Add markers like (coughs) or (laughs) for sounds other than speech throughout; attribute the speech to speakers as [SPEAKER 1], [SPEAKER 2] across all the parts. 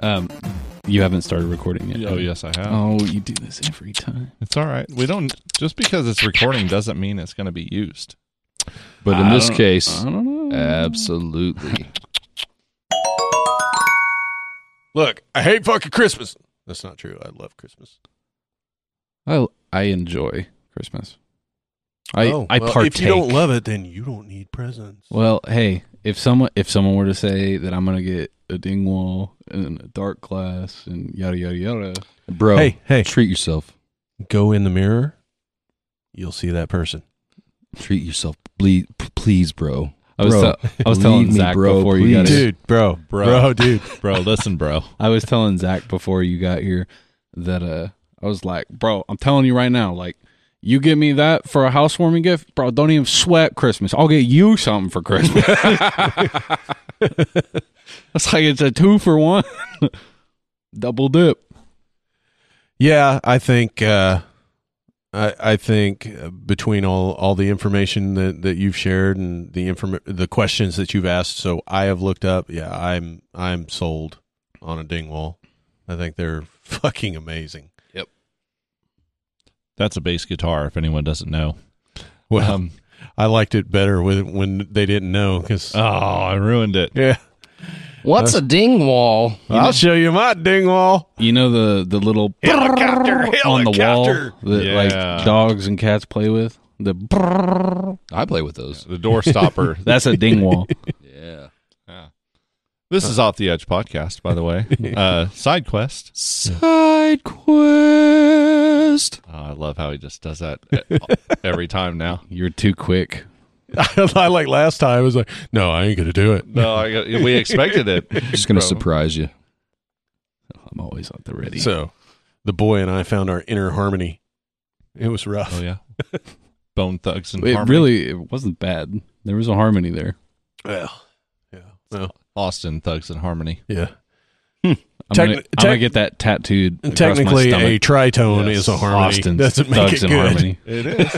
[SPEAKER 1] Um, You haven't started recording yet.
[SPEAKER 2] Oh yes, I have.
[SPEAKER 1] Oh, you do this every time.
[SPEAKER 2] It's all right. We don't just because it's recording doesn't mean it's going to be used.
[SPEAKER 3] But in
[SPEAKER 1] I
[SPEAKER 3] this
[SPEAKER 1] don't-
[SPEAKER 3] case,
[SPEAKER 1] I don't know.
[SPEAKER 3] absolutely.
[SPEAKER 4] Look, I hate fucking Christmas. That's not true. I love Christmas.
[SPEAKER 1] I uh, I enjoy Christmas. I
[SPEAKER 4] oh,
[SPEAKER 1] I
[SPEAKER 4] well,
[SPEAKER 1] partake.
[SPEAKER 4] If you don't love it, then you don't need presents.
[SPEAKER 1] well, hey, if someone if someone were to say that I'm gonna get a dingwall and a dark glass and yada yada yada,
[SPEAKER 3] Bro,
[SPEAKER 4] hey, hey,
[SPEAKER 3] treat yourself.
[SPEAKER 4] go in the mirror. You'll see that person.
[SPEAKER 3] Treat yourself. Please, please bro.
[SPEAKER 1] I was
[SPEAKER 3] Bro,
[SPEAKER 1] tell- I was
[SPEAKER 3] believe
[SPEAKER 1] telling
[SPEAKER 3] me,
[SPEAKER 1] Zach
[SPEAKER 3] bro,
[SPEAKER 1] before you got
[SPEAKER 3] please.
[SPEAKER 1] here.
[SPEAKER 4] Dude, bro,
[SPEAKER 2] Bro.
[SPEAKER 4] bro, dude.
[SPEAKER 2] Bro, listen, bro.
[SPEAKER 1] I was telling Zach before you got here that uh I was like, bro, I'm telling you right now, like you give me that for a housewarming gift, bro. Don't even sweat Christmas. I'll get you something for Christmas. (laughs) That's like it's a two for one, (laughs) double dip.
[SPEAKER 4] Yeah, I think uh, I, I think uh, between all, all the information that, that you've shared and the inform- the questions that you've asked, so I have looked up. Yeah, I'm I'm sold on a dingwall. I think they're (laughs) fucking amazing.
[SPEAKER 2] That's a bass guitar. If anyone doesn't know,
[SPEAKER 4] Well,
[SPEAKER 2] um,
[SPEAKER 4] I liked it better when when they didn't know because
[SPEAKER 2] oh, I ruined it.
[SPEAKER 4] yeah,
[SPEAKER 3] What's a ding wall?
[SPEAKER 4] I'll show you my dingwall.
[SPEAKER 1] You know the the little on the wall
[SPEAKER 4] helicopter.
[SPEAKER 1] that
[SPEAKER 2] Yeah.
[SPEAKER 1] like dogs and cats play with. The
[SPEAKER 3] I play with those.
[SPEAKER 1] (laughs)
[SPEAKER 2] The door stopper.
[SPEAKER 1] that's a ding wall.
[SPEAKER 3] Yeah.
[SPEAKER 2] this is off the edge podcast, by
[SPEAKER 1] (laughs)
[SPEAKER 2] the way. Uh, side quest.
[SPEAKER 3] Side quest.
[SPEAKER 2] Oh, I love how he just does that e-, (laughs) every time now.
[SPEAKER 1] You're too quick.
[SPEAKER 4] (laughs) I like last time. I was like, no, I ain't gonna do it.
[SPEAKER 2] No, I, we expected it.
[SPEAKER 3] Just going to
[SPEAKER 2] Bro.
[SPEAKER 3] surprise you.
[SPEAKER 1] I'm always at the ready.
[SPEAKER 4] So the boy and I found our inner harmony. It was rough.
[SPEAKER 2] Oh yeah, Bone Thugs and
[SPEAKER 1] it
[SPEAKER 2] Harmony.
[SPEAKER 1] really it wasn't bad. There was a harmony there.
[SPEAKER 4] Well, yeah, well,
[SPEAKER 2] Austin Thugs and Harmony.
[SPEAKER 4] yeah.
[SPEAKER 1] I'm,
[SPEAKER 4] Techni-
[SPEAKER 1] gonna, I'm gonna
[SPEAKER 4] tec-
[SPEAKER 1] get that tattooed. across my
[SPEAKER 4] Technically, a
[SPEAKER 1] stomach.
[SPEAKER 4] tritone
[SPEAKER 2] Yes.
[SPEAKER 4] is a harmony.
[SPEAKER 1] Austin's
[SPEAKER 4] Doesn't make
[SPEAKER 1] Thugs
[SPEAKER 4] it
[SPEAKER 1] and
[SPEAKER 4] good. (laughs)
[SPEAKER 1] Harmony.
[SPEAKER 2] It is.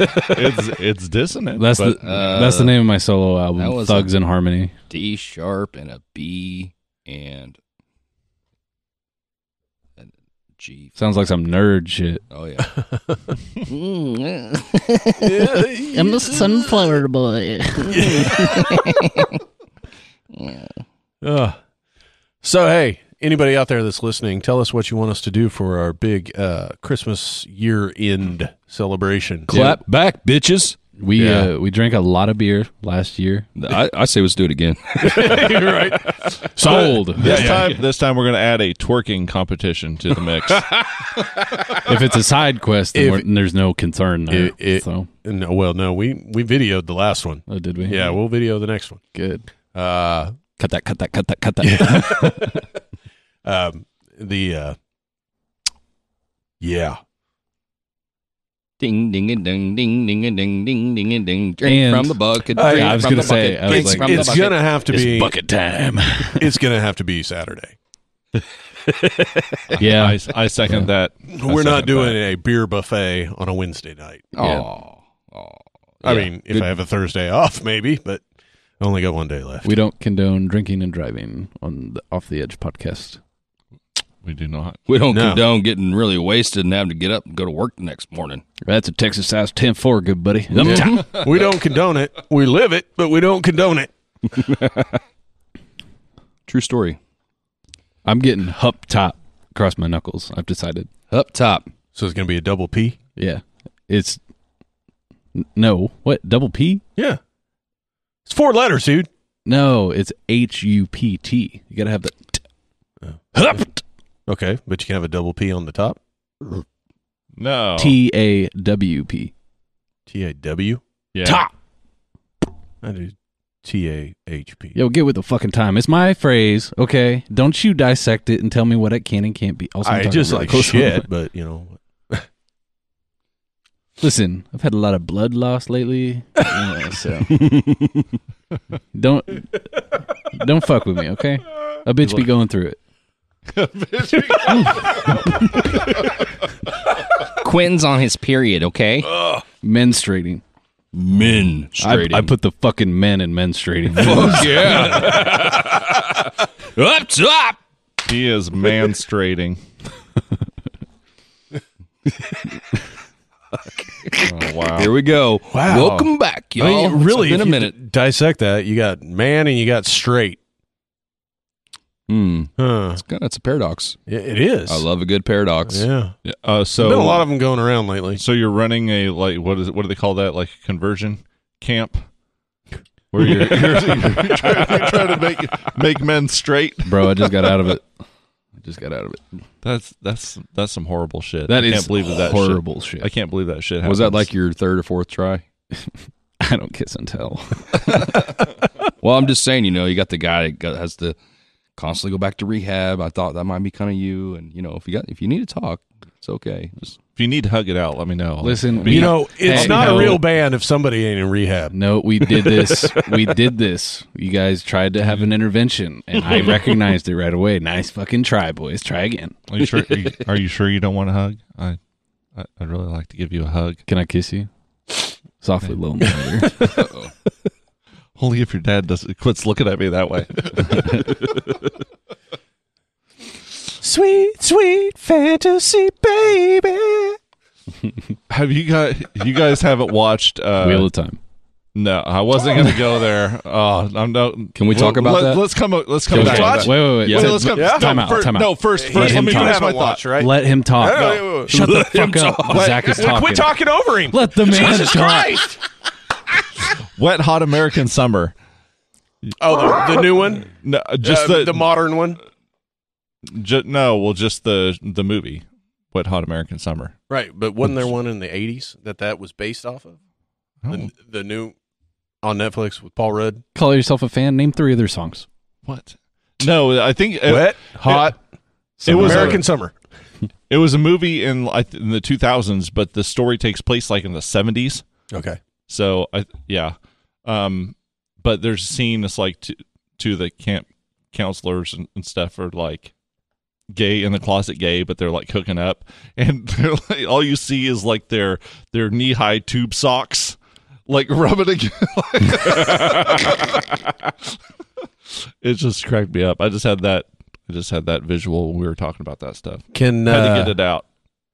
[SPEAKER 2] it's it's dissonant.
[SPEAKER 1] That's
[SPEAKER 2] but,
[SPEAKER 1] the
[SPEAKER 3] uh,
[SPEAKER 1] that's the name of my solo
[SPEAKER 3] that
[SPEAKER 1] album.
[SPEAKER 3] was
[SPEAKER 1] Thugs
[SPEAKER 3] a-
[SPEAKER 1] and Harmony.
[SPEAKER 3] D sharp and a B and a G.
[SPEAKER 1] Sounds like some nerd shit.
[SPEAKER 3] Oh, yeah.
[SPEAKER 5] (laughs)
[SPEAKER 6] I'm a sunflower boy.
[SPEAKER 4] Ugh. So hey, anybody out there that's listening, tell us what you want us to do for our big uh, Christmas year end celebration.
[SPEAKER 3] (laughs) Clap back, bitches.
[SPEAKER 1] We
[SPEAKER 4] Yeah.
[SPEAKER 1] uh, we drank a lot of beer last
[SPEAKER 4] (laughs)
[SPEAKER 1] year.
[SPEAKER 3] I, uh, I say let's do it again. (laughs)
[SPEAKER 1] Sold.
[SPEAKER 2] This time, this time we're going to add a twerking competition to the mix.
[SPEAKER 1] (laughs) if it's a side quest, then
[SPEAKER 4] If-
[SPEAKER 1] we're- there's no concern there.
[SPEAKER 4] It- it-
[SPEAKER 1] so
[SPEAKER 4] No, well, no, we we videoed the last one.
[SPEAKER 1] oh, did we?
[SPEAKER 4] Yeah, we'll video the next one.
[SPEAKER 1] good.
[SPEAKER 4] Uh,
[SPEAKER 1] Cut that. Cut that. Cut that. Cut that.
[SPEAKER 4] (laughs) um, the uh, yeah,
[SPEAKER 3] (laughs) Ding ding a ding ding ding a ding ding ding a ding. Drink
[SPEAKER 1] And-
[SPEAKER 3] from the bucket.
[SPEAKER 4] I-
[SPEAKER 3] drink
[SPEAKER 4] I
[SPEAKER 1] was
[SPEAKER 3] from
[SPEAKER 1] gonna
[SPEAKER 3] the
[SPEAKER 1] say,
[SPEAKER 3] bucket,
[SPEAKER 1] I was
[SPEAKER 3] drink
[SPEAKER 1] like-
[SPEAKER 3] from the
[SPEAKER 4] it's
[SPEAKER 3] bucket.
[SPEAKER 4] gonna have to
[SPEAKER 1] it's
[SPEAKER 4] be (laughs)
[SPEAKER 1] bucket time. (laughs)
[SPEAKER 4] it's gonna have to be Saturday.
[SPEAKER 1] (laughs) yeah.
[SPEAKER 2] I, I second that.
[SPEAKER 4] We're not
[SPEAKER 2] second
[SPEAKER 4] doing a beer buffet on a Wednesday night.
[SPEAKER 3] Aw, aw.
[SPEAKER 4] I
[SPEAKER 3] Yeah.
[SPEAKER 4] mean, if
[SPEAKER 3] Good.
[SPEAKER 4] I have a Thursday off, maybe, but I only got one day left.
[SPEAKER 1] we don't condone drinking and driving on the Off the Edge podcast.
[SPEAKER 2] We do not.
[SPEAKER 3] we don't
[SPEAKER 4] No.
[SPEAKER 3] condone getting really wasted and having to get up and go to work the next morning.
[SPEAKER 1] That's a Texas size 10 4, good buddy.
[SPEAKER 4] we don't condone it. We live it, but we don't condone it.
[SPEAKER 3] True story.
[SPEAKER 1] I'm getting hup top across my knuckles. I've decided.
[SPEAKER 3] Up top.
[SPEAKER 4] So it's gonna be a double P.
[SPEAKER 1] Yeah. It's n- no. What? Double P?
[SPEAKER 4] Yeah, it's four letters, dude.
[SPEAKER 1] No, it's H U P T. You got to have the t-
[SPEAKER 4] Oh.
[SPEAKER 1] hup
[SPEAKER 4] Okay, but you can have a double P on the top.
[SPEAKER 2] No.
[SPEAKER 4] Oh.
[SPEAKER 1] T A W P.
[SPEAKER 4] T A W.
[SPEAKER 2] Yeah.
[SPEAKER 1] Top.
[SPEAKER 4] I do T A H P.
[SPEAKER 1] Yo, get with the fucking time. It's my phrase, okay? Don't you dissect it and tell me what it can and can't be. Also, I'm
[SPEAKER 4] I
[SPEAKER 1] talking
[SPEAKER 4] just
[SPEAKER 1] really
[SPEAKER 4] like
[SPEAKER 1] close.
[SPEAKER 4] shit, but you know.
[SPEAKER 1] (laughs) Listen, I've had a lot of blood loss lately, yeah,
[SPEAKER 4] (laughs)
[SPEAKER 1] so don't don't fuck with me, okay? A bitch be going through it.
[SPEAKER 3] Quinn's on his period. Okay.
[SPEAKER 1] Menstruating.
[SPEAKER 3] Uh, Men
[SPEAKER 1] I,
[SPEAKER 3] straight.
[SPEAKER 1] I put the fucking (laughs) men in menstruating.
[SPEAKER 3] yeah. up top.
[SPEAKER 2] He
[SPEAKER 1] (laughs)
[SPEAKER 2] is manstrating. oh, wow.
[SPEAKER 3] Here we go.
[SPEAKER 4] Wow.
[SPEAKER 3] Welcome back, y'all.
[SPEAKER 4] I mean, Oh, really,
[SPEAKER 3] It's been
[SPEAKER 4] if
[SPEAKER 3] a
[SPEAKER 4] you
[SPEAKER 3] minute.
[SPEAKER 4] d- dissect that. You got man and you got straight.
[SPEAKER 3] Hmm.
[SPEAKER 4] Huh.
[SPEAKER 3] It's kind of- it's a paradox.
[SPEAKER 4] It- it is.
[SPEAKER 3] I love a good paradox.
[SPEAKER 4] Yeah.
[SPEAKER 2] Uh,
[SPEAKER 4] So, been
[SPEAKER 2] so
[SPEAKER 4] a lot of them going around lately.
[SPEAKER 2] so you're running a like what is it, what do they call that like conversion camp where
[SPEAKER 1] (laughs)
[SPEAKER 2] you're, you're, you're trying, you're trying to make make men straight.
[SPEAKER 1] bro. I just got out of it. I just got out of it.
[SPEAKER 2] That's that's that's some horrible shit.
[SPEAKER 1] That
[SPEAKER 2] I
[SPEAKER 1] is
[SPEAKER 2] can't believe that that shit.
[SPEAKER 1] horrible shit.
[SPEAKER 2] I can't believe that shit. Happens.
[SPEAKER 3] Was that like your third or fourth try?
[SPEAKER 1] (laughs) I don't kiss and tell.
[SPEAKER 3] (laughs) Well, I'm just saying, you know, you got the guy that got- has to constantly go back to rehab. I thought that might be kind of you, and you know, if you got if you need to talk, it's okay. Just
[SPEAKER 2] If you need to hug it out, let me know.
[SPEAKER 1] Listen,
[SPEAKER 4] You know, it's
[SPEAKER 1] Hey,
[SPEAKER 4] not
[SPEAKER 1] no.
[SPEAKER 4] a real band if somebody ain't in rehab.
[SPEAKER 1] No, we did this. (laughs) we did this. You guys tried to have an intervention, and I recognized it right away. Nice fucking try, boys. Try again.
[SPEAKER 2] Are you sure? Are
[SPEAKER 1] (laughs)
[SPEAKER 2] you, are you sure you don't want a hug? I, I I'd really like to give you a hug.
[SPEAKER 1] Can I kiss you? Softly, little (laughs) mother.
[SPEAKER 2] Only if your dad doesn't quits looking at me that way.
[SPEAKER 4] (laughs) Sweet, sweet fantasy, baby.
[SPEAKER 2] (laughs) Have you got? You guys haven't watched? Uh,
[SPEAKER 1] Wheel of time.
[SPEAKER 2] no, I wasn't going to go there. Oh, I'm no.
[SPEAKER 3] Can we talk about that?
[SPEAKER 2] Let's come. Let's come
[SPEAKER 1] Okay,
[SPEAKER 2] back.
[SPEAKER 1] Wait, wait, wait.
[SPEAKER 2] Wait,
[SPEAKER 1] Let-
[SPEAKER 2] let's come.
[SPEAKER 4] Yeah.
[SPEAKER 2] No,
[SPEAKER 1] Time out,
[SPEAKER 2] first-
[SPEAKER 1] time out.
[SPEAKER 2] No, first,
[SPEAKER 1] Let
[SPEAKER 2] first.
[SPEAKER 1] him
[SPEAKER 2] Let me
[SPEAKER 1] talk.
[SPEAKER 2] finish my
[SPEAKER 4] Haven't
[SPEAKER 2] thought.
[SPEAKER 4] watched, right?
[SPEAKER 1] Let him talk.
[SPEAKER 4] No, wait, wait, wait.
[SPEAKER 1] Shut the fuck up. Zach is talking.
[SPEAKER 4] Quit talking over him.
[SPEAKER 1] Let the man talk.
[SPEAKER 2] Wet hot American summer.
[SPEAKER 4] Oh, the, the new one,
[SPEAKER 2] No, just
[SPEAKER 4] Uh,
[SPEAKER 2] the,
[SPEAKER 4] the modern one,
[SPEAKER 2] ju- no. Well, just the the movie. Wet hot American summer.
[SPEAKER 4] right? But wasn't there one in the '80s that that was based off of? The, the new on Netflix with Paul Rudd.
[SPEAKER 1] Call yourself a fan. Name three of their songs.
[SPEAKER 2] What? No, I think uh, it,
[SPEAKER 4] Wet, hot,
[SPEAKER 2] it was a-
[SPEAKER 4] American summer.
[SPEAKER 2] It was a movie in I th- in the 2000s, but the story takes place like in the 70s.
[SPEAKER 4] Okay.
[SPEAKER 2] So I yeah, um, but there's a scene that's like two two of the camp counselors and, and stuff are like gay in the closet gay, but they're like hooking up, (laughs) and they're like, all you see is like their their knee high tube socks. Like (laughs) rubbing again. (laughs) it just cracked me up. I just had that. I just had that visual when we were talking about that stuff.
[SPEAKER 4] Can
[SPEAKER 2] Had
[SPEAKER 4] uh,
[SPEAKER 2] to get it out.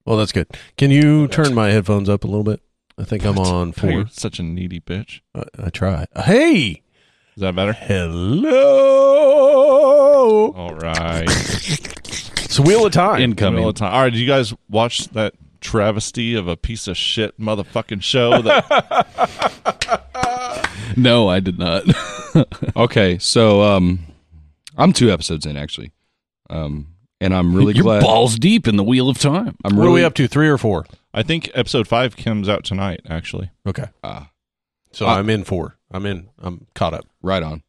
[SPEAKER 4] well, that's good. Can you turn my headphones up a little bit? I think I'm on
[SPEAKER 2] You're
[SPEAKER 4] four.
[SPEAKER 2] such a needy bitch.
[SPEAKER 4] I, I try. Hey,
[SPEAKER 2] Is that better?
[SPEAKER 4] hello.
[SPEAKER 2] (laughs) All right.
[SPEAKER 4] It's Wheel of Time.
[SPEAKER 2] Middle of
[SPEAKER 1] Incoming.
[SPEAKER 2] time. All right. Did you guys watch that travesty of a piece of shit motherfucking show? (laughs) That,
[SPEAKER 1] No, I did not. (laughs)
[SPEAKER 3] okay. So, um, I'm two episodes in actually, um, and I'm really
[SPEAKER 1] You're
[SPEAKER 3] glad.
[SPEAKER 1] balls deep in the wheel of time.
[SPEAKER 3] I'm
[SPEAKER 4] what
[SPEAKER 3] really
[SPEAKER 4] are we up to? Three or four?
[SPEAKER 2] I think episode five comes out tonight. Actually,
[SPEAKER 4] Okay.
[SPEAKER 3] Ah.
[SPEAKER 4] so
[SPEAKER 3] Uh,
[SPEAKER 4] I'm in four. I'm in. I'm caught up.
[SPEAKER 3] Right on.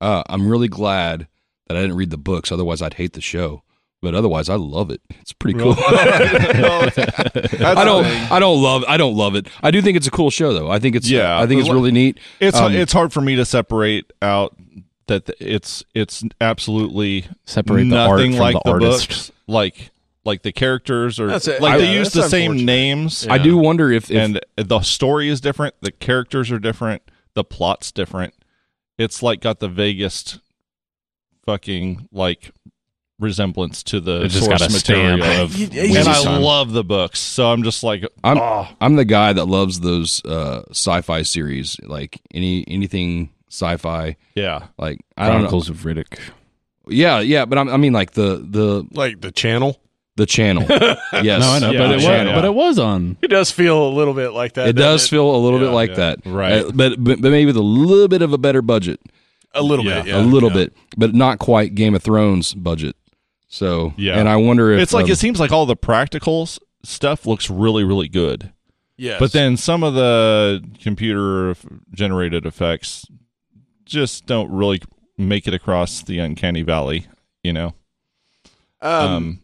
[SPEAKER 3] Uh, I'm really glad that I didn't read the books. Otherwise, I'd hate the show. But otherwise, I love it. It's pretty
[SPEAKER 2] (laughs)
[SPEAKER 3] cool. (laughs) I don't. I don't love. I don't love it. I do think it's a cool show, though. I think it's.
[SPEAKER 2] Yeah.
[SPEAKER 3] I think it's really neat.
[SPEAKER 2] It's
[SPEAKER 3] Um,
[SPEAKER 2] it's hard for me to separate out that the, it's it's absolutely
[SPEAKER 1] Separate the art
[SPEAKER 2] nothing
[SPEAKER 1] from
[SPEAKER 2] like
[SPEAKER 1] the
[SPEAKER 2] the,
[SPEAKER 1] artist.
[SPEAKER 2] books. Like like the characters are
[SPEAKER 4] That's it.
[SPEAKER 2] like they
[SPEAKER 4] Yeah,
[SPEAKER 2] use the
[SPEAKER 4] that's
[SPEAKER 2] same
[SPEAKER 4] unfortunate.
[SPEAKER 2] names.
[SPEAKER 3] I do wonder if, if
[SPEAKER 2] and the story is different the characters are different the plot's different it's like got the vaguest fucking like resemblance to the
[SPEAKER 1] It just
[SPEAKER 2] source
[SPEAKER 1] got a stamp
[SPEAKER 2] material
[SPEAKER 1] of
[SPEAKER 4] You- you
[SPEAKER 1] Wheel
[SPEAKER 2] and
[SPEAKER 1] of
[SPEAKER 2] i
[SPEAKER 1] Time.
[SPEAKER 2] love the books so i'm just like
[SPEAKER 3] I'm
[SPEAKER 2] oh,
[SPEAKER 3] I'm the guy that loves those uh, sci-fi series, like any anything sci-fi.
[SPEAKER 2] yeah
[SPEAKER 3] Like I don't know.
[SPEAKER 1] Chronicles of Riddick.
[SPEAKER 3] Yeah, yeah, but I'm, I mean, like the the
[SPEAKER 4] Like the channel.
[SPEAKER 1] (laughs)
[SPEAKER 3] the channel. yes,
[SPEAKER 1] No, I know,
[SPEAKER 2] Yeah,
[SPEAKER 1] but it was,
[SPEAKER 2] yeah, yeah.
[SPEAKER 1] but it was on.
[SPEAKER 4] It does feel a little bit like that.
[SPEAKER 3] it does feel a little bit like
[SPEAKER 2] yeah.
[SPEAKER 3] that,
[SPEAKER 2] Right.
[SPEAKER 3] Uh, but, but but maybe with a little bit of a better budget,
[SPEAKER 4] a little
[SPEAKER 2] Yeah.
[SPEAKER 4] bit. Yeah.
[SPEAKER 3] a little bit, but not quite Game of Thrones budget. So
[SPEAKER 2] Yeah.
[SPEAKER 3] and I wonder if
[SPEAKER 2] it's like
[SPEAKER 3] um,
[SPEAKER 2] it seems like all the practical s- stuff looks really really good
[SPEAKER 4] Yes.
[SPEAKER 2] but then some of the computer f- generated effects just don't really make it across the uncanny valley you know
[SPEAKER 4] um,
[SPEAKER 2] um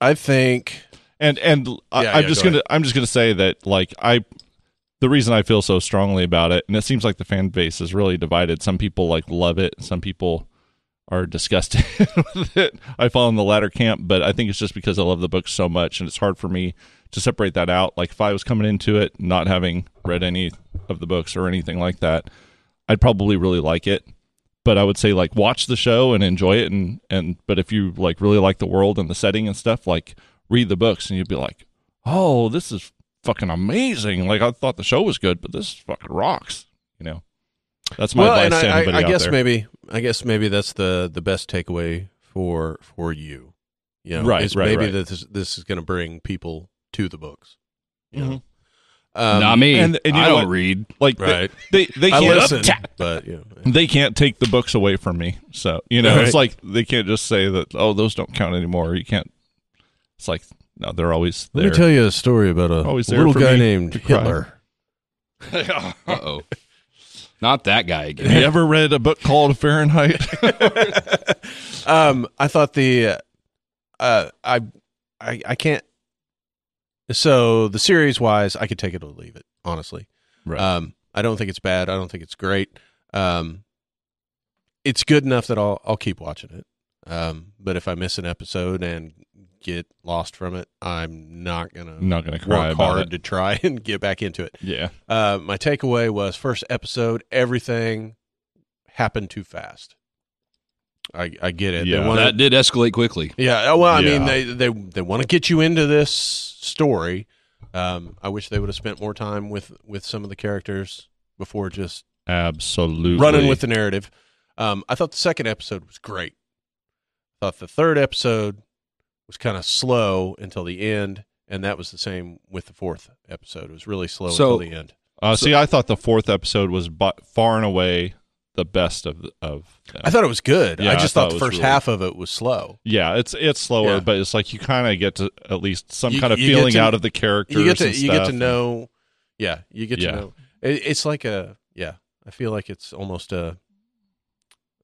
[SPEAKER 4] I think
[SPEAKER 2] and and I,
[SPEAKER 4] Yeah,
[SPEAKER 2] I'm
[SPEAKER 4] yeah,
[SPEAKER 2] just
[SPEAKER 4] go
[SPEAKER 2] gonna I'm just gonna say that like I the reason I feel so strongly about it, and it seems like the fan base is really divided. Some people like love it, some people are disgusted (laughs) with it. I fall in the latter camp, but I think it's just because I love the book so much, and it's hard for me to separate that out. Like if I was coming into it not having read any of the books or anything like that, I'd probably really like it. but I would say like watch the show and enjoy it and and but if you like really like the world and the setting and stuff, like read the books and you'd be like, "Oh, this is fucking amazing." Like I thought the show was good, but this fucking rocks, you know. That's my
[SPEAKER 4] well, and
[SPEAKER 2] advice to
[SPEAKER 4] I,
[SPEAKER 2] anybody
[SPEAKER 4] I, I
[SPEAKER 2] out
[SPEAKER 4] guess
[SPEAKER 2] there.
[SPEAKER 4] maybe I guess maybe that's the the best takeaway for for you. You know,
[SPEAKER 2] Right,
[SPEAKER 4] is
[SPEAKER 2] right,
[SPEAKER 4] maybe
[SPEAKER 2] right.
[SPEAKER 4] that this this is going to bring people to the books. You know?
[SPEAKER 2] Mhm.
[SPEAKER 4] um,
[SPEAKER 3] Not me.
[SPEAKER 2] and- and you
[SPEAKER 3] I
[SPEAKER 2] know
[SPEAKER 3] don't
[SPEAKER 2] what?
[SPEAKER 3] read.
[SPEAKER 2] Like they-
[SPEAKER 4] Right.
[SPEAKER 2] they they
[SPEAKER 4] I
[SPEAKER 2] can't
[SPEAKER 4] listen, but you know,
[SPEAKER 2] they can't take the books away from me. So you know,
[SPEAKER 4] Right.
[SPEAKER 2] it's like they can't just say that. Oh, those don't count anymore. You can't. It's like no, they're always
[SPEAKER 4] let
[SPEAKER 2] there.
[SPEAKER 4] me tell you a story about a
[SPEAKER 2] Always there
[SPEAKER 4] little
[SPEAKER 2] for
[SPEAKER 4] guy
[SPEAKER 2] me
[SPEAKER 4] named
[SPEAKER 2] to cry.
[SPEAKER 4] Hitler.
[SPEAKER 3] Uh
[SPEAKER 2] (laughs)
[SPEAKER 3] oh. Not that guy again.
[SPEAKER 2] Have you ever read a book called
[SPEAKER 4] (laughs)
[SPEAKER 2] Fahrenheit?
[SPEAKER 4] Um, I thought the uh, I I I can't. So the series wise, I could take it or leave it. Honestly,
[SPEAKER 2] Right.
[SPEAKER 4] um, I don't think it's bad. I don't think it's great. Um, it's good enough that I'll I'll keep watching it. Um, but if I miss an episode and get lost from it, I'm not gonna
[SPEAKER 2] I'm not gonna cry
[SPEAKER 4] work
[SPEAKER 2] about
[SPEAKER 4] hard
[SPEAKER 2] it.
[SPEAKER 4] to try (laughs) and get back into it.
[SPEAKER 2] Yeah,
[SPEAKER 4] Uh, my takeaway was first episode, everything happened too fast. I I get it. They
[SPEAKER 2] Yeah.
[SPEAKER 4] wanna-
[SPEAKER 3] that did escalate quickly.
[SPEAKER 4] yeah. oh, Well, I mean,
[SPEAKER 2] Yeah.
[SPEAKER 4] they they they want to get you into this story. Um, I wish they would have spent more time with with some of the characters before just
[SPEAKER 2] absolutely.
[SPEAKER 4] running with the narrative. Um, I thought the second episode was great. I thought the third episode was kind of slow until the end, and that was the same with the fourth episode. It was really slow
[SPEAKER 3] So-
[SPEAKER 4] until the end.
[SPEAKER 2] Uh, see, I thought the fourth episode was by, far and away the best of of. Them.
[SPEAKER 4] I thought it was good.
[SPEAKER 2] Yeah,
[SPEAKER 4] I
[SPEAKER 2] I
[SPEAKER 4] just
[SPEAKER 2] thought
[SPEAKER 4] thought,
[SPEAKER 2] it
[SPEAKER 4] the
[SPEAKER 2] was
[SPEAKER 4] first
[SPEAKER 2] really-
[SPEAKER 4] half of it was slow.
[SPEAKER 2] yeah, it's it's slower,
[SPEAKER 4] Yeah.
[SPEAKER 2] but it's like you kind of get to at least some
[SPEAKER 4] You-
[SPEAKER 2] kind of
[SPEAKER 4] you get
[SPEAKER 2] feeling
[SPEAKER 4] to-
[SPEAKER 2] out of the characters.
[SPEAKER 4] You get to
[SPEAKER 2] and
[SPEAKER 4] you get
[SPEAKER 2] stuff
[SPEAKER 4] to
[SPEAKER 2] and-
[SPEAKER 4] know. Yeah, you get
[SPEAKER 2] Yeah.
[SPEAKER 4] to know. It, it's like a yeah. I feel like it's almost a,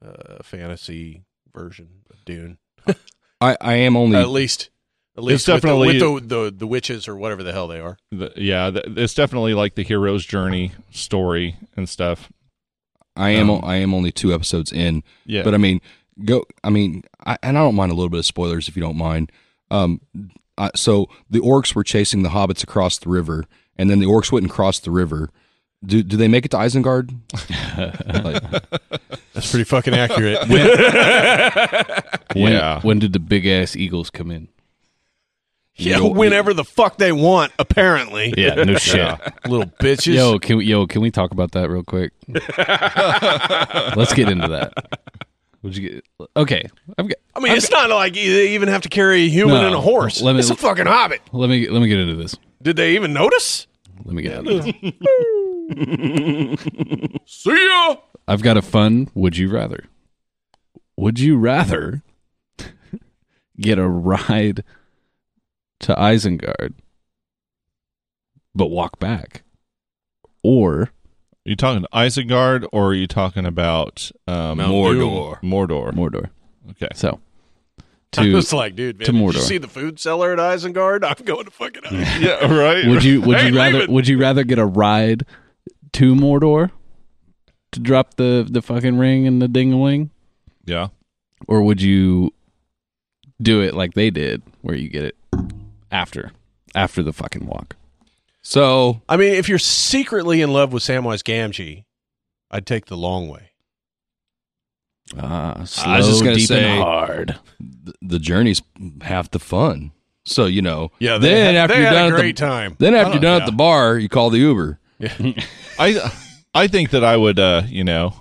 [SPEAKER 4] a fantasy version of Dune.
[SPEAKER 3] I, I am only
[SPEAKER 4] At least, at least with the-
[SPEAKER 2] definitely-
[SPEAKER 4] with the, the the witches or whatever the hell they are.
[SPEAKER 2] the, yeah, th it's definitely like the hero's journey story and stuff.
[SPEAKER 3] I am
[SPEAKER 2] Um,
[SPEAKER 3] I am only two episodes in.
[SPEAKER 2] Yeah,
[SPEAKER 3] But uh, I mean, go. I mean, I, and I don't mind a little bit of spoilers if you don't mind. Um, I, so the orcs were chasing the hobbits across the river, and then the orcs wouldn't cross the river. Do do they make it to Isengard? Like,
[SPEAKER 4] That's pretty fucking (laughs) accurate.
[SPEAKER 1] When,
[SPEAKER 2] Yeah.
[SPEAKER 1] when did the big ass eagles come in?
[SPEAKER 4] yeah, whenever the fuck they want, apparently.
[SPEAKER 1] Yeah, no shit.
[SPEAKER 4] Little bitches.
[SPEAKER 1] Yo, can we, yo, can we talk about that real quick? Let's get into that. Would you get okay? I've got,
[SPEAKER 4] I mean, it's not like you- they even have to carry a human
[SPEAKER 1] No,
[SPEAKER 4] and a horse.
[SPEAKER 1] let me-
[SPEAKER 4] it's a fucking hobbit.
[SPEAKER 1] let me let me get into this.
[SPEAKER 4] Did they even notice?
[SPEAKER 1] Let me get into this.
[SPEAKER 4] (laughs) See ya.
[SPEAKER 1] I've got a fun would you rather. Would you rather get a ride to Isengard but walk back? Or
[SPEAKER 2] you talking Isengard or are you talking about um,
[SPEAKER 4] Mount Mordor.
[SPEAKER 2] Mordor.
[SPEAKER 1] Mordor.
[SPEAKER 2] Okay.
[SPEAKER 1] So
[SPEAKER 4] (laughs) I
[SPEAKER 1] to
[SPEAKER 4] was like, dude, man,
[SPEAKER 1] to
[SPEAKER 4] did you
[SPEAKER 1] Mordor.
[SPEAKER 4] see the food seller at Isengard? I'm going to (laughs) fucking Isengard.
[SPEAKER 2] Yeah. Right.
[SPEAKER 1] would you would
[SPEAKER 4] (laughs) Hey,
[SPEAKER 1] you
[SPEAKER 4] leave
[SPEAKER 1] rather
[SPEAKER 4] it.
[SPEAKER 1] would you rather get a ride to Mordor to drop the the fucking ring and the ding a ling?
[SPEAKER 2] yeah.
[SPEAKER 1] or would you do it like they did where you get it after after the fucking walk
[SPEAKER 3] so
[SPEAKER 4] I mean, if you're secretly in love with Samwise Gamgee, I'd take the long way.
[SPEAKER 1] ah slow,
[SPEAKER 3] I was just gonna
[SPEAKER 1] deep
[SPEAKER 3] say-
[SPEAKER 1] and hard
[SPEAKER 3] the, the journey's half the fun. So you know,
[SPEAKER 4] Yeah, they
[SPEAKER 3] Then
[SPEAKER 4] had,
[SPEAKER 3] after
[SPEAKER 4] they
[SPEAKER 3] you're
[SPEAKER 4] had
[SPEAKER 3] done
[SPEAKER 4] a
[SPEAKER 3] at the-
[SPEAKER 4] great (laughs) time.
[SPEAKER 3] then
[SPEAKER 2] I
[SPEAKER 3] after
[SPEAKER 1] Oh,
[SPEAKER 3] you're
[SPEAKER 2] don't-
[SPEAKER 3] done
[SPEAKER 2] yeah.
[SPEAKER 3] at the bar, you call the Uber.
[SPEAKER 2] I I think that I would uh, you
[SPEAKER 4] (laughs)
[SPEAKER 2] know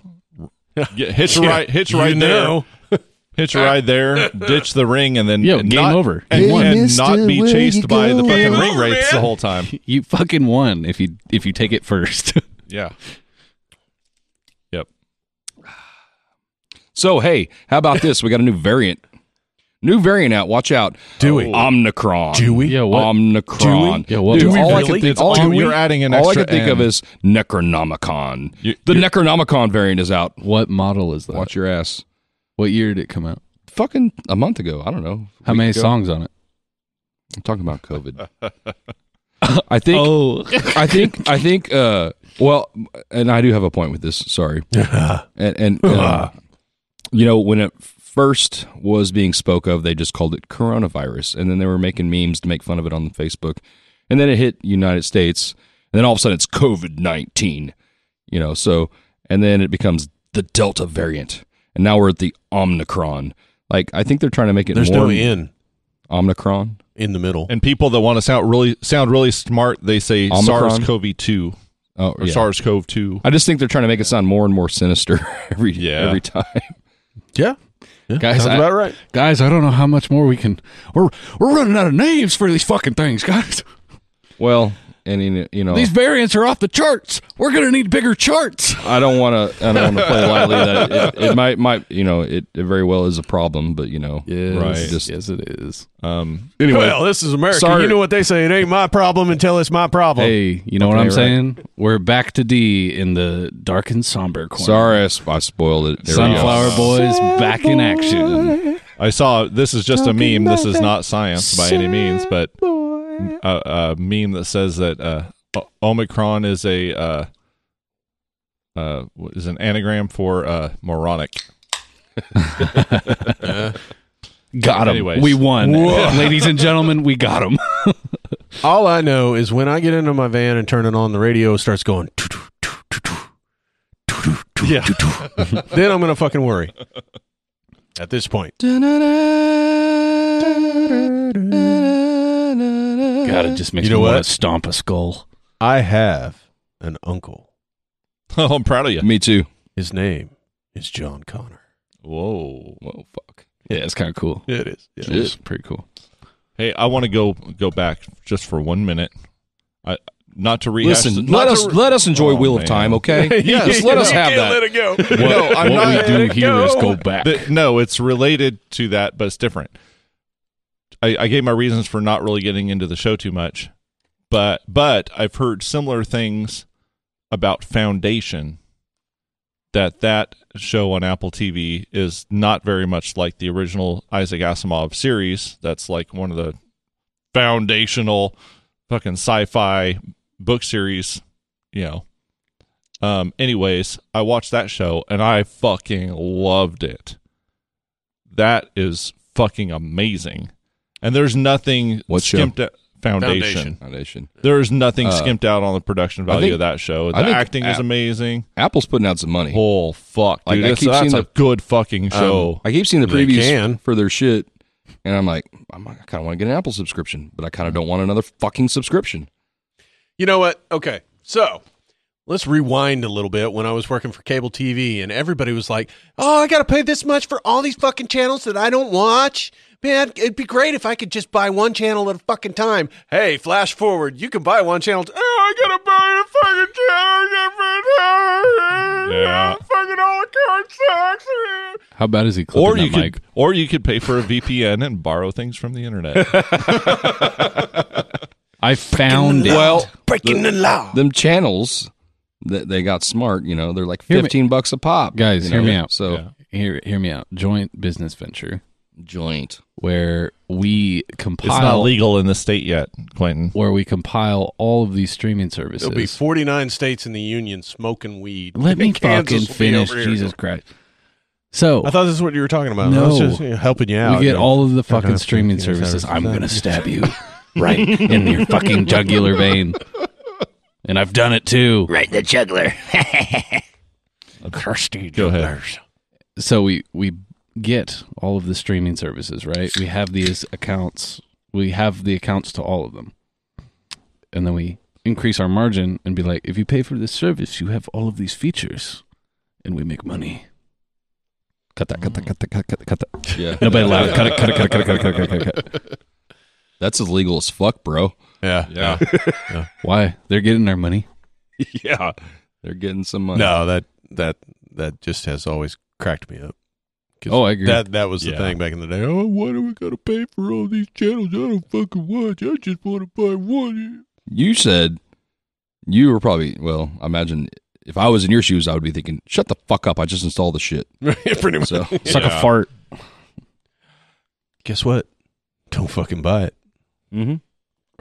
[SPEAKER 2] get, hitch a ride hitch a
[SPEAKER 4] You
[SPEAKER 2] ride
[SPEAKER 4] (laughs) know.
[SPEAKER 2] there hitch a ride
[SPEAKER 4] (laughs)
[SPEAKER 2] there ditch the ring and then
[SPEAKER 1] Yo,
[SPEAKER 2] and
[SPEAKER 1] game
[SPEAKER 2] not,
[SPEAKER 1] over.
[SPEAKER 2] and,
[SPEAKER 1] You won.
[SPEAKER 2] and
[SPEAKER 6] Mister,
[SPEAKER 2] not be
[SPEAKER 6] where you
[SPEAKER 2] chased by the
[SPEAKER 6] going?
[SPEAKER 2] fucking
[SPEAKER 6] Game
[SPEAKER 2] ring
[SPEAKER 4] over,
[SPEAKER 2] rates the
[SPEAKER 4] man.
[SPEAKER 2] whole time.
[SPEAKER 1] (laughs) you fucking won if you if you take it first (laughs)
[SPEAKER 2] Yeah. Yep.
[SPEAKER 3] So hey,
[SPEAKER 1] (laughs)
[SPEAKER 3] how about this? We got a new variant. New variant out. Watch out.
[SPEAKER 4] Do we?
[SPEAKER 3] Omnicron.
[SPEAKER 4] Do we?
[SPEAKER 1] Yeah, what?
[SPEAKER 3] Omnicron.
[SPEAKER 1] Do we? Yeah, what?
[SPEAKER 3] Dude,
[SPEAKER 1] Do we
[SPEAKER 3] all I
[SPEAKER 4] really?
[SPEAKER 3] can think,
[SPEAKER 4] It's
[SPEAKER 3] all I can
[SPEAKER 2] Omni-
[SPEAKER 3] think-
[SPEAKER 2] You're adding an
[SPEAKER 3] all I
[SPEAKER 2] extra
[SPEAKER 3] can think of
[SPEAKER 2] N.
[SPEAKER 3] is Necronomicon.
[SPEAKER 2] You-
[SPEAKER 3] the Necronomicon variant is out.
[SPEAKER 1] what model is that
[SPEAKER 3] Watch your ass.
[SPEAKER 1] what year did it come out
[SPEAKER 3] Fucking a month ago. I don't know. a
[SPEAKER 1] how
[SPEAKER 3] week
[SPEAKER 1] many
[SPEAKER 3] ago.
[SPEAKER 1] songs on it
[SPEAKER 3] I'm talking about COVID. I think.
[SPEAKER 1] (laughs) oh
[SPEAKER 3] I think. I think. Uh, well, and I do have a point with this. Sorry. and and uh, you know when it first was being spoke of, they just called it coronavirus, and then they were making memes to make fun of it on Facebook, and then it hit United States, and then all of a sudden it's COVID nineteen, you know. So and then it becomes the Delta variant, and now we're at the Omicron. Like I think they're trying to make it
[SPEAKER 4] There's
[SPEAKER 3] more
[SPEAKER 4] no in
[SPEAKER 3] Omicron.
[SPEAKER 4] in the middle.
[SPEAKER 2] And people that want to sound really sound really smart, they say
[SPEAKER 3] Omicron?
[SPEAKER 2] SARS-CoV-2
[SPEAKER 3] Oh,
[SPEAKER 2] Uh, or
[SPEAKER 3] yeah.
[SPEAKER 2] SARS-CoV-2.
[SPEAKER 3] I just think they're trying to make it sound more and more sinister (laughs) every
[SPEAKER 2] Yeah.
[SPEAKER 3] every time.
[SPEAKER 4] yeah. yeah.
[SPEAKER 1] Guys,
[SPEAKER 4] Sounds
[SPEAKER 1] I-
[SPEAKER 4] about right.
[SPEAKER 1] guys, I don't know how much more we can. We're we're running out of names for these fucking things, guys. (laughs)
[SPEAKER 3] Well, and you know- you know,
[SPEAKER 1] These variants are off the charts. We're gonna need bigger charts.
[SPEAKER 3] I don't want to. I don't want to play lightly. That it, it might, might, you know, it, it very well is a problem, but you know,
[SPEAKER 2] Right.
[SPEAKER 3] Just,
[SPEAKER 1] yes, it is.
[SPEAKER 2] Um,
[SPEAKER 3] Anyway,
[SPEAKER 4] Well, this is America.
[SPEAKER 3] Sorry.
[SPEAKER 4] You know what they say. It ain't my problem until it's my problem.
[SPEAKER 1] Hey, you know what
[SPEAKER 3] Okay,
[SPEAKER 1] I'm
[SPEAKER 3] right.
[SPEAKER 1] saying? We're back to D in the dark and somber corner.
[SPEAKER 3] sorry, I, s- I spoiled it. There we go.
[SPEAKER 1] Sunflower Boys back in action.
[SPEAKER 2] I saw this is just a meme. This is not science by any means, but a, a meme that says that uh, O- Omicron is a uh, uh, what is an anagram for uh, moronic. (laughs)
[SPEAKER 4] Uh-huh.
[SPEAKER 1] Got him.
[SPEAKER 2] Anyways.
[SPEAKER 1] We won. Ladies and gentlemen, we got (laughs) him.
[SPEAKER 4] All I know is when I get into my van and turn it on, the radio starts going.
[SPEAKER 2] Yeah. (laughs)
[SPEAKER 4] then I'm gonna fucking worry. At this point,
[SPEAKER 1] God, it just makes
[SPEAKER 4] You know
[SPEAKER 1] me want
[SPEAKER 4] what?
[SPEAKER 1] to stomp a skull.
[SPEAKER 4] I have an uncle.
[SPEAKER 2] oh, I'm proud of you.
[SPEAKER 3] Me too.
[SPEAKER 4] His name is John Connor.
[SPEAKER 2] Whoa.
[SPEAKER 3] Well, fuck.
[SPEAKER 1] Yeah, it's kind of cool.
[SPEAKER 4] It is.
[SPEAKER 1] It is pretty cool.
[SPEAKER 2] Hey, I want to go go back just for one minute. I not to rehash.
[SPEAKER 3] Listen,
[SPEAKER 2] not
[SPEAKER 3] let
[SPEAKER 2] to
[SPEAKER 3] us
[SPEAKER 2] re-
[SPEAKER 3] let us enjoy
[SPEAKER 2] Oh,
[SPEAKER 3] Wheel
[SPEAKER 2] man.
[SPEAKER 3] of Time, okay?
[SPEAKER 4] Yeah,
[SPEAKER 3] just let us have that.
[SPEAKER 4] it go.
[SPEAKER 1] What,
[SPEAKER 2] I'm
[SPEAKER 1] what
[SPEAKER 2] not-
[SPEAKER 1] we
[SPEAKER 4] Let
[SPEAKER 1] do
[SPEAKER 4] it
[SPEAKER 1] here is
[SPEAKER 4] go.
[SPEAKER 1] go back.
[SPEAKER 2] The- no, it's related to that, but it's different. I, I gave my reasons for not really getting into the show too much, but but I've heard similar things about Foundation. That that show on Apple TV is not very much like the original Isaac Asimov series. That's like one of the foundational fucking sci-fi book series, you know. Um, anyways, I watched that show and I fucking loved it. That is fucking amazing. And there's nothing
[SPEAKER 3] What show?
[SPEAKER 2] skimped out foundation.
[SPEAKER 4] Foundation.
[SPEAKER 3] Foundation.
[SPEAKER 2] There's nothing
[SPEAKER 3] Uh,
[SPEAKER 2] skimped out on the production
[SPEAKER 3] I
[SPEAKER 2] value
[SPEAKER 3] think-
[SPEAKER 2] of that show. The
[SPEAKER 3] I think
[SPEAKER 2] acting is
[SPEAKER 3] App-
[SPEAKER 2] amazing.
[SPEAKER 3] Apple's putting out some money.
[SPEAKER 2] Oh fuck,
[SPEAKER 3] Like,
[SPEAKER 2] dude!
[SPEAKER 3] I
[SPEAKER 2] It's-
[SPEAKER 3] keep
[SPEAKER 2] that's
[SPEAKER 3] seeing
[SPEAKER 2] a good fucking
[SPEAKER 3] Um,
[SPEAKER 2] show.
[SPEAKER 3] I keep seeing the
[SPEAKER 4] They
[SPEAKER 3] previews
[SPEAKER 4] can.
[SPEAKER 3] for their shit, and I'm like, I'm, I kind of want to get an Apple subscription, but I kind of don't want another fucking subscription.
[SPEAKER 4] You know what? Okay. So let's rewind a little bit when I was working for cable TV and everybody was like, oh, I got to pay this much for all these fucking channels that I don't watch. Man, it'd be great if I could just buy one channel at a fucking time. Hey, flash forward, you can buy one channel. t- oh, I got to buy a fucking channel.
[SPEAKER 2] Yeah.
[SPEAKER 4] Fucking all the card sucks.
[SPEAKER 1] How bad is he clipping
[SPEAKER 2] Or
[SPEAKER 1] that
[SPEAKER 2] you could,
[SPEAKER 1] mic?
[SPEAKER 2] or you could pay for a VPN and borrow things from the
[SPEAKER 3] (laughs)
[SPEAKER 2] internet.
[SPEAKER 1] I found it.
[SPEAKER 3] Well,
[SPEAKER 4] Breaking the law.
[SPEAKER 3] them channels that they got smart, you know, they're like
[SPEAKER 1] Hear me-
[SPEAKER 3] 15 bucks a pop.
[SPEAKER 1] Guys,
[SPEAKER 3] you
[SPEAKER 1] hear
[SPEAKER 3] know?
[SPEAKER 1] me out.
[SPEAKER 3] So,
[SPEAKER 2] Yeah.
[SPEAKER 1] Hear, hear me out. Joint business venture (laughs)
[SPEAKER 3] joint.
[SPEAKER 1] where we
[SPEAKER 2] It's not
[SPEAKER 1] compile
[SPEAKER 2] legal in the state yet, Clinton.
[SPEAKER 1] where we compile all of these streaming services.
[SPEAKER 4] There'll be 49 states in the union smoking weed.
[SPEAKER 1] Let me
[SPEAKER 4] Kansas
[SPEAKER 1] fucking
[SPEAKER 4] will be
[SPEAKER 1] finish,
[SPEAKER 4] over here.
[SPEAKER 1] Jesus Christ. So
[SPEAKER 4] I thought this is what you were talking about.
[SPEAKER 1] No.
[SPEAKER 4] I was just you know, helping you out.
[SPEAKER 1] we get
[SPEAKER 4] you know.
[SPEAKER 1] all of the fucking
[SPEAKER 4] no,
[SPEAKER 1] streaming
[SPEAKER 4] fucking
[SPEAKER 1] services.
[SPEAKER 4] services.
[SPEAKER 1] I'm gonna stab (laughs) you right in your fucking jugular vein, and I've done it too.
[SPEAKER 6] Right, the juggler.
[SPEAKER 1] Kirsty
[SPEAKER 2] Go ahead.
[SPEAKER 1] So we we get all of the streaming services, right? We have these accounts. We have the accounts to all of them, and then we increase our margin and be like, if you pay for this service, you have all of these features, and we make money. Cut that! Cut that! Cut that! Cut that! Cut that!
[SPEAKER 3] Yeah.
[SPEAKER 1] Nobody laugh. Cut it! Cut it! Cut it! Cut it! Cut it! Cut it! Cut it! Cut it!
[SPEAKER 3] That's illegal as fuck, bro.
[SPEAKER 4] Yeah.
[SPEAKER 2] Yeah,
[SPEAKER 1] Why? They're getting our money.
[SPEAKER 2] yeah.
[SPEAKER 3] They're getting some money.
[SPEAKER 4] No, that that that just has always cracked me up. 'Cause
[SPEAKER 1] Oh, I agree.
[SPEAKER 4] That that was the
[SPEAKER 2] Yeah.
[SPEAKER 4] thing back in the day. Oh, why do we gotta pay for all these channels? I don't fucking watch. I just (laughs) want to buy one.
[SPEAKER 3] You said you were probably, well, I imagine if I was in your shoes, I would be thinking, shut the fuck up. I just installed the shit.
[SPEAKER 4] Pretty much. (laughs)
[SPEAKER 3] So,
[SPEAKER 1] Suck
[SPEAKER 2] Yeah.
[SPEAKER 1] a fart.
[SPEAKER 4] Guess what? Don't fucking buy it. Mm-hmm.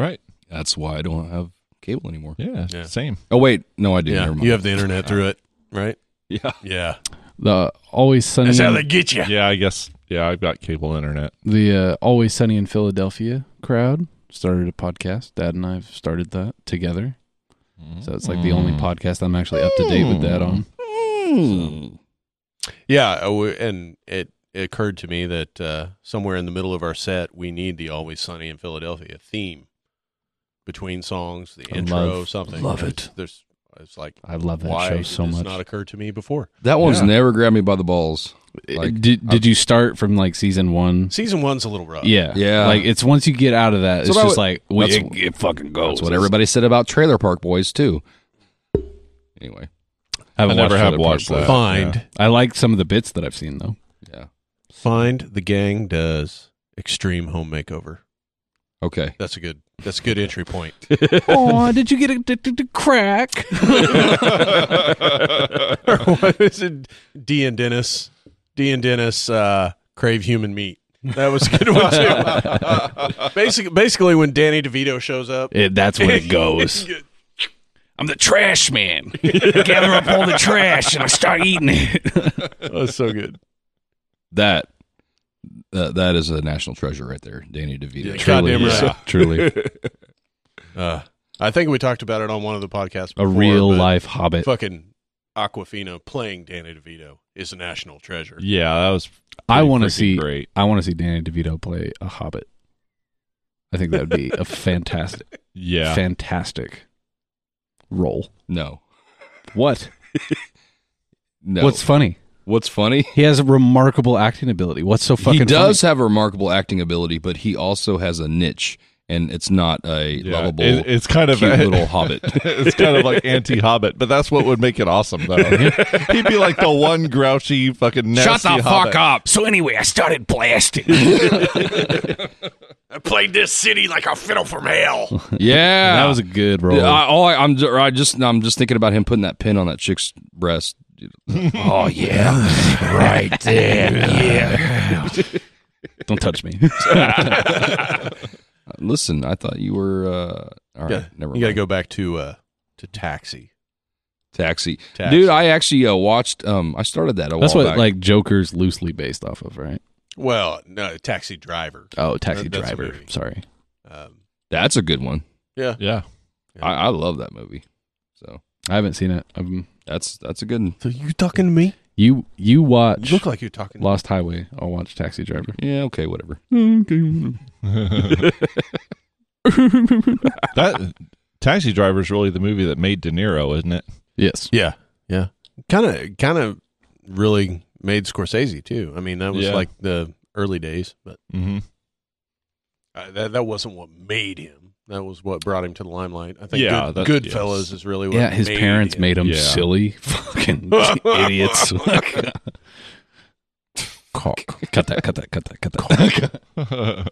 [SPEAKER 2] Right.
[SPEAKER 3] that's why I don't have cable anymore.
[SPEAKER 2] Yeah.
[SPEAKER 4] Yeah.
[SPEAKER 2] Same.
[SPEAKER 3] Oh, wait. No, I do. Never mind.
[SPEAKER 4] You have the internet through it, right? (laughs)
[SPEAKER 3] Yeah.
[SPEAKER 4] Yeah.
[SPEAKER 1] The always sunny
[SPEAKER 4] That's how they get you.
[SPEAKER 2] Yeah, I guess. Yeah, I've got cable internet.
[SPEAKER 1] the uh, always sunny in Philadelphia crowd started a podcast. Dad and I've started that together. Mm.
[SPEAKER 3] Hmm.
[SPEAKER 1] So it's like the only podcast I'm actually up to date with that on.
[SPEAKER 4] Yeah, uh, we- and it, it occurred to me that uh, somewhere in the middle of our set, we need the "Always Sunny in Philadelphia" theme between songs, the
[SPEAKER 1] I
[SPEAKER 4] intro,
[SPEAKER 1] love-
[SPEAKER 4] something.
[SPEAKER 1] love
[SPEAKER 4] There's-
[SPEAKER 1] it.
[SPEAKER 4] There's, it's like
[SPEAKER 1] I love that
[SPEAKER 4] why
[SPEAKER 1] show
[SPEAKER 4] did
[SPEAKER 1] so
[SPEAKER 4] this
[SPEAKER 1] much.
[SPEAKER 4] not occur to me before?
[SPEAKER 3] That one's
[SPEAKER 1] Yeah.
[SPEAKER 3] never grabbed me by the balls. like,
[SPEAKER 1] did did you start from like season one?
[SPEAKER 4] Season one's a little rough.
[SPEAKER 1] Uh, Yeah,
[SPEAKER 3] Yeah.
[SPEAKER 1] Like it's once you get out of that,
[SPEAKER 3] That's
[SPEAKER 1] it's
[SPEAKER 3] what I
[SPEAKER 1] just
[SPEAKER 3] would-
[SPEAKER 1] like we,
[SPEAKER 3] that's-
[SPEAKER 1] it, it fucking goes.
[SPEAKER 3] That's what everybody said about Trailer Park Boys too. Anyway,
[SPEAKER 1] I, haven't
[SPEAKER 2] Mm-hmm. I never
[SPEAKER 1] watched Trailer
[SPEAKER 2] have
[SPEAKER 1] Park
[SPEAKER 2] watched
[SPEAKER 1] Boys.
[SPEAKER 2] that.
[SPEAKER 4] Find
[SPEAKER 2] Yeah.
[SPEAKER 1] I like some of the bits that I've seen (laughs) though.
[SPEAKER 3] yeah,
[SPEAKER 4] Find the gang does extreme home makeover.
[SPEAKER 3] okay.
[SPEAKER 4] That's a good. That's a good entry point. (laughs)
[SPEAKER 1] oh, did you get addicted to crack?
[SPEAKER 4] or what is it? D and Dennis. D and Dennis uh, crave human meat. That was a good one too. basically, basically, when Danny DeVito shows
[SPEAKER 1] (laughs)
[SPEAKER 4] up,
[SPEAKER 1] It, that's when it goes.
[SPEAKER 4] Good.
[SPEAKER 1] (laughs) I'm the trash man. (laughs) I gather up all the trash and I start eating it.
[SPEAKER 4] that's so good.
[SPEAKER 3] That uh, that is a national treasure right there, Danny DeVito.
[SPEAKER 4] Yeah. Goddamn right.
[SPEAKER 3] (laughs)
[SPEAKER 1] Truly,
[SPEAKER 4] Uh, I think we talked about it on one of the podcasts. Before,
[SPEAKER 1] a real (laughs)
[SPEAKER 4] but
[SPEAKER 1] life hobbit.
[SPEAKER 4] fucking Aquafina playing Danny DeVito is a national treasure.
[SPEAKER 2] yeah, that was.
[SPEAKER 1] I
[SPEAKER 2] pretty
[SPEAKER 1] want
[SPEAKER 2] freaking
[SPEAKER 1] to see.
[SPEAKER 2] Great.
[SPEAKER 1] I want to see Danny DeVito play a hobbit. I think that would be a fantastic,
[SPEAKER 2] Yeah.
[SPEAKER 1] fantastic role.
[SPEAKER 3] No,
[SPEAKER 1] What?
[SPEAKER 3] no.
[SPEAKER 1] What's funny?
[SPEAKER 3] what's funny?
[SPEAKER 1] He has a remarkable acting ability. What's so fucking
[SPEAKER 3] he does have a remarkable acting ability, but he also has a niche, and it's not a
[SPEAKER 2] Yeah,
[SPEAKER 3] lovable,
[SPEAKER 2] it- it's kind of
[SPEAKER 3] cute
[SPEAKER 2] a (laughs)
[SPEAKER 3] little hobbit.
[SPEAKER 2] it's kind of like anti-hobbit, but that's what would make it awesome,
[SPEAKER 3] (laughs)
[SPEAKER 2] though. (laughs) He'd be like the one grouchy fucking nasty hobbit.
[SPEAKER 3] up!
[SPEAKER 1] So anyway, I started blasting.
[SPEAKER 4] I played this city like a fiddle from hell.
[SPEAKER 3] Yeah,
[SPEAKER 1] That was a good role.
[SPEAKER 3] Yeah, I, all I, I'm ju- I just I'm just thinking about him putting that pin on that chick's breast. oh yeah, right there. (laughs) Yeah.
[SPEAKER 1] Don't touch me.
[SPEAKER 3] (laughs) Listen, I thought you were. Uh, all right,
[SPEAKER 4] yeah,
[SPEAKER 3] never mind.
[SPEAKER 4] you got to go back to uh, to taxi.
[SPEAKER 3] Taxi.
[SPEAKER 4] Taxi.
[SPEAKER 3] dude. I actually uh, watched. Um, I started that. A
[SPEAKER 1] That's
[SPEAKER 3] while
[SPEAKER 1] what
[SPEAKER 3] back.
[SPEAKER 1] like Joker's loosely based off of, right?
[SPEAKER 4] Well, no, taxi driver.
[SPEAKER 1] Oh, Taxi
[SPEAKER 4] That- that's a
[SPEAKER 1] Driver.
[SPEAKER 4] movie.
[SPEAKER 1] Sorry.
[SPEAKER 4] Um,
[SPEAKER 3] That's a good one.
[SPEAKER 2] Yeah.
[SPEAKER 3] I, I love that movie. So
[SPEAKER 1] I haven't seen it. Um,
[SPEAKER 3] that's that's a good. One.
[SPEAKER 4] so you talking to me?
[SPEAKER 1] you you watch
[SPEAKER 4] You look like you're talking.
[SPEAKER 1] Lost Highway. I'll watch Taxi
[SPEAKER 3] (laughs)
[SPEAKER 1] Driver.
[SPEAKER 3] Yeah. Okay. Whatever.
[SPEAKER 2] (laughs) that Taxi Driver is really the movie that made De Niro, isn't it?
[SPEAKER 1] Yes.
[SPEAKER 4] Yeah, yeah. Kind of, kind of, really made Scorsese too. I mean, that was
[SPEAKER 2] Yeah.
[SPEAKER 4] like the early days, but
[SPEAKER 2] Mm-hmm.
[SPEAKER 4] uh, that that wasn't what made him. That was what brought him to the limelight. I think.
[SPEAKER 2] Yeah,
[SPEAKER 4] Yeah, good,
[SPEAKER 2] that-
[SPEAKER 4] Goodfellas
[SPEAKER 2] yes.
[SPEAKER 4] is really what.
[SPEAKER 1] Yeah, his
[SPEAKER 4] made
[SPEAKER 1] parents
[SPEAKER 4] him.
[SPEAKER 1] made him
[SPEAKER 2] Yeah.
[SPEAKER 1] silly (laughs) fucking idiots. (laughs)
[SPEAKER 3] (laughs)
[SPEAKER 1] Cock. Cut that, cut that, cut that, cut that.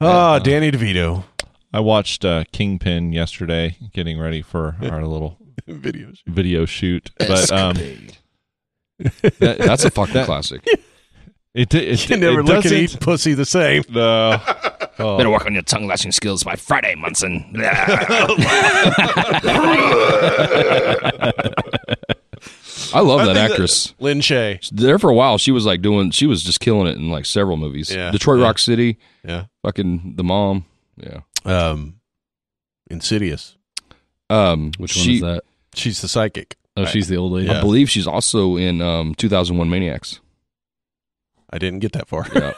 [SPEAKER 4] Ah, Danny DeVito (laughs)
[SPEAKER 2] I watched uh, Kingpin yesterday, getting ready for our little
[SPEAKER 4] videos.
[SPEAKER 2] video shoot. But um,
[SPEAKER 3] That, that's a fucking classic.
[SPEAKER 2] it di-
[SPEAKER 4] (laughs)
[SPEAKER 2] it,
[SPEAKER 4] Can never
[SPEAKER 2] it
[SPEAKER 4] look at
[SPEAKER 2] doesn't-
[SPEAKER 4] eat pussy the same.
[SPEAKER 2] No.
[SPEAKER 7] Better work on your tongue lashing skills by Friday, Munson. (laughs)
[SPEAKER 3] I love
[SPEAKER 4] I
[SPEAKER 3] that
[SPEAKER 4] think that-
[SPEAKER 3] actress.
[SPEAKER 4] Lin Shay.
[SPEAKER 3] there for a while she was like doing she was just killing it in like several movies
[SPEAKER 4] Yeah.
[SPEAKER 3] detroit
[SPEAKER 4] Yeah.
[SPEAKER 3] rock city
[SPEAKER 4] Yeah.
[SPEAKER 3] fucking the mom yeah
[SPEAKER 4] Um, Insidious.
[SPEAKER 3] um
[SPEAKER 1] Which
[SPEAKER 3] she,
[SPEAKER 1] one is that?
[SPEAKER 4] She's the psychic.
[SPEAKER 1] Oh, she's the old lady.
[SPEAKER 3] i
[SPEAKER 4] Yeah.
[SPEAKER 3] believe she's also in um 2001 maniacs
[SPEAKER 4] I didn't get that far.
[SPEAKER 3] yeah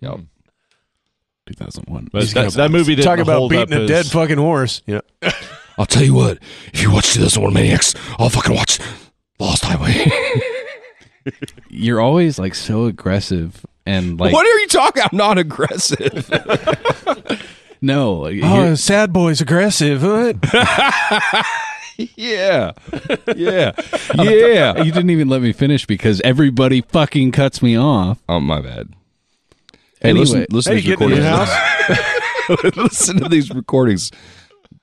[SPEAKER 3] yeah
[SPEAKER 1] 2001.
[SPEAKER 2] (laughs) But
[SPEAKER 4] He's
[SPEAKER 2] that,
[SPEAKER 4] gonna-
[SPEAKER 2] that movie didn't
[SPEAKER 4] Talk about
[SPEAKER 2] hold up
[SPEAKER 4] beating a
[SPEAKER 2] as-
[SPEAKER 4] dead fucking horse. Yeah.
[SPEAKER 7] I'll tell you what, if you watch 2001 Maniacs, I'll fucking watch Lost Highway.
[SPEAKER 1] You're always like so aggressive and like
[SPEAKER 3] (laughs) what are you talking i'm not aggressive
[SPEAKER 1] no. Like,
[SPEAKER 4] Oh,
[SPEAKER 1] (laughs) you're-
[SPEAKER 4] sad boy's
[SPEAKER 2] (laughs)
[SPEAKER 4] aggressive. What?
[SPEAKER 3] yeah (laughs) yeah yeah
[SPEAKER 1] you didn't even let me finish because everybody fucking cuts me off.
[SPEAKER 3] oh my bad hey
[SPEAKER 1] Anyway.
[SPEAKER 3] listen listen
[SPEAKER 4] Hey,
[SPEAKER 3] to these
[SPEAKER 4] you getting in
[SPEAKER 3] recordings (laughs)
[SPEAKER 4] the
[SPEAKER 3] listen to these recordings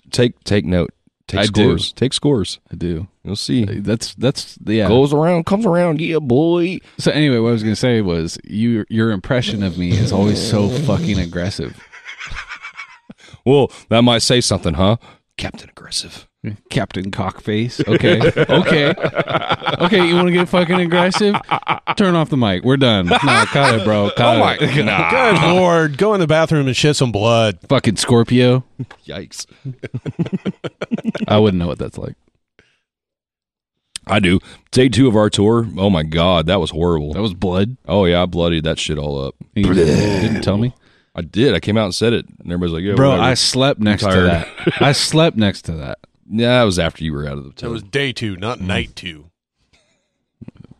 [SPEAKER 3] take take note take
[SPEAKER 1] I do.
[SPEAKER 3] scores take scores
[SPEAKER 1] I do.
[SPEAKER 3] you'll see
[SPEAKER 1] That's that's yeah.
[SPEAKER 3] goes around comes around yeah boy
[SPEAKER 1] So anyway, what I was gonna say was you your impression of me is always so fucking aggressive.
[SPEAKER 3] Well, that might say something, huh? Captain Aggressive.
[SPEAKER 1] Captain Cockface. Okay. Okay. Okay, you want to get fucking aggressive? Turn off the mic. We're done. No, cut it, bro.
[SPEAKER 3] Oh
[SPEAKER 1] Cut it.
[SPEAKER 2] (laughs)
[SPEAKER 4] Good lord, go in the bathroom and shed some blood.
[SPEAKER 1] Fucking Scorpio.
[SPEAKER 3] Yikes.
[SPEAKER 1] I wouldn't know what that's like.
[SPEAKER 3] I do. Day two of our tour. Oh my god, that was horrible.
[SPEAKER 1] That was blood.
[SPEAKER 3] Oh yeah, I bloodied that shit all up.
[SPEAKER 1] You didn't tell me,
[SPEAKER 3] I did. I came out and said it, and everybody's like, "Yeah,
[SPEAKER 1] bro.
[SPEAKER 3] whatever."
[SPEAKER 1] I slept next to
[SPEAKER 3] tired.
[SPEAKER 1] that. I slept next to that.
[SPEAKER 3] yeah, that was after you were out of the
[SPEAKER 4] That
[SPEAKER 3] tub.
[SPEAKER 4] was day two, not
[SPEAKER 2] Mm.
[SPEAKER 4] night two.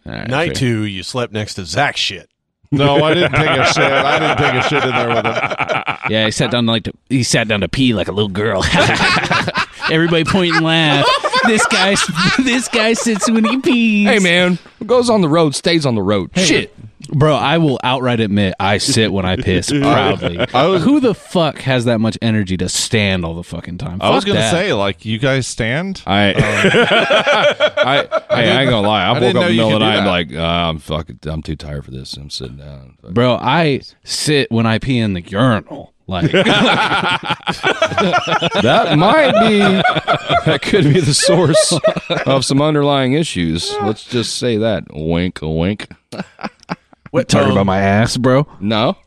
[SPEAKER 1] All right,
[SPEAKER 4] Night
[SPEAKER 1] fair.
[SPEAKER 4] two, you slept next to Zach shit.
[SPEAKER 2] No, I didn't take a shit. I didn't take a shit in there with him.
[SPEAKER 1] (laughs) Yeah, he sat down like to, he sat down to pee like a little girl. (laughs)
[SPEAKER 6] Everybody point and laugh. this
[SPEAKER 1] (laughs)
[SPEAKER 6] guy, this guy sits when he pees.
[SPEAKER 3] hey man, what goes on the road stays on the road. Shit.
[SPEAKER 1] Bro, I will outright admit I sit when I piss proudly. Who the fuck has that much energy to stand all the fucking time?
[SPEAKER 2] I was
[SPEAKER 1] Fuck
[SPEAKER 2] gonna
[SPEAKER 1] that.
[SPEAKER 2] say, like, you guys stand.
[SPEAKER 3] I, (laughs) I, I, ain't gonna lie. I,
[SPEAKER 2] I
[SPEAKER 3] woke
[SPEAKER 2] didn't
[SPEAKER 3] up
[SPEAKER 2] know
[SPEAKER 3] in the
[SPEAKER 2] you
[SPEAKER 3] middle
[SPEAKER 2] could do
[SPEAKER 3] of the night. I'm
[SPEAKER 2] that.
[SPEAKER 3] like, "Ah, I'm fucking, I'm too tired for this. I'm sitting down. Fuck.
[SPEAKER 1] Bro, I sit when I pee in the urinal. Like
[SPEAKER 3] That might be, (laughs) that could be the source of some underlying issues. Let's just say that. Wink, wink.
[SPEAKER 4] What
[SPEAKER 1] talking about my ass, bro.
[SPEAKER 3] No,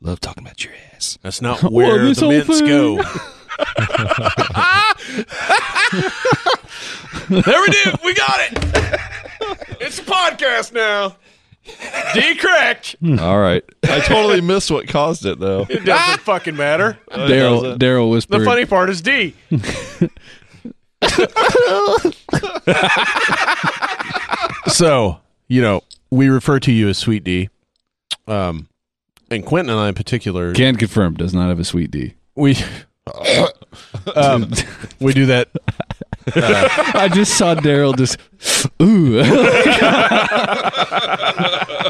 [SPEAKER 3] love talking about your ass.
[SPEAKER 4] That's
[SPEAKER 2] (laughs)
[SPEAKER 4] not where
[SPEAKER 1] this
[SPEAKER 4] the
[SPEAKER 1] whole
[SPEAKER 4] mints
[SPEAKER 1] thing.
[SPEAKER 4] go. (laughs) there we do. We got
[SPEAKER 2] (laughs)
[SPEAKER 4] it. It's a podcast now. D correct.
[SPEAKER 1] Hmm.
[SPEAKER 4] It
[SPEAKER 1] (laughs)
[SPEAKER 3] All right.
[SPEAKER 2] I totally missed what caused it, though.
[SPEAKER 4] (laughs) doesn't fucking matter.
[SPEAKER 1] Daryl Daryl
[SPEAKER 4] The
[SPEAKER 1] whispered
[SPEAKER 4] funny part is D. so, you know, we refer to you as Sweet D. Um, and Quentin and I in particular,
[SPEAKER 1] can confirm does not have a sweet D.
[SPEAKER 4] we um, we do that
[SPEAKER 1] I just saw Daryl just ooh. (laughs) I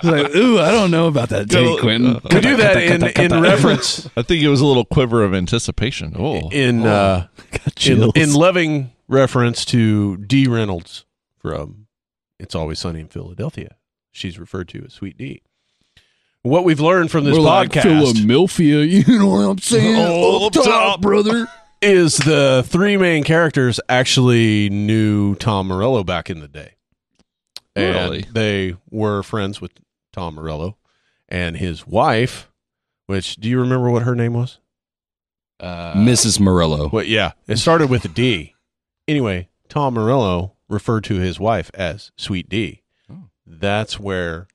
[SPEAKER 1] was like, ooh, I don't know about that take, Quentin.
[SPEAKER 4] we do that in in
[SPEAKER 1] (laughs)
[SPEAKER 4] reference
[SPEAKER 2] I think it was a little quiver of anticipation. Oh,
[SPEAKER 4] in uh in,
[SPEAKER 1] Chills.
[SPEAKER 4] in loving reference to D Reynolds from It's Always Sunny in Philadelphia. She's referred to as Sweet D. What we've learned from this
[SPEAKER 1] We're like
[SPEAKER 4] podcast
[SPEAKER 1] Philadelphia, you know what I'm saying?
[SPEAKER 4] Oh,
[SPEAKER 1] up top,
[SPEAKER 4] up top.
[SPEAKER 1] brother.
[SPEAKER 4] is the three main characters actually knew Tom Morello back in the day. And
[SPEAKER 2] Really?
[SPEAKER 4] They were friends with Tom Morello and his wife, which do you remember what her name was?
[SPEAKER 3] Mrs. Morello.
[SPEAKER 4] Well, yeah, it started with a D. Anyway, Tom Morello referred to his wife as Sweet D. That's where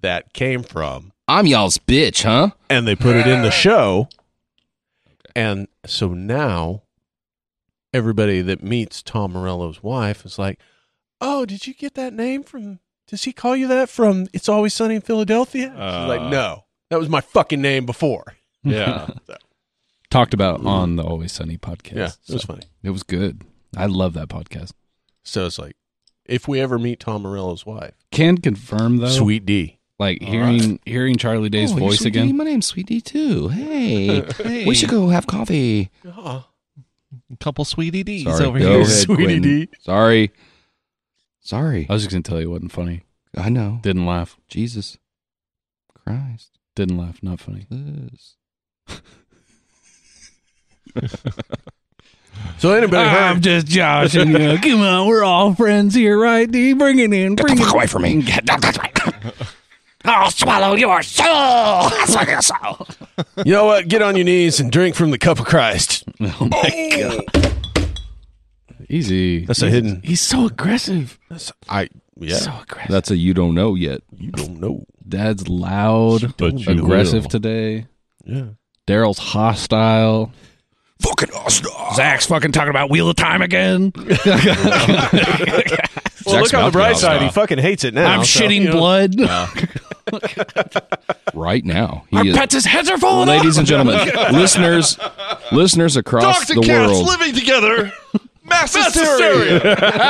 [SPEAKER 4] that came from.
[SPEAKER 3] I'm y'all's bitch, huh?
[SPEAKER 4] And they put it in the show. And so now everybody that meets Tom Morello's wife is like, Oh, did you get that name from does he call you that from It's Always Sunny in Philadelphia? She's
[SPEAKER 2] Uh.
[SPEAKER 4] like, No. That was my fucking name before. (laughs)
[SPEAKER 2] yeah.
[SPEAKER 1] Talked about it on the Always Sunny podcast.
[SPEAKER 4] Yeah. It was
[SPEAKER 1] So
[SPEAKER 4] funny.
[SPEAKER 1] it was good. I love that podcast.
[SPEAKER 4] So it's like, if we ever meet Tom Morello's wife,
[SPEAKER 1] Can confirm though,
[SPEAKER 4] Sweet D.
[SPEAKER 1] like hearing hearing Charlie Day's
[SPEAKER 7] Oh, you're
[SPEAKER 1] voice
[SPEAKER 7] Sweet D.
[SPEAKER 1] again.
[SPEAKER 7] My name's Sweetie too.
[SPEAKER 3] (laughs)
[SPEAKER 7] Hey, we should go have coffee.
[SPEAKER 4] Uh-huh.
[SPEAKER 2] couple sweetie D's
[SPEAKER 3] Sorry.
[SPEAKER 2] over
[SPEAKER 3] Go
[SPEAKER 2] here.
[SPEAKER 3] ahead,
[SPEAKER 4] Sweetie
[SPEAKER 3] Quentin.
[SPEAKER 4] D.
[SPEAKER 3] Sorry.
[SPEAKER 7] Sorry,
[SPEAKER 3] Uh,
[SPEAKER 1] I was just gonna tell you it wasn't funny.
[SPEAKER 7] I know.
[SPEAKER 1] Didn't laugh.
[SPEAKER 7] Jesus Christ,
[SPEAKER 1] Didn't laugh. Not funny.
[SPEAKER 7] this.
[SPEAKER 4] So anybody
[SPEAKER 3] Ah,
[SPEAKER 4] heard?
[SPEAKER 1] just joshing (laughs) you. Come on, we're all friends here, right? D, bring it in. Bring
[SPEAKER 7] Fuck away from me. I'll swallow your soul. I'll swallow your soul.
[SPEAKER 4] You know what? Get on your knees and drink from the cup of Christ.
[SPEAKER 1] Easy.
[SPEAKER 4] That's a hidden.
[SPEAKER 6] He's so aggressive.
[SPEAKER 4] I yeah.
[SPEAKER 6] So aggressive.
[SPEAKER 3] That's a you don't know yet.
[SPEAKER 4] You don't know.
[SPEAKER 1] Dad's loud,
[SPEAKER 2] But you
[SPEAKER 1] aggressive
[SPEAKER 2] will.
[SPEAKER 1] today.
[SPEAKER 4] Yeah.
[SPEAKER 1] Daryl's hostile.
[SPEAKER 7] Fucking awesome.
[SPEAKER 1] Zach's fucking talking about Wheel of Time again.
[SPEAKER 4] Well,
[SPEAKER 3] Zach's
[SPEAKER 4] look on the
[SPEAKER 3] mouth
[SPEAKER 4] bright
[SPEAKER 3] melts
[SPEAKER 4] side. He
[SPEAKER 3] off.
[SPEAKER 4] fucking hates it now.
[SPEAKER 1] I'm
[SPEAKER 4] so,
[SPEAKER 1] shitting
[SPEAKER 4] you know.
[SPEAKER 1] blood.
[SPEAKER 3] Right now. He is-
[SPEAKER 1] Pets' heads are full.
[SPEAKER 3] ladies and gentlemen,
[SPEAKER 7] (laughs)
[SPEAKER 3] listeners, listeners
[SPEAKER 2] Dogs
[SPEAKER 3] across the
[SPEAKER 2] and cats
[SPEAKER 3] world.
[SPEAKER 2] living together. Mass hysteria.
[SPEAKER 4] Hysteria.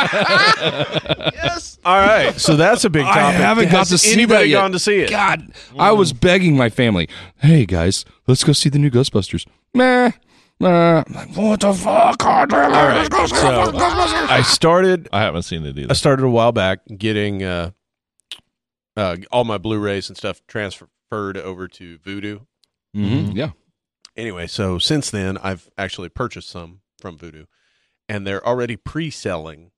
[SPEAKER 3] (laughs)
[SPEAKER 4] All right. So that's a big topic.
[SPEAKER 3] haven't got
[SPEAKER 4] Has
[SPEAKER 3] to see
[SPEAKER 4] anybody
[SPEAKER 3] that yet.
[SPEAKER 4] gone to see it. Mm.
[SPEAKER 3] God, I was begging my family, "Hey guys, let's go see the new Ghostbusters." Meh. Nah. I'm like, what the fuck? Oh, damn it, let's go see the
[SPEAKER 4] so-
[SPEAKER 3] fucking Ghostbusters.
[SPEAKER 4] I started.
[SPEAKER 2] I haven't seen it either.
[SPEAKER 4] I started a while back getting uh, uh, all my Blu-rays and stuff transferred over to Voodoo. mm-hmm.
[SPEAKER 3] Mhm, Yeah.
[SPEAKER 4] anyway, so since then, I've actually purchased some from Voodoo, and they're already pre-selling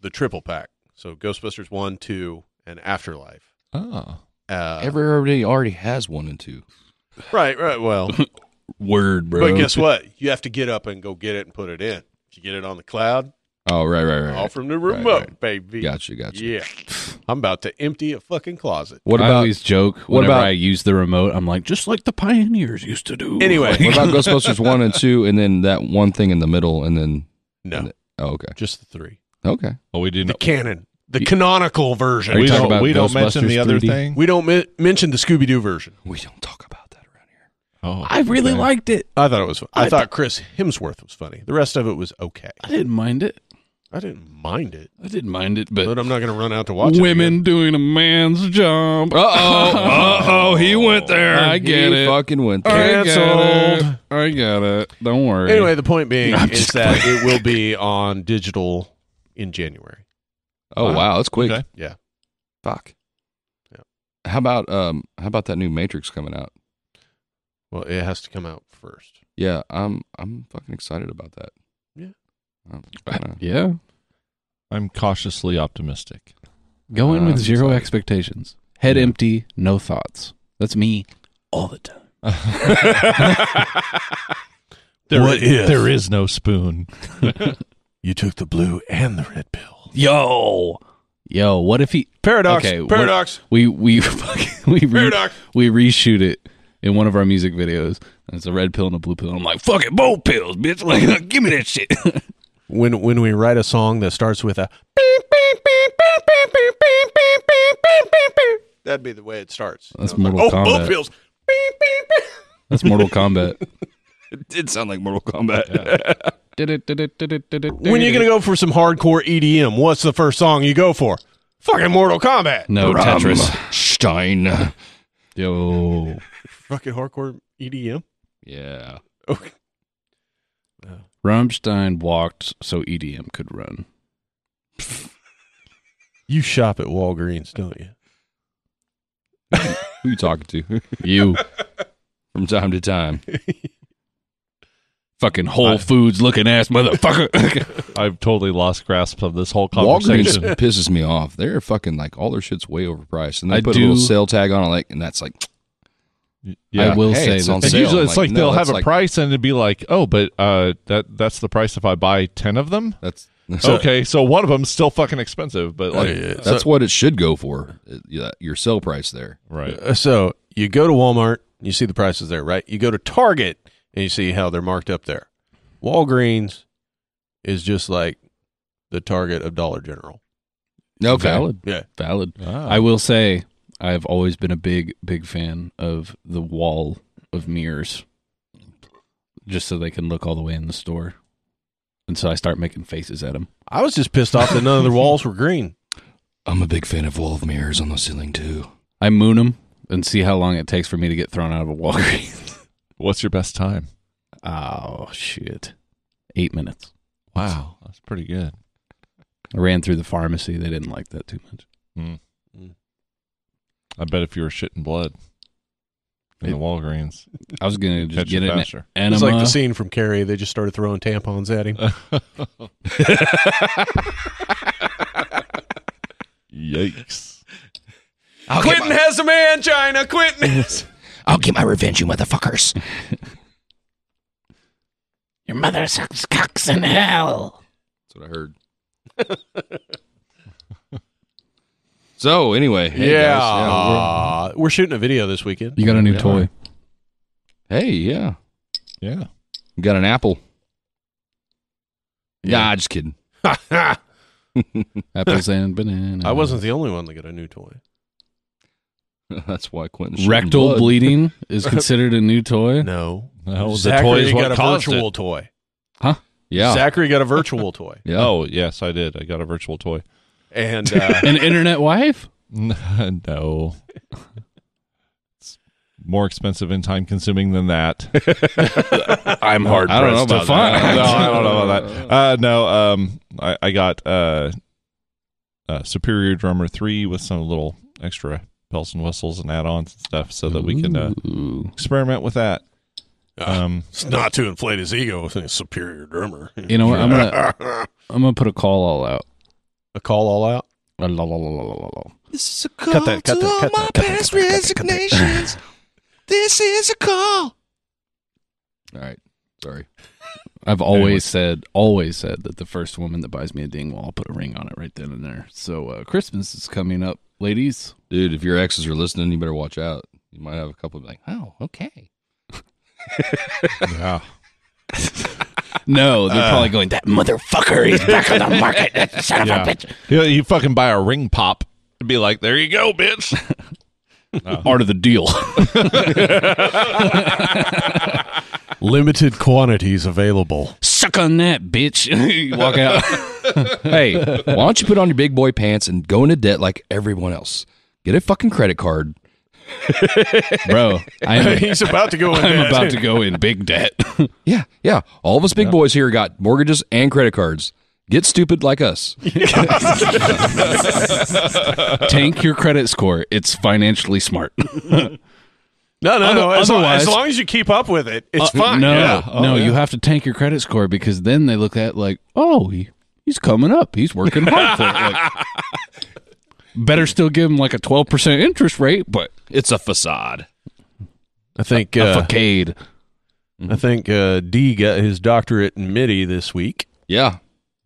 [SPEAKER 4] the triple pack. So Ghostbusters one, two, and Afterlife.
[SPEAKER 2] Oh.
[SPEAKER 4] Uh,
[SPEAKER 3] Everybody already has one and two.
[SPEAKER 4] right, right. Well,
[SPEAKER 3] Word, (laughs) bro.
[SPEAKER 4] but guess what? You have to get up and go get it and put it in. If you get it on the cloud,
[SPEAKER 3] Oh, right, right, right.
[SPEAKER 4] All
[SPEAKER 3] right.
[SPEAKER 4] from the
[SPEAKER 3] right,
[SPEAKER 4] remote,
[SPEAKER 3] right.
[SPEAKER 4] baby.
[SPEAKER 3] Gotcha, gotcha. (sighs)
[SPEAKER 4] Yeah. I'm about to empty a fucking closet.
[SPEAKER 3] What
[SPEAKER 1] I
[SPEAKER 3] about
[SPEAKER 1] always joke
[SPEAKER 3] what
[SPEAKER 1] whenever
[SPEAKER 3] about-
[SPEAKER 1] I use the remote? I'm like, just like the pioneers used to do.
[SPEAKER 3] (laughs)
[SPEAKER 4] Anyway,
[SPEAKER 3] what about Ghostbusters one and two, and then that one thing in the middle, and then
[SPEAKER 4] no,
[SPEAKER 3] oh, okay,
[SPEAKER 4] just the three.
[SPEAKER 3] okay.
[SPEAKER 2] Oh, we do
[SPEAKER 4] The
[SPEAKER 2] know.
[SPEAKER 4] canon, the canonical version.
[SPEAKER 1] Are you
[SPEAKER 2] We
[SPEAKER 4] We,
[SPEAKER 1] talking
[SPEAKER 2] don't,
[SPEAKER 1] about
[SPEAKER 2] we don't mention
[SPEAKER 1] Ghostbusters
[SPEAKER 2] the other
[SPEAKER 1] 3D?
[SPEAKER 2] thing.
[SPEAKER 4] we don't mi- mention the Scooby Doo version.
[SPEAKER 3] We don't talk about that around here.
[SPEAKER 2] Oh,
[SPEAKER 1] I really
[SPEAKER 2] okay.
[SPEAKER 1] liked it.
[SPEAKER 4] I thought it was. Fun. I,
[SPEAKER 1] I
[SPEAKER 4] thought Chris Hemsworth was funny. The rest of it was okay.
[SPEAKER 1] I didn't mind it.
[SPEAKER 4] I didn't mind it,
[SPEAKER 1] I didn't mind it,
[SPEAKER 4] but
[SPEAKER 1] but
[SPEAKER 4] I'm not going to run out to watch
[SPEAKER 1] women doing a man's job. Uh (laughs) oh. Uh oh. He went there. I get
[SPEAKER 3] He
[SPEAKER 1] it.
[SPEAKER 3] Fucking went there.
[SPEAKER 1] I get
[SPEAKER 4] Canceled.
[SPEAKER 1] it. I get it. Don't
[SPEAKER 4] it
[SPEAKER 1] worry.
[SPEAKER 4] again. Anyway, the point being
[SPEAKER 1] I'm
[SPEAKER 4] is
[SPEAKER 1] just
[SPEAKER 4] that it will be on digital in January.
[SPEAKER 3] Oh wow, that's quick.
[SPEAKER 2] Okay.
[SPEAKER 4] Yeah.
[SPEAKER 3] Fuck.
[SPEAKER 4] Yeah.
[SPEAKER 3] How about um? How about that new Matrix coming out?
[SPEAKER 4] Well, it has to come out first.
[SPEAKER 3] Yeah, I'm I'm fucking excited about that.
[SPEAKER 4] Yeah.
[SPEAKER 3] (laughs) Um, kinda-
[SPEAKER 1] yeah.
[SPEAKER 2] I'm cautiously optimistic.
[SPEAKER 1] Go in
[SPEAKER 3] Uh,
[SPEAKER 1] with zero
[SPEAKER 3] sorry.
[SPEAKER 1] expectations. Head empty, no thoughts. That's me all the time.
[SPEAKER 2] There,
[SPEAKER 4] What if?
[SPEAKER 2] there is no spoon.
[SPEAKER 4] You took the blue and the red pill.
[SPEAKER 1] Yo. Yo, what if he
[SPEAKER 4] Paradox.
[SPEAKER 1] Okay, what-
[SPEAKER 4] paradox.
[SPEAKER 1] we we (laughs) fucking- we re,
[SPEAKER 4] Paradox.
[SPEAKER 1] we reshoot it in one of our music videos. And it's a red pill and a blue pill. I'm like, fuck it, both pills, bitch. (laughs) Like, give me that shit. (laughs)
[SPEAKER 4] When when we write a song that starts with a that'd be the way it starts.
[SPEAKER 1] That's
[SPEAKER 4] I was like,
[SPEAKER 1] Mortal
[SPEAKER 4] oh,
[SPEAKER 1] Kombat.
[SPEAKER 4] both pills.
[SPEAKER 1] That's Mortal Kombat.
[SPEAKER 3] It did sound like Mortal Kombat.
[SPEAKER 4] When you're gonna go for some hardcore EDM, what's the first song you go for? Fucking Mortal
[SPEAKER 3] (laughs)
[SPEAKER 4] Kombat.
[SPEAKER 1] No Tetris.
[SPEAKER 7] Stein.
[SPEAKER 1] Yo.
[SPEAKER 4] Fucking hardcore E EDM.
[SPEAKER 3] Yeah.
[SPEAKER 4] Okay.
[SPEAKER 1] Rammstein walked so EDM could run.
[SPEAKER 4] You shop at Walgreens, don't you?
[SPEAKER 3] Who you talking to? (laughs)
[SPEAKER 1] You
[SPEAKER 3] From time to (laughs) time.
[SPEAKER 1] fucking Whole Foods looking ass motherfucker. (laughs)
[SPEAKER 2] I've totally lost grasp of this whole
[SPEAKER 3] Walgreens
[SPEAKER 2] conversation.
[SPEAKER 3] pisses me off. They're fucking like all their shit's way overpriced, and they
[SPEAKER 1] I
[SPEAKER 3] put
[SPEAKER 1] do-
[SPEAKER 3] a little sale tag on it, like, and that's like, "Ah,
[SPEAKER 1] I will
[SPEAKER 3] hey,
[SPEAKER 1] say
[SPEAKER 3] it's
[SPEAKER 1] that
[SPEAKER 3] on
[SPEAKER 1] they-
[SPEAKER 2] And
[SPEAKER 3] sale.
[SPEAKER 2] usually
[SPEAKER 3] I'm
[SPEAKER 2] it's like,
[SPEAKER 3] no,
[SPEAKER 2] they'll have
[SPEAKER 3] that's
[SPEAKER 2] a
[SPEAKER 3] like-
[SPEAKER 2] price and it'd be like, oh, but uh, that that's the price if I buy ten of them.
[SPEAKER 3] That's (laughs)
[SPEAKER 2] okay, so one of them's still fucking expensive, but like,
[SPEAKER 3] that's what it should go for. uh, yeah, Your sale price there.
[SPEAKER 2] right?
[SPEAKER 4] Uh, So you go to Walmart, you see the prices there, right? You go to Target and you see how they're marked up there. Walgreens is just like the Target of Dollar General.
[SPEAKER 3] Okay.
[SPEAKER 1] Valid.
[SPEAKER 4] Yeah.
[SPEAKER 1] Valid. I will say I've always been a big, big fan of the wall of mirrors just so they can look all the way in the store. And so I start making faces at them.
[SPEAKER 4] I was just pissed off that none of the walls were green.
[SPEAKER 7] I'm a big fan of wall of mirrors on the ceiling too.
[SPEAKER 1] I moon them and see how long it takes for me to get thrown out of a Walgreens. (laughs)
[SPEAKER 2] What's your best time?
[SPEAKER 1] oh, shit. Eight minutes.
[SPEAKER 2] Wow, that's pretty good.
[SPEAKER 1] I ran through the pharmacy. They didn't like that too much.
[SPEAKER 2] I bet if you were shitting blood in the Walgreens,
[SPEAKER 1] I was going to
[SPEAKER 2] catch
[SPEAKER 1] just get
[SPEAKER 2] it
[SPEAKER 1] an
[SPEAKER 2] faster.
[SPEAKER 1] enema.
[SPEAKER 4] It's like the scene from Carrie. They just started throwing tampons at him.
[SPEAKER 2] Yikes!
[SPEAKER 7] I'll get, my,
[SPEAKER 4] has a mangina. Quentin has.
[SPEAKER 7] I'll get my revenge, you motherfuckers.
[SPEAKER 6] Your mother sucks cocks in hell.
[SPEAKER 3] That's what I heard. (laughs) so anyway, hey
[SPEAKER 4] yeah.
[SPEAKER 3] guys,
[SPEAKER 4] we're, shooting a video this weekend.
[SPEAKER 1] you got a new
[SPEAKER 2] Yeah.
[SPEAKER 4] (laughs)
[SPEAKER 1] toy.
[SPEAKER 3] yeah, we're- hey, yeah,
[SPEAKER 2] Yeah,
[SPEAKER 3] you got an apple. Yeah, nah, just kidding. (laughs)
[SPEAKER 4] I
[SPEAKER 1] Apples and banana.
[SPEAKER 4] wasn't the only one that got a new toy.
[SPEAKER 3] That's why Quentin shit in
[SPEAKER 1] Rectal
[SPEAKER 3] blood.
[SPEAKER 4] (laughs)
[SPEAKER 1] bleeding is considered a new toy.
[SPEAKER 4] No.
[SPEAKER 2] no, the
[SPEAKER 4] Zachary
[SPEAKER 2] toy is
[SPEAKER 4] got
[SPEAKER 2] what
[SPEAKER 4] a
[SPEAKER 2] caused
[SPEAKER 4] virtual
[SPEAKER 2] it.
[SPEAKER 4] toy.
[SPEAKER 3] (laughs) Yeah,
[SPEAKER 4] Zachary got a virtual toy.
[SPEAKER 3] yeah.
[SPEAKER 2] Oh yes, I did. I got a virtual toy. (laughs)
[SPEAKER 4] And (laughs) uh,
[SPEAKER 1] An internet wife?
[SPEAKER 2] no. It's more expensive and time consuming than that.
[SPEAKER 1] I'm hard
[SPEAKER 3] I don't know about that.
[SPEAKER 2] (laughs)
[SPEAKER 1] (laughs)
[SPEAKER 2] no, I don't know about that. Uh, no, um, I, I got uh, uh, Superior Drummer three with some little extra bells and whistles and add-ons and stuff, so that we can uh,
[SPEAKER 1] Ooh.
[SPEAKER 2] experiment with that. Um,
[SPEAKER 4] It's not to inflate his ego with a superior drummer.
[SPEAKER 1] You know what? I'm gonna
[SPEAKER 4] a
[SPEAKER 1] I'm gonna put a call all out.
[SPEAKER 4] call all out.
[SPEAKER 1] La, la, la, la, la, la, la.
[SPEAKER 7] This is a call cut that, cut to that, cut all my past resignations. this is a call.
[SPEAKER 3] All right, sorry.
[SPEAKER 1] I've always said, always said that the first woman that buys me a ding will I'll put a ring on it right then and there. So uh, Christmas is coming up, ladies.
[SPEAKER 3] Dude, if your exes are listening, you better watch out. You might have a couple be like, oh, okay.
[SPEAKER 1] No, they're probably going that motherfucker. He's back on the market. That son of a bitch.
[SPEAKER 2] You, know, you fucking buy a ring pop and be like, there you go, bitch.
[SPEAKER 1] Art of the deal.
[SPEAKER 4] Limited quantities (laughs) available.
[SPEAKER 6] Suck on that,
[SPEAKER 1] (laughs)
[SPEAKER 6] bitch. You walk out.
[SPEAKER 3] (laughs) Hey, why don't you put on your big boy pants and go into debt like everyone else? Get a fucking
[SPEAKER 1] (laughs)
[SPEAKER 3] credit card.
[SPEAKER 1] Bro, I'm,
[SPEAKER 4] He's about to (laughs) go in
[SPEAKER 1] I'm
[SPEAKER 4] there.
[SPEAKER 1] about to go in big debt.
[SPEAKER 3] Yeah, yeah. All of us big boys here got mortgages and credit cards. Get stupid like us.
[SPEAKER 1] Tank your credit score. It's financially smart.
[SPEAKER 4] No, no, no. As, long,
[SPEAKER 1] Otherwise-
[SPEAKER 4] as long as you keep up with it,
[SPEAKER 1] (laughs)
[SPEAKER 4] it's fine.
[SPEAKER 1] No,
[SPEAKER 2] yeah.
[SPEAKER 1] no, you have to tank your credit score because then they look at like, oh, he, he's coming up. He's working hard for it. Like, better still give him like a twelve percent interest rate, but
[SPEAKER 3] It's a facade.
[SPEAKER 4] I think
[SPEAKER 1] a
[SPEAKER 4] uh,
[SPEAKER 1] facade.
[SPEAKER 4] I think uh, D got his doctorate in MIDI this week.
[SPEAKER 3] Yeah,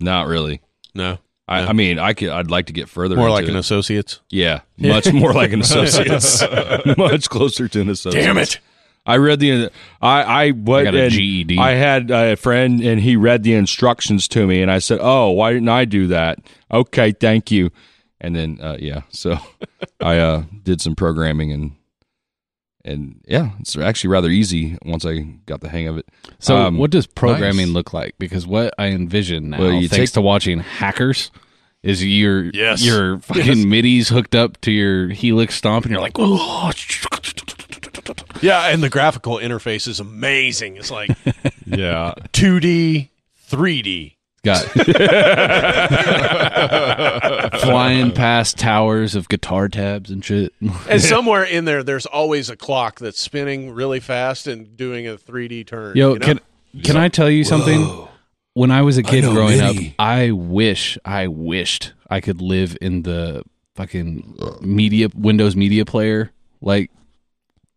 [SPEAKER 3] not really.
[SPEAKER 4] No,
[SPEAKER 3] I, I mean, I could. I'd like to get further.
[SPEAKER 4] more
[SPEAKER 3] into
[SPEAKER 4] like an
[SPEAKER 3] it.
[SPEAKER 4] associate's.
[SPEAKER 3] Yeah, much more like an associate's. (laughs) much closer to an associate's. Damn it! I read the. I I what?
[SPEAKER 1] I got a E
[SPEAKER 3] and
[SPEAKER 1] GED.
[SPEAKER 3] I had a friend, and he read the instructions to me, and I said, "Oh, why didn't I do that?" Okay, thank you. And then, uh, yeah, so (laughs) I uh, did some programming, and and yeah, it's actually rather easy once I got the hang of it.
[SPEAKER 1] So,
[SPEAKER 3] Um,
[SPEAKER 1] what does programming
[SPEAKER 3] nice.
[SPEAKER 1] look like? Because what I envision now,
[SPEAKER 3] Well, you
[SPEAKER 1] thanks
[SPEAKER 3] take-
[SPEAKER 1] to watching hackers, is your
[SPEAKER 4] Yes.
[SPEAKER 1] your fucking midis hooked up to your helix stomp, and you're like, oh,
[SPEAKER 4] Yeah, and the graphical interface is amazing. It's like
[SPEAKER 2] yeah.
[SPEAKER 4] 2D, 3D.
[SPEAKER 1] got (laughs) flying past towers of guitar tabs and shit.
[SPEAKER 4] (laughs) And somewhere in there, there's always a clock that's spinning really fast and doing a 3D turn.
[SPEAKER 1] Yo,
[SPEAKER 4] you know?
[SPEAKER 1] can can I tell you something? When I was a kid
[SPEAKER 7] know
[SPEAKER 1] growing up,
[SPEAKER 7] many.
[SPEAKER 1] I wish I wished I could live in the fucking media Windows Media Player like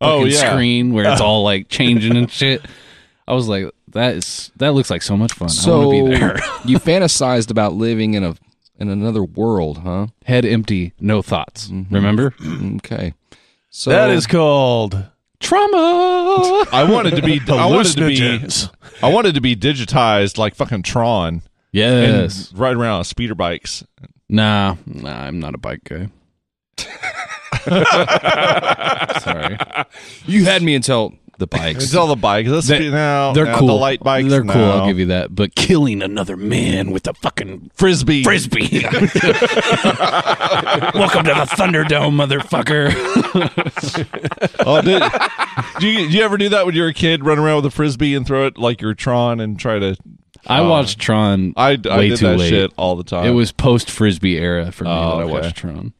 [SPEAKER 2] Oh,
[SPEAKER 1] fucking
[SPEAKER 2] yeah.
[SPEAKER 1] screen where it's all like changing and shit. I was like, that is that looks like so much fun. I
[SPEAKER 3] So
[SPEAKER 1] want to be there. (laughs)
[SPEAKER 3] you fantasized about living in a in another world, huh?
[SPEAKER 1] Head empty, no thoughts. Remember
[SPEAKER 3] Okay, so
[SPEAKER 4] that is called
[SPEAKER 1] trauma.
[SPEAKER 2] I wanted
[SPEAKER 7] (laughs)
[SPEAKER 2] to be. I wanted to be.
[SPEAKER 4] hallucinogens.
[SPEAKER 2] I wanted to be digitized like fucking Tron and
[SPEAKER 1] yes.
[SPEAKER 2] ride around on speeder bikes.
[SPEAKER 1] Nah, nah, I'm not a bike (laughs) guy. Sorry.
[SPEAKER 3] you had me until the bikes.
[SPEAKER 2] It's all the bikes. That's,
[SPEAKER 1] They-
[SPEAKER 2] no,
[SPEAKER 1] They're
[SPEAKER 2] no,
[SPEAKER 1] cool.
[SPEAKER 2] The light bikes.
[SPEAKER 1] They're cool.
[SPEAKER 2] no.
[SPEAKER 1] I'll give you that. But killing another man with a fucking (laughs)
[SPEAKER 2] frisbee.
[SPEAKER 1] frisbee. Welcome to the Thunderdome, motherfucker.
[SPEAKER 2] Oh, did, do you do you ever do that when you were a kid? Run around with a frisbee and throw it like your Tron and try to.
[SPEAKER 1] I watched Tron.
[SPEAKER 2] I, I
[SPEAKER 1] way
[SPEAKER 2] did
[SPEAKER 1] too
[SPEAKER 2] that
[SPEAKER 1] late.
[SPEAKER 2] shit all the time.
[SPEAKER 1] It was post frisbee era for me
[SPEAKER 2] Oh,
[SPEAKER 1] that I
[SPEAKER 2] okay.
[SPEAKER 1] watched Tron.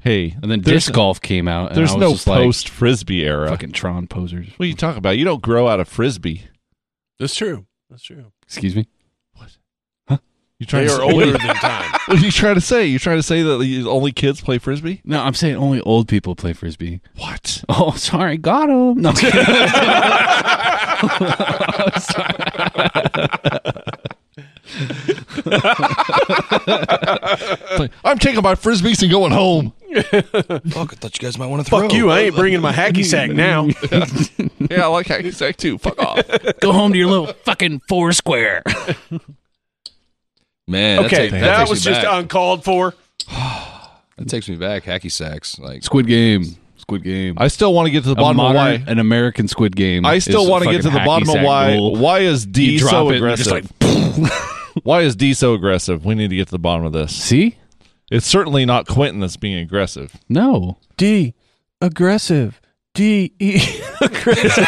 [SPEAKER 2] hey,
[SPEAKER 1] And then
[SPEAKER 2] there's
[SPEAKER 1] disc golf came out. And
[SPEAKER 2] there's
[SPEAKER 1] I was
[SPEAKER 2] no
[SPEAKER 1] just like,
[SPEAKER 2] post frisbee era.
[SPEAKER 1] fucking Tron posers.
[SPEAKER 2] What are you talking about? You don't grow out of frisbee.
[SPEAKER 4] (laughs) That's true. That's true.
[SPEAKER 1] Excuse me.
[SPEAKER 2] You trying
[SPEAKER 4] They
[SPEAKER 2] to
[SPEAKER 4] are
[SPEAKER 2] say,
[SPEAKER 4] older
[SPEAKER 2] Wait,
[SPEAKER 4] than time.
[SPEAKER 2] what are you trying to say? You trying to say that the- only kids play frisbee?
[SPEAKER 1] No, I'm saying only old people play frisbee.
[SPEAKER 2] What?
[SPEAKER 1] (laughs) Oh, sorry, got him. No. I'm (laughs) kidding.
[SPEAKER 2] I'm taking my frisbees and going home.
[SPEAKER 7] Fuck, I thought you guys might want to throw.
[SPEAKER 4] Fuck you. I ain't bringing my hacky sack now.
[SPEAKER 2] yeah, I like hacky sack too. Fuck off.
[SPEAKER 6] Go home to your little fucking four square.
[SPEAKER 3] (laughs) Man, that
[SPEAKER 4] Okay,
[SPEAKER 3] take-
[SPEAKER 4] that,
[SPEAKER 3] takes
[SPEAKER 4] was
[SPEAKER 3] me
[SPEAKER 4] just
[SPEAKER 3] back.
[SPEAKER 4] uncalled for.
[SPEAKER 3] that takes me back. Hacky sacks, like
[SPEAKER 1] Squid Game. Squid Game.
[SPEAKER 2] I still want to get to the
[SPEAKER 1] a
[SPEAKER 2] bottom
[SPEAKER 1] modern,
[SPEAKER 2] of why.
[SPEAKER 1] an American Squid Game.
[SPEAKER 2] I still
[SPEAKER 1] is
[SPEAKER 2] want to
[SPEAKER 1] fucking
[SPEAKER 2] get to the
[SPEAKER 1] hacky
[SPEAKER 2] bottom of
[SPEAKER 1] sack
[SPEAKER 2] why.
[SPEAKER 1] bull.
[SPEAKER 2] Why is D
[SPEAKER 1] You drop
[SPEAKER 2] so
[SPEAKER 1] it and you're
[SPEAKER 2] aggressive?
[SPEAKER 1] just
[SPEAKER 2] why is D so aggressive? We need to get to the bottom of this.
[SPEAKER 1] (laughs) See?
[SPEAKER 2] It's certainly not Quentin that's being aggressive.
[SPEAKER 1] No.
[SPEAKER 4] D, aggressive. D, E, aggressive.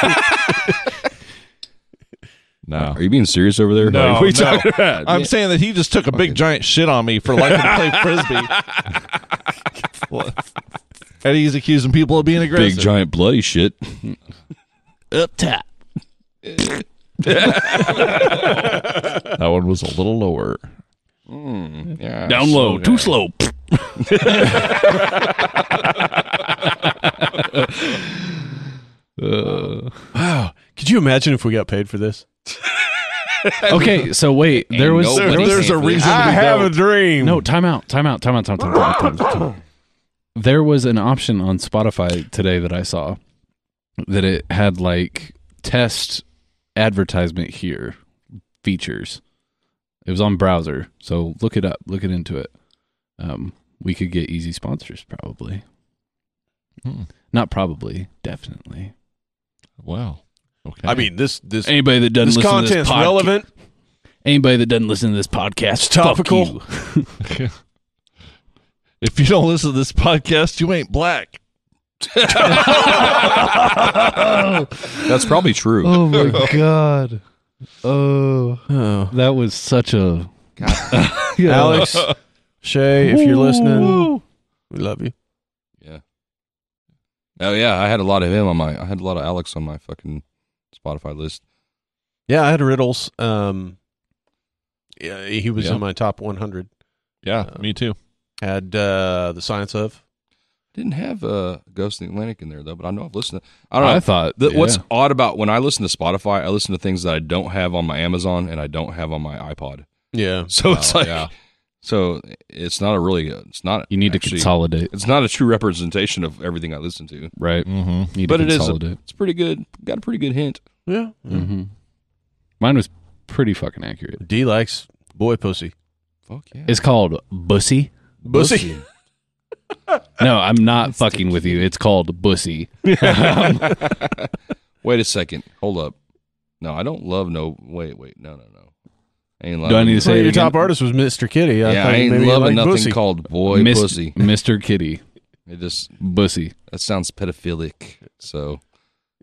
[SPEAKER 2] No.
[SPEAKER 3] Are you being serious over there?
[SPEAKER 2] No,
[SPEAKER 3] Like, what are you
[SPEAKER 2] no.
[SPEAKER 3] talking about?
[SPEAKER 2] I'm saying that he just took a big giant shit on me for liking to play frisbee. Well, and he's accusing people of being
[SPEAKER 3] Big
[SPEAKER 2] aggressive.
[SPEAKER 3] giant bloody shit.
[SPEAKER 6] Up top.
[SPEAKER 2] that one was a little lower.
[SPEAKER 3] Yeah.
[SPEAKER 6] Down low. Too slow.
[SPEAKER 4] Could you imagine if we got paid for this?
[SPEAKER 1] Okay, so wait, there was
[SPEAKER 2] There-
[SPEAKER 1] there was
[SPEAKER 2] there's a reason.
[SPEAKER 4] I
[SPEAKER 2] we
[SPEAKER 4] have
[SPEAKER 2] don't.
[SPEAKER 4] a dream.
[SPEAKER 1] No, time out, time out, time out, time out, time out, time out, time out. There was an option on Spotify today that I saw that it had like test advertisement here features. It was on browser, so look it up, look it into it. Um, we could get easy sponsors probably.
[SPEAKER 2] Hmm.
[SPEAKER 1] Not probably, definitely.
[SPEAKER 2] Wow. Okay.
[SPEAKER 4] I mean (laughs) this this
[SPEAKER 1] Anybody that doesn't
[SPEAKER 4] this
[SPEAKER 1] listen to this
[SPEAKER 4] content's
[SPEAKER 1] podca-
[SPEAKER 4] relevant.
[SPEAKER 1] Anybody that doesn't listen to this podcast,
[SPEAKER 4] It's
[SPEAKER 1] fuck
[SPEAKER 4] topical.
[SPEAKER 1] you.
[SPEAKER 2] (laughs) if you don't listen to this podcast, you ain't black.
[SPEAKER 3] That's probably true.
[SPEAKER 1] Oh my god. Oh, that was such a Yeah.
[SPEAKER 4] Alex, Shay, if you're listening, we love you.
[SPEAKER 3] Oh yeah, I had a lot of him on my. I had a lot of Alex on my fucking Spotify list.
[SPEAKER 4] Yeah, I had Riddles. Um, yeah, he was
[SPEAKER 2] Yeah.
[SPEAKER 4] in my top 100.
[SPEAKER 2] Yeah,
[SPEAKER 4] Uh,
[SPEAKER 2] me too.
[SPEAKER 4] Had uh, the science of
[SPEAKER 3] Didn't have uh, Ghost in the Atlantic in there though, but I know I've listened. To, I don't know.
[SPEAKER 1] I thought
[SPEAKER 3] The,
[SPEAKER 1] yeah.
[SPEAKER 3] What's odd about when I listen to Spotify, I listen to things that I don't have on my Amazon and I don't have on my iPod. (laughs)
[SPEAKER 4] yeah.
[SPEAKER 3] So it's
[SPEAKER 2] Wow,
[SPEAKER 3] like,
[SPEAKER 2] yeah.
[SPEAKER 3] so it's not a really, it's not.
[SPEAKER 1] Oh, you need
[SPEAKER 3] actually-
[SPEAKER 1] to consolidate,
[SPEAKER 3] It's not a true representation of everything I listen to,
[SPEAKER 1] right?
[SPEAKER 2] Mm-hmm.
[SPEAKER 1] You need
[SPEAKER 3] but
[SPEAKER 1] to
[SPEAKER 3] it is. A,
[SPEAKER 1] consolidate.
[SPEAKER 3] it's pretty good. Got a pretty good hint.
[SPEAKER 4] Yeah.
[SPEAKER 1] Mhm. Mine was pretty fucking accurate.
[SPEAKER 4] D likes boy pussy.
[SPEAKER 3] Fuck yeah.
[SPEAKER 1] It's called Bussy.
[SPEAKER 4] Bussy.
[SPEAKER 1] (laughs) No, I'm not fucking with you. It's called Bussy.
[SPEAKER 3] Wait a second. Hold up. No, I don't love no. Wait, wait. No, no, no. I ain't
[SPEAKER 1] Do I need to
[SPEAKER 4] Well,
[SPEAKER 1] say it
[SPEAKER 4] your
[SPEAKER 1] again?
[SPEAKER 4] top artist was Mr. Kitty. I
[SPEAKER 3] yeah,
[SPEAKER 4] thought
[SPEAKER 3] I
[SPEAKER 4] you
[SPEAKER 3] ain't
[SPEAKER 4] maybe you
[SPEAKER 3] loving
[SPEAKER 4] liked
[SPEAKER 3] nothing
[SPEAKER 4] Bussy.
[SPEAKER 3] called boy
[SPEAKER 1] Mis-
[SPEAKER 3] pussy.
[SPEAKER 1] Mr. Kitty,
[SPEAKER 3] It just
[SPEAKER 1] (laughs) Bussy.
[SPEAKER 3] that sounds pedophilic. So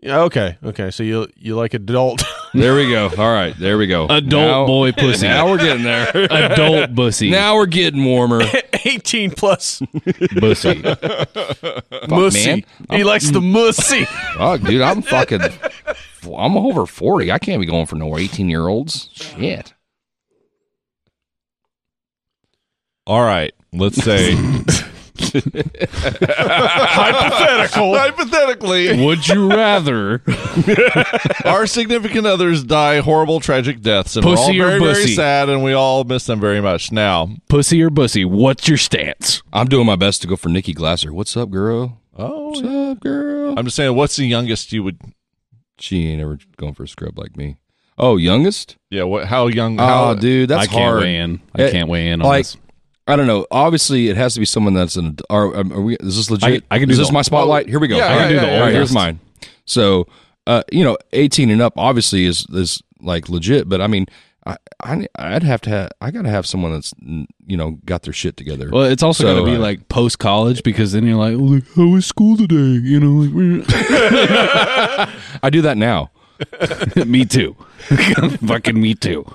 [SPEAKER 4] Yeah, okay, okay. So you you like adult? (laughs)
[SPEAKER 3] there we go. All right, there we go.
[SPEAKER 1] Adult
[SPEAKER 3] Now- (laughs)
[SPEAKER 1] boy pussy.
[SPEAKER 3] Now we're getting there.
[SPEAKER 1] Adult Bussy.
[SPEAKER 3] Now we're getting warmer.
[SPEAKER 4] Eighteen plus
[SPEAKER 1] Bussy.
[SPEAKER 4] mussy.
[SPEAKER 3] man.
[SPEAKER 4] He likes the mussy.
[SPEAKER 3] Fuck, dude, I'm fucking. I'm over forty. I can't be going for no eighteen year olds. Shit.
[SPEAKER 2] All right. Let's (laughs) say
[SPEAKER 4] Hypothetical.
[SPEAKER 2] hypothetically,
[SPEAKER 1] Would you rather
[SPEAKER 2] our significant others die horrible, tragic deaths, and
[SPEAKER 1] Pussy
[SPEAKER 2] we're
[SPEAKER 1] or
[SPEAKER 2] all very, very
[SPEAKER 1] bussy?
[SPEAKER 2] sad, and we all miss them very much. Now,
[SPEAKER 1] Pussy or Bussy? What's your stance?
[SPEAKER 3] I'm doing my best to go for Nikki Glasser. What's up, girl?
[SPEAKER 2] oh,
[SPEAKER 3] What's up, girl?
[SPEAKER 2] I'm just saying, what's the youngest you would?
[SPEAKER 3] She ain't ever going for a scrub like me. Oh, youngest?
[SPEAKER 2] Yeah, what? How young?
[SPEAKER 3] Oh,
[SPEAKER 2] How,
[SPEAKER 3] dude, that's
[SPEAKER 1] I can't
[SPEAKER 3] hard.
[SPEAKER 1] weigh in. I
[SPEAKER 3] It-
[SPEAKER 1] can't weigh in on
[SPEAKER 3] Like,
[SPEAKER 1] this.
[SPEAKER 3] I don't know. Obviously, it has to be someone that's an. ad- Are, um, are we? Is this legit?
[SPEAKER 1] I can do
[SPEAKER 3] Is this
[SPEAKER 1] the-
[SPEAKER 3] my spotlight? Here we go.
[SPEAKER 2] Yeah, I
[SPEAKER 3] All
[SPEAKER 2] can
[SPEAKER 3] right.
[SPEAKER 2] do the
[SPEAKER 3] All right, here's
[SPEAKER 2] oldest.
[SPEAKER 3] mine. So, uh, you know, eighteen and up obviously is is like legit, but I mean, I, I I'd have to have I gotta have someone that's n- you know got their shit together.
[SPEAKER 1] Well, it's also
[SPEAKER 3] So,
[SPEAKER 1] going to be
[SPEAKER 3] uh,
[SPEAKER 1] like post college because then you're like, "Oh, like, how was school today? You know, like, (laughs) we're-
[SPEAKER 3] I do that now.
[SPEAKER 1] me too. (laughs) Fucking me too.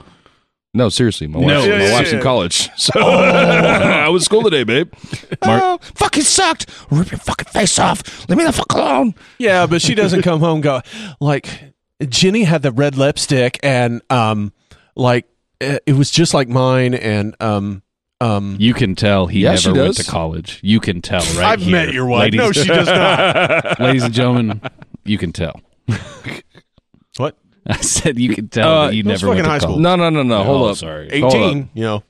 [SPEAKER 3] No, seriously, my
[SPEAKER 1] No.
[SPEAKER 3] wife's,
[SPEAKER 1] Yeah,
[SPEAKER 3] my
[SPEAKER 1] yeah, Oh,
[SPEAKER 3] wife's in college, (laughs) so I was in school today, babe.
[SPEAKER 7] Oh, fucking sucked. Rip your fucking face off. Leave me the fuck alone.
[SPEAKER 4] yeah, but she doesn't come home. Go like Jenny had the red lipstick, and um, like eh, it was just like mine, and um, um.
[SPEAKER 1] You can tell he
[SPEAKER 3] Yeah, she
[SPEAKER 1] never went
[SPEAKER 3] does.
[SPEAKER 1] to college. You can tell, right?
[SPEAKER 4] I've
[SPEAKER 1] here.
[SPEAKER 4] met your wife.
[SPEAKER 1] Ladies,
[SPEAKER 4] No, she does
[SPEAKER 1] (laughs)
[SPEAKER 4] not.
[SPEAKER 1] ladies and gentlemen, you can tell.
[SPEAKER 4] What?
[SPEAKER 1] I said you can tell
[SPEAKER 3] Uh,
[SPEAKER 1] that you
[SPEAKER 4] that's
[SPEAKER 1] never went to
[SPEAKER 4] fucking high school.
[SPEAKER 1] college.
[SPEAKER 3] No, no, no, no. hold
[SPEAKER 1] Oh,
[SPEAKER 3] up.
[SPEAKER 1] Sorry.
[SPEAKER 3] Hold up.
[SPEAKER 4] Eighteen. You know.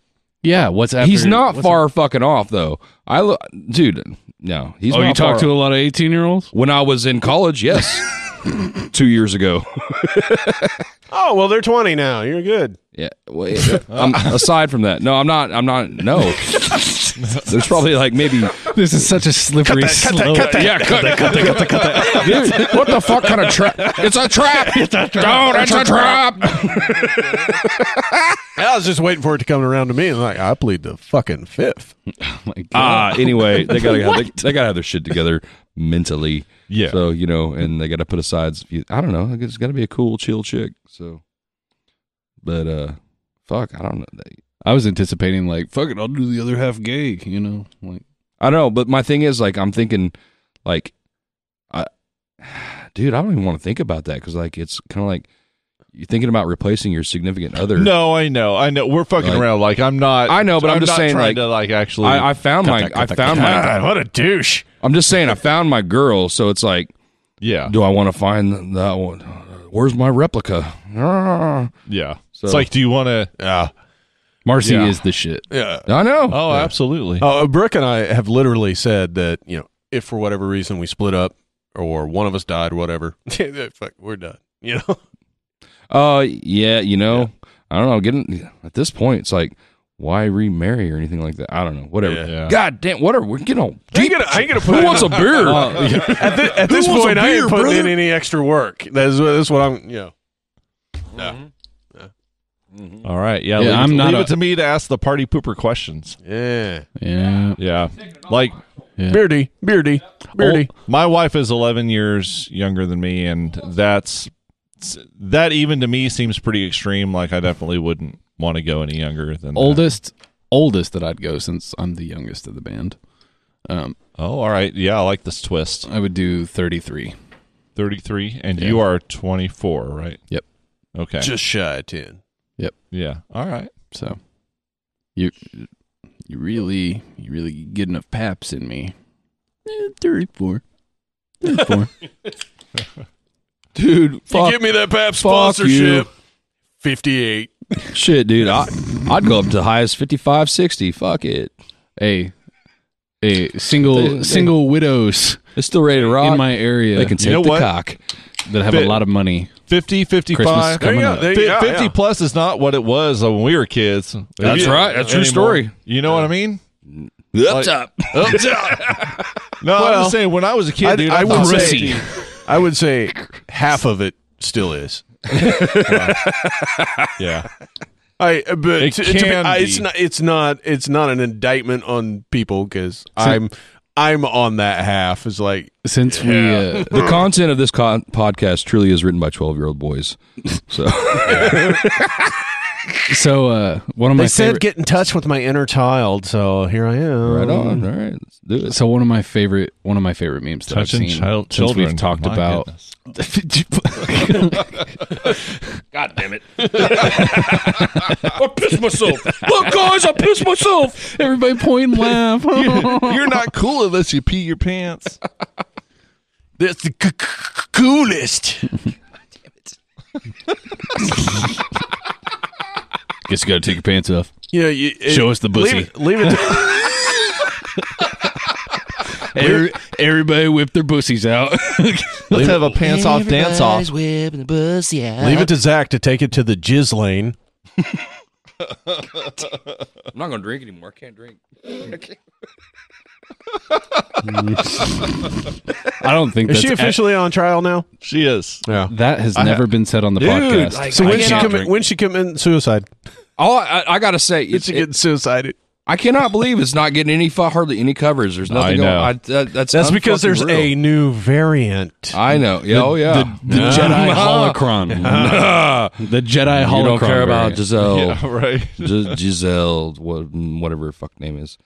[SPEAKER 1] Yeah, what's after?
[SPEAKER 3] he's not
[SPEAKER 1] what's-
[SPEAKER 3] far fucking off though. I look, dude. No, he's.
[SPEAKER 1] Oh, you
[SPEAKER 3] not far
[SPEAKER 1] talk to a lot of 18 year olds?
[SPEAKER 3] When I was in college, (laughs) yes. Two years ago.
[SPEAKER 4] Oh well, they're twenty now. You're good.
[SPEAKER 3] Yeah. Well, yeah. Um, aside from that, no, I'm not. I'm not. (laughs) No. There's probably like maybe.
[SPEAKER 1] This is such a slippery slope.
[SPEAKER 3] Yeah. Cut, that, cut, that, cut, that, cut that. Dude, what the fuck kind of trap? It's a trap. (laughs) It's a trap. Don't. It's, a trap. (laughs)
[SPEAKER 4] I was just waiting for it to come around to me, and like I plead the fucking fifth.
[SPEAKER 3] Ah. anyway, they gotta have, they, they gotta have their shit together mentally.
[SPEAKER 2] Yeah.
[SPEAKER 3] So you know, and they gotta put aside. a few- I don't know. It's gotta be a cool, chill chick. So. But uh, fuck. I don't know.
[SPEAKER 1] I was anticipating, like, fuck it, I'll do the other half gay, you know? Like,
[SPEAKER 3] I don't know, but my thing is like I'm thinking, like, I, (sighs) dude, I don't even want to think about that because like it's kind of like you're thinking about replacing your significant other.
[SPEAKER 2] No, I know, I know. We're fucking
[SPEAKER 3] Like-
[SPEAKER 2] around. Like I'm not.
[SPEAKER 3] I know, but I'm just
[SPEAKER 2] not
[SPEAKER 3] saying,
[SPEAKER 2] trying
[SPEAKER 3] like-
[SPEAKER 2] to like actually.
[SPEAKER 3] I, I found my, I found my,
[SPEAKER 4] what a douche.
[SPEAKER 3] I'm just saying, I found my girl. So it's like,
[SPEAKER 2] yeah.
[SPEAKER 3] do I want to find that one? where's my replica? Ah.
[SPEAKER 2] Yeah.
[SPEAKER 3] So-
[SPEAKER 2] It's like, do you want to?
[SPEAKER 4] Yeah.
[SPEAKER 1] Marcy
[SPEAKER 2] Yeah.
[SPEAKER 1] is the shit.
[SPEAKER 4] Yeah.
[SPEAKER 3] I know.
[SPEAKER 2] Oh, absolutely.
[SPEAKER 4] Uh, Brooke and I have literally said that you know if for whatever reason we split up or one of us died, whatever, (laughs) fuck, we're done. You know,
[SPEAKER 3] Uh, yeah, you know, I don't know. Getting at this point, it's like, why remarry or anything like that? I don't know. Whatever.
[SPEAKER 4] Yeah.
[SPEAKER 2] Yeah.
[SPEAKER 3] God damn, whatever. We're getting all
[SPEAKER 4] I ain't
[SPEAKER 3] deep.
[SPEAKER 4] gonna, I ain't gonna put
[SPEAKER 3] Who wants a beer?
[SPEAKER 4] at, thi- at this
[SPEAKER 3] wants a
[SPEAKER 4] point. I
[SPEAKER 3] beer,
[SPEAKER 4] ain't putting in
[SPEAKER 3] brother?
[SPEAKER 4] any extra work. That's what, that's what I'm. You know,
[SPEAKER 2] All right.
[SPEAKER 1] Yeah,
[SPEAKER 2] Yeah. leave it-
[SPEAKER 1] I'm not
[SPEAKER 2] leave
[SPEAKER 1] a-
[SPEAKER 2] it to me to ask the party pooper questions.
[SPEAKER 4] yeah,
[SPEAKER 1] Yeah.
[SPEAKER 2] Yeah. Like,
[SPEAKER 4] beardy, beardy, beardy.
[SPEAKER 2] Oh, my wife is 11 years younger than me, and that's that even to me seems pretty extreme. Like I definitely wouldn't want to go any younger than that.
[SPEAKER 1] Oldest, oldest that I'd go since I'm the youngest of the band. Um,
[SPEAKER 2] Oh, all right. Yeah, I like this twist.
[SPEAKER 1] I would do 33.
[SPEAKER 2] 33, and you are 24, right?
[SPEAKER 1] Yep.
[SPEAKER 2] Okay.
[SPEAKER 4] Just shy of ten.
[SPEAKER 2] yeah. All right.
[SPEAKER 1] So you you really you really get enough paps in me. Eh, 34. (laughs) 34.
[SPEAKER 3] dude,
[SPEAKER 4] You
[SPEAKER 3] fuck,
[SPEAKER 4] give me that pap
[SPEAKER 3] fuck
[SPEAKER 4] sponsorship. Fifty-eight.
[SPEAKER 3] shit, dude. I, I'd go up to high as 55, 60. Fuck it.
[SPEAKER 1] a a single
[SPEAKER 3] They- they-
[SPEAKER 1] single widows
[SPEAKER 3] It's still ready to rock.
[SPEAKER 1] in my area
[SPEAKER 3] they can take
[SPEAKER 2] know
[SPEAKER 3] the
[SPEAKER 2] what?
[SPEAKER 3] cock.
[SPEAKER 1] that have a lot of money.
[SPEAKER 2] 50, 55.
[SPEAKER 1] Christmas
[SPEAKER 4] There you go. There
[SPEAKER 2] Fi-
[SPEAKER 4] you go.
[SPEAKER 2] 50
[SPEAKER 4] yeah.
[SPEAKER 2] plus is not what it was when we were kids.
[SPEAKER 3] That's
[SPEAKER 2] Yeah.
[SPEAKER 3] right. That's true
[SPEAKER 2] Anymore.
[SPEAKER 3] story.
[SPEAKER 2] You know what I mean?
[SPEAKER 3] Up (laughs)
[SPEAKER 2] Like-
[SPEAKER 3] top.
[SPEAKER 2] No, I'm
[SPEAKER 4] Well,
[SPEAKER 2] just saying when I was a kid,
[SPEAKER 4] I-
[SPEAKER 2] dude,
[SPEAKER 4] I
[SPEAKER 2] I,
[SPEAKER 4] would
[SPEAKER 2] thought
[SPEAKER 4] say-
[SPEAKER 2] 50.
[SPEAKER 4] I would say half of it still (laughs) is.
[SPEAKER 2] yeah.
[SPEAKER 4] I but
[SPEAKER 2] It
[SPEAKER 4] to- to be-
[SPEAKER 2] can
[SPEAKER 4] I- it's
[SPEAKER 2] be.
[SPEAKER 4] not it's not it's not an indictment on people because I'm I'm on that half. It's like
[SPEAKER 1] Since we uh,
[SPEAKER 3] The content of this con- podcast truly is written by 12 year old boys. So,
[SPEAKER 1] so uh one of my favorite,
[SPEAKER 4] get in touch with my inner child, so here I am.
[SPEAKER 3] right on. All right. Let's do it.
[SPEAKER 1] so one of my favorite one of my favorite memes that I've seen since we've (laughs) Oh, talked about
[SPEAKER 7] I pissed myself. Look, guys, I pissed myself.
[SPEAKER 1] everybody point and laugh. (laughs)
[SPEAKER 2] You're not cool unless you pee your pants.
[SPEAKER 4] (laughs) That's the c- c- coolest.
[SPEAKER 1] Guess you got to take your pants off.
[SPEAKER 4] You know, you, it-
[SPEAKER 1] Show us the
[SPEAKER 4] leave
[SPEAKER 1] bussy.
[SPEAKER 4] it- Leave, it. To,
[SPEAKER 1] Every, everybody whip their bussies out.
[SPEAKER 2] (laughs)
[SPEAKER 1] (laughs)
[SPEAKER 2] Let's have a pants off dance off.
[SPEAKER 4] leave it to Zach to take it to the jizz lane.
[SPEAKER 3] I'm not going to drink anymore. I can't drink.
[SPEAKER 1] I don't think
[SPEAKER 4] Is
[SPEAKER 1] that's
[SPEAKER 4] she officially on trial now?
[SPEAKER 2] She is.
[SPEAKER 4] Yeah.
[SPEAKER 1] that has never been said on the podcast.
[SPEAKER 4] So
[SPEAKER 3] I
[SPEAKER 4] when she
[SPEAKER 3] cannot
[SPEAKER 4] commit
[SPEAKER 3] drink.
[SPEAKER 4] when she commit suicide?
[SPEAKER 3] All I, I got to say,
[SPEAKER 4] Did
[SPEAKER 3] it's,
[SPEAKER 4] she get suicided?
[SPEAKER 3] I cannot believe it's not getting any fu- hardly any covers. There's nothing
[SPEAKER 2] I know.
[SPEAKER 3] going. I, that, that's
[SPEAKER 4] That's because
[SPEAKER 3] unfucking
[SPEAKER 4] there's
[SPEAKER 3] real.
[SPEAKER 4] a new variant.
[SPEAKER 3] I know. Yeah, oh yeah.
[SPEAKER 1] the
[SPEAKER 3] (laughs)
[SPEAKER 1] Jedi holocron. the Jedi holocron.
[SPEAKER 3] you don't care about
[SPEAKER 1] variant.
[SPEAKER 3] Giselle. (laughs)
[SPEAKER 2] Yeah, (laughs) right.
[SPEAKER 3] G- Giselle, what, whatever her fuck name is.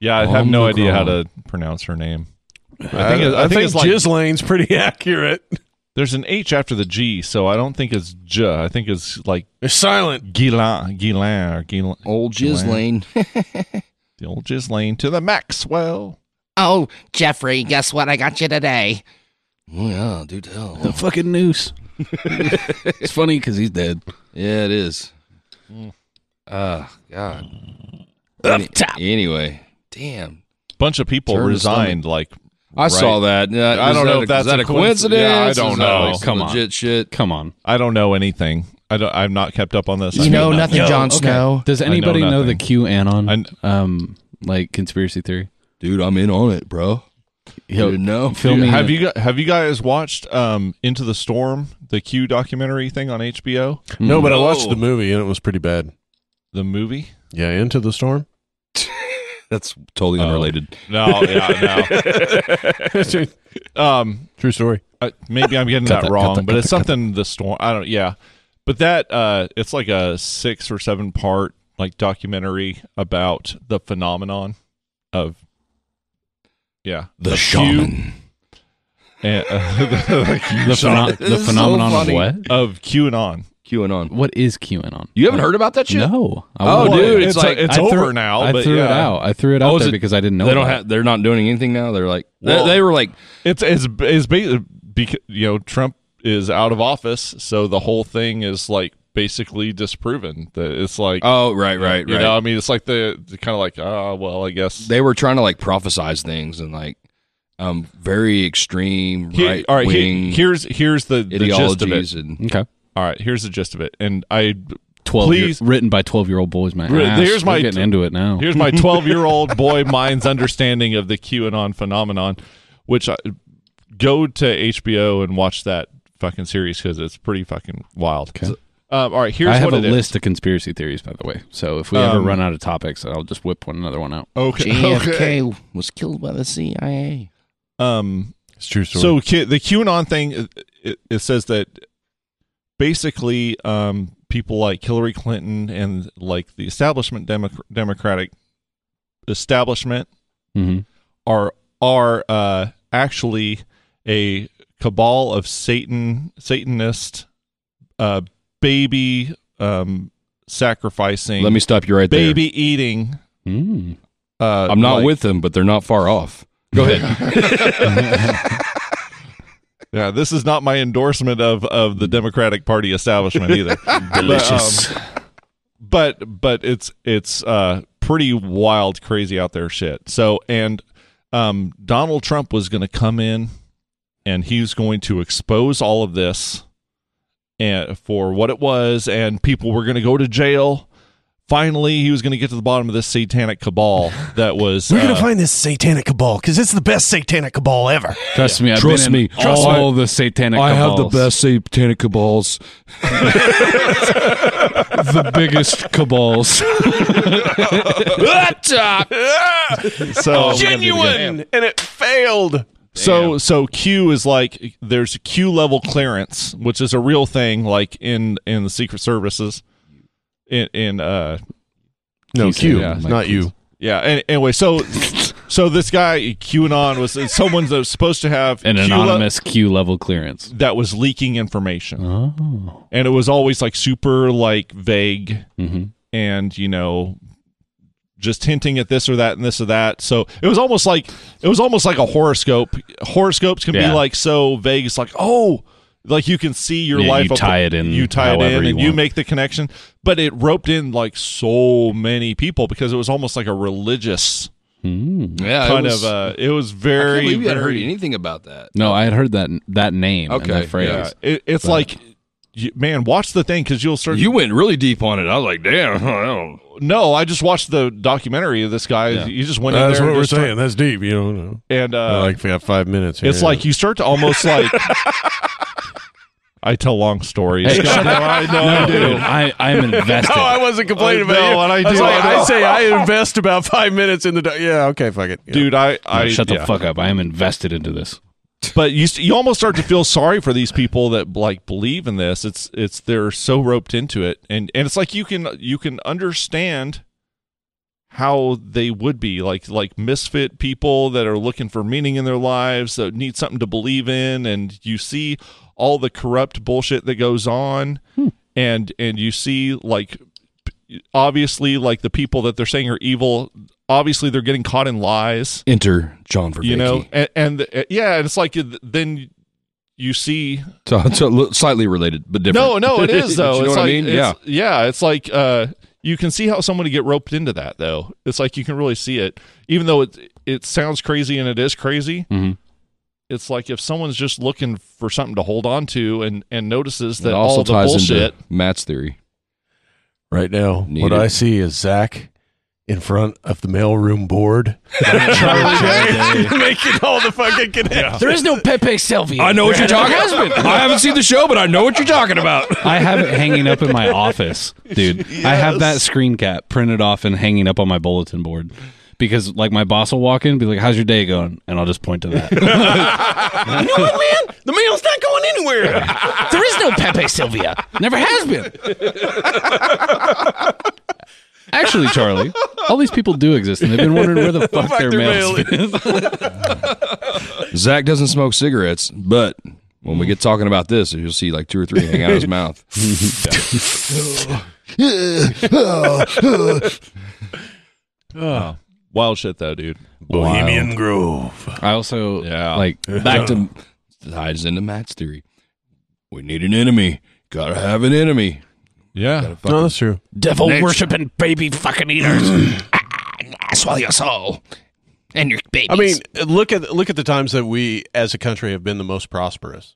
[SPEAKER 2] Yeah, I have no
[SPEAKER 3] Omicron.
[SPEAKER 2] idea how to pronounce her name.
[SPEAKER 4] Uh, I
[SPEAKER 2] think it- I think it's like-
[SPEAKER 4] jizz lane's pretty (laughs) accurate.
[SPEAKER 2] There's an H after the G, so I don't think it's J. I think it's like
[SPEAKER 4] It's silent.
[SPEAKER 2] Guillain, Guillain, or Guillain.
[SPEAKER 3] Old Gislane.
[SPEAKER 2] The old Ghislaine to the Maxwell.
[SPEAKER 5] Oh, Jeffrey, guess what I got you today?
[SPEAKER 3] oh yeah, do tell.
[SPEAKER 1] the fucking noose. (laughs) it's funny because he's dead.
[SPEAKER 3] Yeah, it is. Uh God. Any- anyway, damn.
[SPEAKER 2] Bunch of people
[SPEAKER 3] Turn the
[SPEAKER 2] resigned. Like
[SPEAKER 3] I
[SPEAKER 2] right-
[SPEAKER 3] saw that. Uh,
[SPEAKER 2] I
[SPEAKER 3] is
[SPEAKER 2] don't
[SPEAKER 3] that
[SPEAKER 2] know
[SPEAKER 3] a-
[SPEAKER 2] if that's
[SPEAKER 3] is that a
[SPEAKER 2] a coincidence.
[SPEAKER 3] coincidence.
[SPEAKER 2] Yeah, I
[SPEAKER 3] Is
[SPEAKER 2] don't
[SPEAKER 3] that,
[SPEAKER 2] know.
[SPEAKER 3] like,
[SPEAKER 1] Come on.
[SPEAKER 3] legit shit.
[SPEAKER 1] Come on.
[SPEAKER 2] I don't know anything. I don't. I've not kept up on this.
[SPEAKER 5] You
[SPEAKER 2] I
[SPEAKER 5] know nothing,
[SPEAKER 1] (laughs)
[SPEAKER 5] Jon Snow.
[SPEAKER 1] Does
[SPEAKER 2] know
[SPEAKER 1] anybody know, the
[SPEAKER 2] nothing. I
[SPEAKER 1] QAnon
[SPEAKER 2] kn-
[SPEAKER 1] um like conspiracy theory?
[SPEAKER 3] Dude, I'm in on it, bro.
[SPEAKER 1] Yo,
[SPEAKER 3] didn't know?
[SPEAKER 1] Fill
[SPEAKER 2] Dude,
[SPEAKER 1] me
[SPEAKER 2] have
[SPEAKER 1] in.
[SPEAKER 2] you gu- have you guys watched um, Into the Storm, the Q documentary thing on HBO,
[SPEAKER 1] Hmm. (laughs)
[SPEAKER 4] No, but I
[SPEAKER 3] No.
[SPEAKER 4] watched the movie and it was pretty bad.
[SPEAKER 2] the movie?
[SPEAKER 4] Yeah, into the storm.
[SPEAKER 3] That's totally unrelated.
[SPEAKER 2] No, yeah,
[SPEAKER 4] (laughs) True
[SPEAKER 2] no. Um,
[SPEAKER 4] story.
[SPEAKER 2] I, maybe I'm getting that, wrong, but it's something the storm. I don't. Yeah, but that uh, it's like a six or seven part like documentary about the phenomenon of yeah
[SPEAKER 7] The
[SPEAKER 2] of Q
[SPEAKER 7] shaman.
[SPEAKER 2] and,
[SPEAKER 1] uh, the, pheno- the
[SPEAKER 3] is so
[SPEAKER 1] phenomenon of
[SPEAKER 3] funny.
[SPEAKER 1] what?
[SPEAKER 2] of QAnon.
[SPEAKER 3] QAnon.
[SPEAKER 1] What is QAnon?
[SPEAKER 3] You haven't heard about that shit?
[SPEAKER 1] No. I
[SPEAKER 3] Oh,
[SPEAKER 1] wanted
[SPEAKER 3] dude,
[SPEAKER 1] it.
[SPEAKER 3] it's like-
[SPEAKER 2] it's
[SPEAKER 1] I
[SPEAKER 2] over
[SPEAKER 1] threw-
[SPEAKER 2] now.
[SPEAKER 1] I
[SPEAKER 2] but
[SPEAKER 1] threw it
[SPEAKER 2] yeah.
[SPEAKER 1] out. I threw it out
[SPEAKER 3] Oh, is
[SPEAKER 1] there
[SPEAKER 3] it-
[SPEAKER 1] because I didn't know.
[SPEAKER 3] they don't
[SPEAKER 1] about it.
[SPEAKER 3] have. They're not doing anything now. They're like they,
[SPEAKER 2] Well-
[SPEAKER 3] they were like
[SPEAKER 2] It's it's it's basically you know Trump is out of office, so the whole thing is like basically disproven. That it's like
[SPEAKER 3] Oh, right, right, right.
[SPEAKER 2] you know, I mean, it's like the, kind of like ah, well, I guess
[SPEAKER 3] they were trying to like prophesize things and like um very extreme
[SPEAKER 2] Here-
[SPEAKER 3] right
[SPEAKER 2] all right, here-
[SPEAKER 3] wing
[SPEAKER 2] here's here's the, the gist of
[SPEAKER 3] ideologies
[SPEAKER 2] it.
[SPEAKER 3] and
[SPEAKER 1] Okay.
[SPEAKER 2] All right, here's the gist of it, and I
[SPEAKER 1] Twelve. year-
[SPEAKER 2] Please-
[SPEAKER 1] written by twelve-year-old boys. My
[SPEAKER 2] Re-
[SPEAKER 1] ass.
[SPEAKER 2] here's
[SPEAKER 1] We're
[SPEAKER 2] my-
[SPEAKER 1] getting into it
[SPEAKER 3] Oh.
[SPEAKER 1] now.
[SPEAKER 2] Here's
[SPEAKER 3] (laughs)
[SPEAKER 2] my 12 year old boy mind's understanding of the QAnon phenomenon, which I, go to HBO and watch that fucking series because it's pretty fucking wild.
[SPEAKER 1] Okay.
[SPEAKER 2] So, um, all right, here's
[SPEAKER 1] I have
[SPEAKER 2] what
[SPEAKER 1] a
[SPEAKER 2] it is.
[SPEAKER 1] list of conspiracy theories, by the way. So if we ever
[SPEAKER 2] Um,
[SPEAKER 1] run out of topics, I'll just whip one another one out.
[SPEAKER 2] Okay.
[SPEAKER 5] JFK
[SPEAKER 2] okay.
[SPEAKER 5] was killed by the CIA.
[SPEAKER 2] (laughs) Um,
[SPEAKER 4] It's a true story.
[SPEAKER 2] So Q, the QAnon thing, it- it, it says that basically um, people like Hillary Clinton and like the establishment Democ- Democratic establishment
[SPEAKER 1] Mm-hmm.
[SPEAKER 2] are are uh, actually a cabal of Satan Satanist uh, baby um, sacrificing,
[SPEAKER 3] let me stop you right there
[SPEAKER 2] baby eating.
[SPEAKER 1] Mm.
[SPEAKER 2] Uh,
[SPEAKER 3] i'm not
[SPEAKER 2] like-
[SPEAKER 3] with them but they're not far off go ahead
[SPEAKER 2] (laughs) Yeah, this is not my endorsement of of the Democratic Party
[SPEAKER 8] (laughs)
[SPEAKER 2] establishment either. Delicious. But, um, but but it's it's uh pretty wild crazy out there shit. So and um Donald Trump was going to come in and he's going to expose all of this and for what it was and people were going to go to jail. Finally, he was going to get to the bottom of this satanic cabal that was
[SPEAKER 8] We're
[SPEAKER 2] uh,
[SPEAKER 8] gonna find this satanic cabal because it's the best satanic cabal ever.
[SPEAKER 1] Trust me. I've
[SPEAKER 7] Trust
[SPEAKER 1] been in
[SPEAKER 7] me. Trust
[SPEAKER 1] all the satanic.
[SPEAKER 7] I have the
[SPEAKER 1] cabals.
[SPEAKER 7] best satanic
[SPEAKER 3] (laughs)
[SPEAKER 7] cabals.
[SPEAKER 1] the biggest cabals.
[SPEAKER 8] Oh,
[SPEAKER 2] so
[SPEAKER 4] genuine, and it failed.
[SPEAKER 2] So so Q is like there's Q level clearance, which is a real thing, like in in the Secret Services. In in uh
[SPEAKER 4] No,
[SPEAKER 1] He's-
[SPEAKER 4] Q,
[SPEAKER 1] yeah,
[SPEAKER 4] it's
[SPEAKER 1] like
[SPEAKER 4] not you.
[SPEAKER 2] yeah. an- anyway, so so this guy QAnon was someone that was supposed to have
[SPEAKER 1] An
[SPEAKER 2] Q le-
[SPEAKER 1] anonymous Q level clearance.
[SPEAKER 2] that was leaking information,
[SPEAKER 1] Oh.
[SPEAKER 2] and it was always like super like vague
[SPEAKER 1] Mm-hmm.
[SPEAKER 2] and you know just hinting at this or that and this or that so it was almost like it was almost like a horoscope horoscopes can
[SPEAKER 1] Yeah.
[SPEAKER 2] be like so vague it's like oh like you can see your
[SPEAKER 1] Yeah,
[SPEAKER 2] life
[SPEAKER 1] you tie it in
[SPEAKER 2] you tie it
[SPEAKER 1] however
[SPEAKER 2] in
[SPEAKER 1] you
[SPEAKER 2] and you
[SPEAKER 1] want.
[SPEAKER 2] make the connection but it roped in like so many people because it was almost like a religious
[SPEAKER 3] yeah it
[SPEAKER 2] kind
[SPEAKER 3] was-
[SPEAKER 2] of uh it was
[SPEAKER 3] I can't
[SPEAKER 2] very
[SPEAKER 3] believe you had heard
[SPEAKER 2] very
[SPEAKER 3] anything about that
[SPEAKER 1] No, I had heard that that name. and
[SPEAKER 3] Okay,
[SPEAKER 1] that
[SPEAKER 2] (laughs)
[SPEAKER 1] phrase.
[SPEAKER 3] yeah.
[SPEAKER 2] it, it's like you, man watch the thing because you'll start
[SPEAKER 3] you went really deep on it i was like damn I don't-
[SPEAKER 2] no i just watched the documentary of this guy he just went in
[SPEAKER 4] Uh, That's
[SPEAKER 2] there
[SPEAKER 4] what
[SPEAKER 2] and
[SPEAKER 4] we're
[SPEAKER 2] just start-
[SPEAKER 4] saying. That's deep. You don't know.
[SPEAKER 2] and uh
[SPEAKER 4] like we have five minutes. Here.
[SPEAKER 2] It's like you start to almost like. I tell long stories. (laughs)
[SPEAKER 1] Hey, shut up.
[SPEAKER 2] I
[SPEAKER 1] (laughs)
[SPEAKER 2] know
[SPEAKER 1] No,
[SPEAKER 2] I do.
[SPEAKER 1] dude, I, I am invested.
[SPEAKER 4] (laughs) No, I wasn't complaining
[SPEAKER 2] I
[SPEAKER 4] about
[SPEAKER 2] know,
[SPEAKER 4] you.
[SPEAKER 2] and I
[SPEAKER 4] was
[SPEAKER 2] do,
[SPEAKER 4] like,
[SPEAKER 2] I
[SPEAKER 4] I,
[SPEAKER 2] know.
[SPEAKER 4] say I invest about five minutes in the. Do- yeah, okay, fuck it, Yeah.
[SPEAKER 2] Dude, I, I
[SPEAKER 1] No, shut the
[SPEAKER 2] yeah.
[SPEAKER 1] fuck up. I am invested into this.
[SPEAKER 2] (laughs) But you, st- you almost start to feel sorry for these people that like believe in this. It's, it's they're so roped into it, and and it's like you can, you can understand how they would be like, like misfit people that are looking for meaning in their lives that need something to believe in, and you see all the corrupt bullshit that goes on, and and you see like obviously like the people that they're saying are evil obviously they're getting caught in lies
[SPEAKER 7] Enter John Verbeke.
[SPEAKER 2] you know and, and uh, yeah and it's like uh, then you see
[SPEAKER 3] (laughs) so, so li- slightly related but different
[SPEAKER 2] no
[SPEAKER 3] (laughs)
[SPEAKER 2] no it is though
[SPEAKER 3] you know
[SPEAKER 2] it's
[SPEAKER 3] what
[SPEAKER 2] like
[SPEAKER 3] i mean yeah
[SPEAKER 2] it's, yeah it's like uh you can see how someone would get roped into that though it's like you can really see it even though it it sounds crazy and it is crazy
[SPEAKER 3] Mm-hmm.
[SPEAKER 1] Mhm.
[SPEAKER 2] it's like if someone's just looking for something to hold on to and and notices that
[SPEAKER 3] it also
[SPEAKER 2] all the
[SPEAKER 3] ties (laughs)
[SPEAKER 2] bullshit
[SPEAKER 3] into matt's theory
[SPEAKER 4] right now,
[SPEAKER 3] Need
[SPEAKER 4] what
[SPEAKER 3] it.
[SPEAKER 4] I see is Zach in front of the mailroom board, (laughs)
[SPEAKER 1] (laughs)
[SPEAKER 4] making all the fucking connections.
[SPEAKER 6] There is no Pepe Sylvia.
[SPEAKER 7] I know
[SPEAKER 3] (laughs)
[SPEAKER 7] what you're talking about. I haven't seen the show, but I know what you're talking about.
[SPEAKER 1] I have it hanging up in my office, dude. I have that screen cap printed off and hanging up on my bulletin board. Because like my boss will walk in and be like, How's your day going? And I'll just point
[SPEAKER 6] (laughs)
[SPEAKER 1] to that.
[SPEAKER 8] The mail's not going anywhere.
[SPEAKER 6] There is no Pepe Sylvia. Never has been.
[SPEAKER 1] Actually, Charlie, all these people do exist and they've been wondering where the fuck, their, mail is.
[SPEAKER 3] zach doesn't smoke cigarettes but when we get talking about this you'll see like two or three hang out of his mouth
[SPEAKER 2] (laughs) wild shit though dude
[SPEAKER 8] Bohemian Grove.
[SPEAKER 1] I also
[SPEAKER 2] Yeah.
[SPEAKER 1] like
[SPEAKER 3] back to ties into matt's theory
[SPEAKER 7] We need an enemy. Gotta have an enemy.
[SPEAKER 2] Yeah.
[SPEAKER 4] No, that's true.
[SPEAKER 6] Devil worshipping baby fucking eaters.
[SPEAKER 5] (clears throat) Ah,
[SPEAKER 7] I swallow your soul and your babies.
[SPEAKER 4] I mean, look at look at the times that we as a country have been the most prosperous.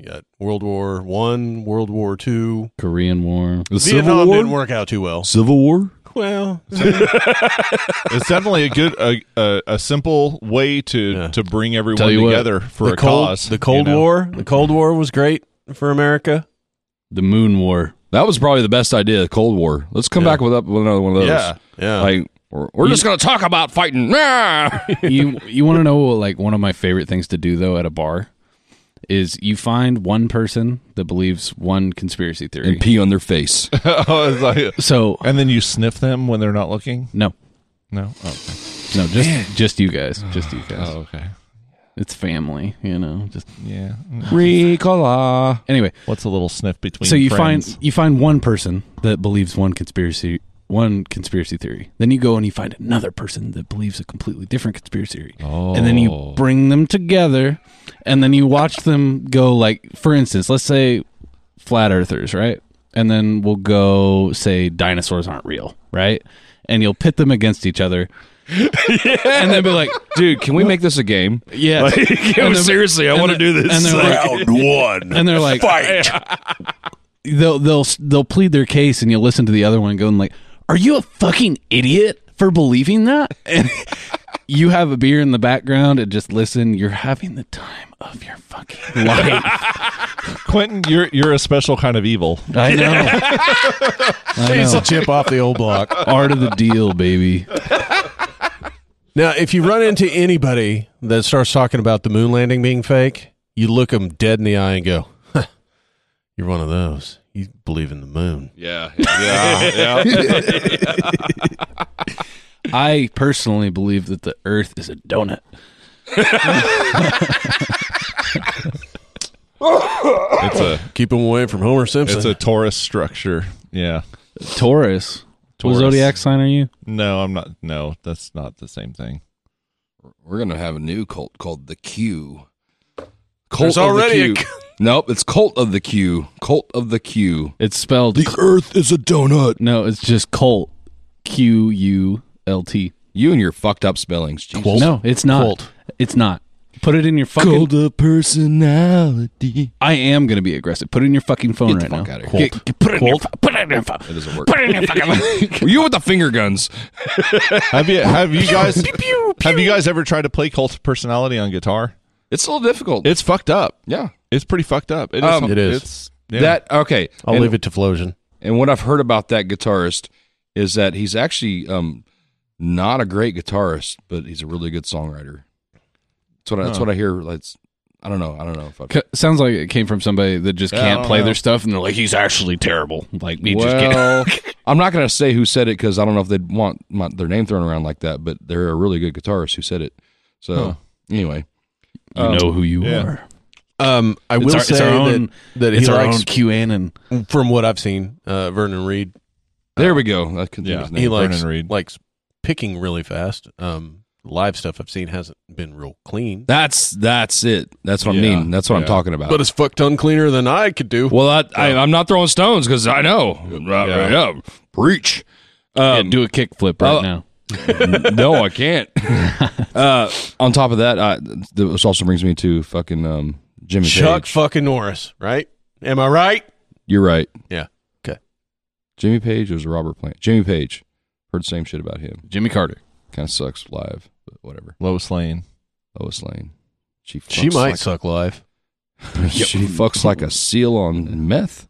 [SPEAKER 4] You got World War One, World War Two.
[SPEAKER 1] Korean War.
[SPEAKER 7] the
[SPEAKER 4] Vietnam didn't work out too well.
[SPEAKER 7] Civil War.
[SPEAKER 4] Well,
[SPEAKER 2] it's definitely a good a, a, a simple way to
[SPEAKER 4] Yeah.
[SPEAKER 2] to bring everyone
[SPEAKER 1] Tell you what,
[SPEAKER 2] together for
[SPEAKER 4] the
[SPEAKER 2] a
[SPEAKER 4] cold,
[SPEAKER 2] cause. (laughs)
[SPEAKER 4] the Cold
[SPEAKER 2] you know?
[SPEAKER 4] War, the Cold War was great for America.
[SPEAKER 1] The Moon War.
[SPEAKER 3] That was probably the best idea. Cold War. Let's come back with up with another one of those.
[SPEAKER 2] Yeah.
[SPEAKER 4] Yeah,
[SPEAKER 3] Like we're, we're just gonna talk about fighting. (laughs) Ah!
[SPEAKER 1] you you want to know like one of my favorite things to do though at a bar is you find one person that believes one conspiracy theory.
[SPEAKER 3] and pee on their face.
[SPEAKER 2] I was like-
[SPEAKER 1] so
[SPEAKER 2] and then you sniff them when they're not looking.
[SPEAKER 1] no,
[SPEAKER 2] No. Oh,
[SPEAKER 1] no, just just you guys, just you guys.
[SPEAKER 2] okay.
[SPEAKER 1] It's family, you know. Just
[SPEAKER 2] Yeah.
[SPEAKER 3] Ricola.
[SPEAKER 1] anyway.
[SPEAKER 2] What's a little sniff between?
[SPEAKER 1] So you
[SPEAKER 2] friends?
[SPEAKER 1] find you find one person that believes one conspiracy one conspiracy theory. Then you go and you find another person that believes a completely different conspiracy theory.
[SPEAKER 2] Oh.
[SPEAKER 1] and then you bring them together and then you watch them go like for instance let's say flat earthers right and then we'll go say dinosaurs aren't real right and you'll pit them against each other (laughs) and then be like
[SPEAKER 3] Dude, can we make this a game?
[SPEAKER 1] yeah (laughs)
[SPEAKER 7] seriously, I
[SPEAKER 1] and
[SPEAKER 7] want to
[SPEAKER 1] the-
[SPEAKER 7] do this.
[SPEAKER 1] and they're like-
[SPEAKER 7] one.
[SPEAKER 1] and they're like
[SPEAKER 7] Fight.
[SPEAKER 1] they'll they'll they'll plead their case and you'll listen to the other one going like are you a fucking idiot for believing that (laughs) and you have a beer in the background and just listen you're having the time of your fucking (laughs) life
[SPEAKER 2] Quentin, you're you're a special kind of evil.
[SPEAKER 1] (laughs) I know.
[SPEAKER 7] (laughs)
[SPEAKER 1] I
[SPEAKER 4] it's
[SPEAKER 1] know.
[SPEAKER 4] a chip off the old block.
[SPEAKER 1] Art of the deal, baby.
[SPEAKER 4] Now, if you run into anybody that starts talking about the moon landing being fake, you look them dead in the eye and go, "Huh, "You're one of those. You believe in the moon."
[SPEAKER 7] Yeah.
[SPEAKER 2] (laughs)
[SPEAKER 1] I personally believe that the Earth is a donut.
[SPEAKER 2] It's a
[SPEAKER 4] Keep them away from Homer Simpson.
[SPEAKER 2] it's a Taurus structure. Yeah.
[SPEAKER 1] Taurus. What
[SPEAKER 2] Taurus.
[SPEAKER 1] zodiac sign are you?
[SPEAKER 2] No, I'm not. No, that's not the same thing.
[SPEAKER 3] We're gonna have a new cult called the Q. Cult
[SPEAKER 4] There's already a
[SPEAKER 3] of the Q. nope, it's cult of the Q. Cult of the Q.
[SPEAKER 1] It's spelled.
[SPEAKER 7] The Earth is a donut.
[SPEAKER 1] No, it's just Colt. Q U L T.
[SPEAKER 3] You and your fucked up spellings. Jesus. (laughs)
[SPEAKER 1] No, it's not.
[SPEAKER 4] Colt.
[SPEAKER 1] It's not. Put it in your fucking.
[SPEAKER 7] of personality.
[SPEAKER 1] I am gonna be aggressive. Put it in your fucking phone
[SPEAKER 3] Get the
[SPEAKER 1] right
[SPEAKER 3] fuck
[SPEAKER 1] now.
[SPEAKER 3] outta here.
[SPEAKER 1] Get- get- put it in your phone. Put it in your phone.
[SPEAKER 3] It doesn't work.
[SPEAKER 1] Put it in your (laughs) fucking.
[SPEAKER 3] Were you with the finger guns?
[SPEAKER 2] Have you have (laughs) you guys have you guys ever tried to play Cult of Personality on guitar?
[SPEAKER 3] It's a little difficult.
[SPEAKER 2] It's fucked up.
[SPEAKER 3] yeah.
[SPEAKER 2] It's pretty fucked up. It is.
[SPEAKER 3] Um,
[SPEAKER 2] some-
[SPEAKER 4] it is.
[SPEAKER 2] It's, yeah.
[SPEAKER 3] That okay.
[SPEAKER 4] I'll
[SPEAKER 3] and,
[SPEAKER 4] leave it to Flosion.
[SPEAKER 3] and what I've heard about that guitarist is that he's actually um not a great guitarist, but he's a really good songwriter. That's what I, that's what I hear. Like, it's- I don't know. I don't know if I
[SPEAKER 1] C- Sounds like it came from somebody that just
[SPEAKER 2] Yeah, I
[SPEAKER 1] can't
[SPEAKER 2] don't
[SPEAKER 1] play
[SPEAKER 2] know.
[SPEAKER 1] their stuff, and they're like, "He's actually terrible." Like me, just can't.
[SPEAKER 2] (laughs)
[SPEAKER 3] well, I'm not going to say who said it because I don't know if they'd want my, their name thrown around like that, but they're a really good guitarist who said it. So anyway,
[SPEAKER 1] You know who you
[SPEAKER 2] yeah.
[SPEAKER 1] are.
[SPEAKER 4] Um, I
[SPEAKER 1] It's
[SPEAKER 4] will
[SPEAKER 1] our- it's
[SPEAKER 4] say
[SPEAKER 1] our own-
[SPEAKER 4] that, that he
[SPEAKER 1] It's our own
[SPEAKER 4] likes,
[SPEAKER 1] QAnon.
[SPEAKER 4] from what I've seen, uh, Vernon Reed.
[SPEAKER 3] there we go. I couldn't
[SPEAKER 2] yeah.
[SPEAKER 3] think of his
[SPEAKER 4] He
[SPEAKER 3] name.
[SPEAKER 2] Vernon
[SPEAKER 4] likes
[SPEAKER 2] Reed.
[SPEAKER 4] likes picking really fast. Um, live stuff I've seen hasn't been real clean,
[SPEAKER 3] That's that's it. That's what
[SPEAKER 2] Yeah,
[SPEAKER 3] I mean. That's what
[SPEAKER 2] yeah.
[SPEAKER 3] I'm talking about.
[SPEAKER 4] but it's fucked uncleaner than I could do.
[SPEAKER 3] well, I, I, I'm not throwing stones because I know. Yeah. Preach.
[SPEAKER 1] Yeah,
[SPEAKER 3] Um,
[SPEAKER 1] do a kickflip right
[SPEAKER 3] oh.
[SPEAKER 1] now.
[SPEAKER 3] (laughs) no,
[SPEAKER 1] (laughs)
[SPEAKER 3] I can't. uh, on top of that, I, this also brings me to fucking um, Jimmy
[SPEAKER 4] Chuck
[SPEAKER 3] Page.
[SPEAKER 4] fucking Norris, right? Am I right?
[SPEAKER 3] You're right.
[SPEAKER 4] Yeah. Okay.
[SPEAKER 3] Jimmy Page was a Robert Plant. Jimmy Page. Heard the same shit about him.
[SPEAKER 1] Jimmy Carter.
[SPEAKER 3] Kind of sucks live, but whatever.
[SPEAKER 2] Lois Lane.
[SPEAKER 3] Lois Lane. She fucks
[SPEAKER 4] She might
[SPEAKER 3] like,
[SPEAKER 4] suck live.
[SPEAKER 3] she fucks like a seal on meth.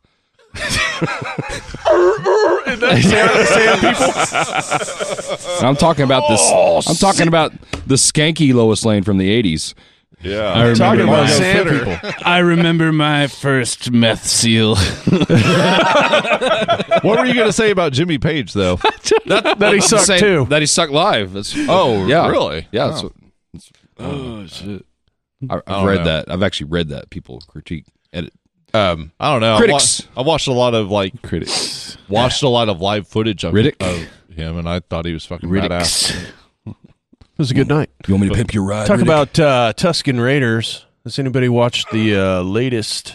[SPEAKER 3] I'm talking about this. I'm talking about the skanky Lois Lane from the '80s.
[SPEAKER 1] I
[SPEAKER 2] Yeah.
[SPEAKER 1] remember,
[SPEAKER 4] about
[SPEAKER 1] my,
[SPEAKER 4] sand people.
[SPEAKER 1] I remember my first meth seal.
[SPEAKER 2] what were you going to say about Jimmy
[SPEAKER 1] (laughs)
[SPEAKER 2] Page though?
[SPEAKER 4] That he sucked
[SPEAKER 3] Say
[SPEAKER 4] too.
[SPEAKER 3] That he sucked live. That's, oh, yeah, really? Yeah. That's what, oh shit! I,
[SPEAKER 2] I
[SPEAKER 3] I've
[SPEAKER 2] don't
[SPEAKER 3] read
[SPEAKER 2] know.
[SPEAKER 3] that. I've actually read that. People critique edit.
[SPEAKER 4] Um,
[SPEAKER 2] I don't know. I
[SPEAKER 3] Critics.
[SPEAKER 2] wa- I, watched a lot of like
[SPEAKER 1] Critics.
[SPEAKER 2] watched a lot of live footage of,
[SPEAKER 1] Riddick.
[SPEAKER 2] of him, and I thought he was fucking badass.
[SPEAKER 1] Critics.
[SPEAKER 4] it was a good night.
[SPEAKER 7] You want me to pimp your ride?
[SPEAKER 4] Talk
[SPEAKER 7] Riddick?
[SPEAKER 4] about uh, Tuscan Raiders. Has anybody watched the uh, latest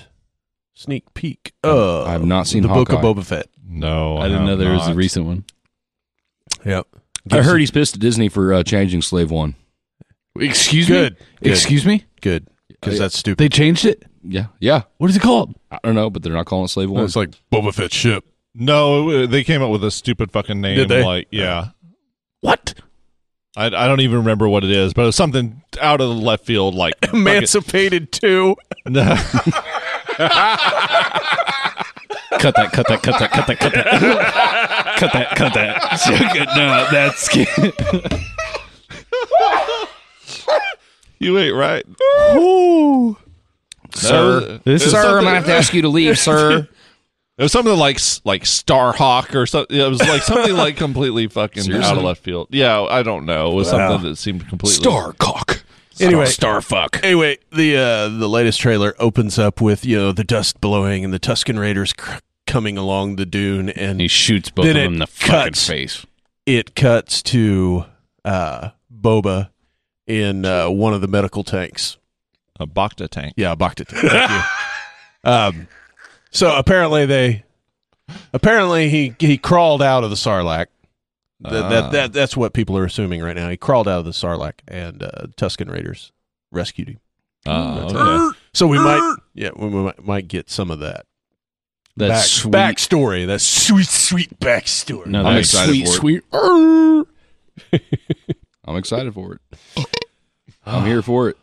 [SPEAKER 4] sneak peek of
[SPEAKER 3] I've not seen
[SPEAKER 4] the book of
[SPEAKER 3] Hawkeye.
[SPEAKER 4] Boba Fett?
[SPEAKER 2] No,
[SPEAKER 1] I didn't know
[SPEAKER 2] have
[SPEAKER 1] there was a
[SPEAKER 2] not.
[SPEAKER 1] recent one.
[SPEAKER 4] Yep.
[SPEAKER 3] I heard he's pissed at Disney for uh, changing Slave One.
[SPEAKER 1] Excuse
[SPEAKER 4] Good.
[SPEAKER 1] me.
[SPEAKER 4] Good.
[SPEAKER 1] Excuse me.
[SPEAKER 4] Good. Because that's stupid.
[SPEAKER 1] They changed it.
[SPEAKER 3] Yeah, yeah.
[SPEAKER 1] What is it called?
[SPEAKER 3] I don't know, but they're not calling it Slave One.
[SPEAKER 4] it's like Boba Fett ship.
[SPEAKER 2] No, they came up with a stupid fucking name.
[SPEAKER 4] Did they?
[SPEAKER 2] Like, yeah,
[SPEAKER 1] What?
[SPEAKER 2] I, I don't even remember what it is, but it was something out of the left
[SPEAKER 1] (laughs)
[SPEAKER 2] field. Like, fuck it. (laughs)
[SPEAKER 4] Emancipated too.
[SPEAKER 2] No.
[SPEAKER 1] Cut that. Cut that. Cut that. Cut that. Cut that. (laughs) cut that. Cut that. So good. No, that's (laughs) good.
[SPEAKER 2] you ain't right.
[SPEAKER 3] sir,
[SPEAKER 1] This is
[SPEAKER 3] sir, I'm
[SPEAKER 2] something-
[SPEAKER 3] gonna have to ask you to leave, sir.
[SPEAKER 2] It was something like s- like Starhawk or something. It was like something like completely fucking out of left field. Yeah, I don't know. It was something that seemed completely
[SPEAKER 7] Starcock.
[SPEAKER 4] Anyway,
[SPEAKER 1] Star fuck.
[SPEAKER 4] anyway, the uh, the latest trailer opens up with you know the dust blowing and the Tuscan Raiders cr- coming along the dune, and
[SPEAKER 1] He shoots both
[SPEAKER 4] Then
[SPEAKER 1] of
[SPEAKER 4] it
[SPEAKER 1] them in the fucking
[SPEAKER 4] cuts.
[SPEAKER 1] face.
[SPEAKER 4] it cuts to uh, Boba in uh, one of the medical tanks.
[SPEAKER 2] (laughs) a Bacta tank.
[SPEAKER 4] Yeah, Bacta tank. Thank you. Um, so apparently they, apparently he he crawled out of the sarlacc. Th-
[SPEAKER 2] Ah.
[SPEAKER 4] that, that that's what people are assuming right now. He crawled out of the sarlacc, and uh, Tuscan Raiders rescued him.
[SPEAKER 2] Ah,
[SPEAKER 4] That's
[SPEAKER 2] okay.
[SPEAKER 4] So we might, yeah, we we might, might get some of that
[SPEAKER 1] That's
[SPEAKER 4] back,
[SPEAKER 1] sweet.
[SPEAKER 4] backstory. That's sweet, sweet backstory.
[SPEAKER 1] No,
[SPEAKER 3] I'm
[SPEAKER 1] that's
[SPEAKER 3] excited
[SPEAKER 1] sweet,
[SPEAKER 3] for it.
[SPEAKER 1] sweet.
[SPEAKER 3] I'm excited for it. (laughs) I'm here for it.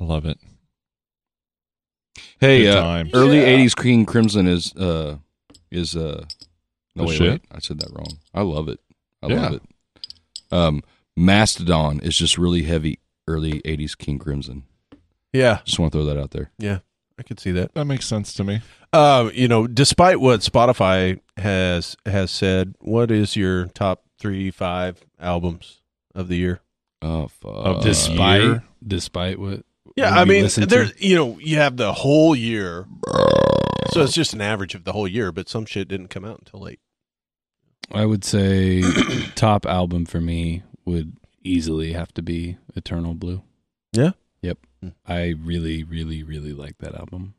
[SPEAKER 2] I love it.
[SPEAKER 3] Hey,
[SPEAKER 2] Good
[SPEAKER 3] uh,
[SPEAKER 2] times.
[SPEAKER 3] early '80s King Crimson is uh is uh no
[SPEAKER 2] The
[SPEAKER 3] wait,
[SPEAKER 2] shit?
[SPEAKER 3] wait I said that wrong. I love it. I
[SPEAKER 2] Yeah.
[SPEAKER 3] love it. Um, Mastodon is just really heavy early '80s King Crimson.
[SPEAKER 4] Yeah,
[SPEAKER 3] Just want to throw that out there.
[SPEAKER 4] I could see that.
[SPEAKER 2] That makes sense to me.
[SPEAKER 4] Uh, you know, despite what Spotify has has said, what is your top three five albums of the year?
[SPEAKER 3] Oh fuck!
[SPEAKER 2] Of this year?
[SPEAKER 1] Despite,
[SPEAKER 2] Year.
[SPEAKER 1] despite what?
[SPEAKER 4] Yeah,
[SPEAKER 1] What
[SPEAKER 4] I
[SPEAKER 1] do you
[SPEAKER 4] mean,
[SPEAKER 1] listen to?
[SPEAKER 4] there's you know, you have the whole year, so it's just an average of the whole year. But some shit didn't come out until (laughs) late.
[SPEAKER 1] I would
[SPEAKER 4] (coughs)
[SPEAKER 1] say top album for me would easily have to be Eternal Blue.
[SPEAKER 4] Yeah?
[SPEAKER 1] Yep.
[SPEAKER 4] Hmm.
[SPEAKER 1] I really, really, really like that album.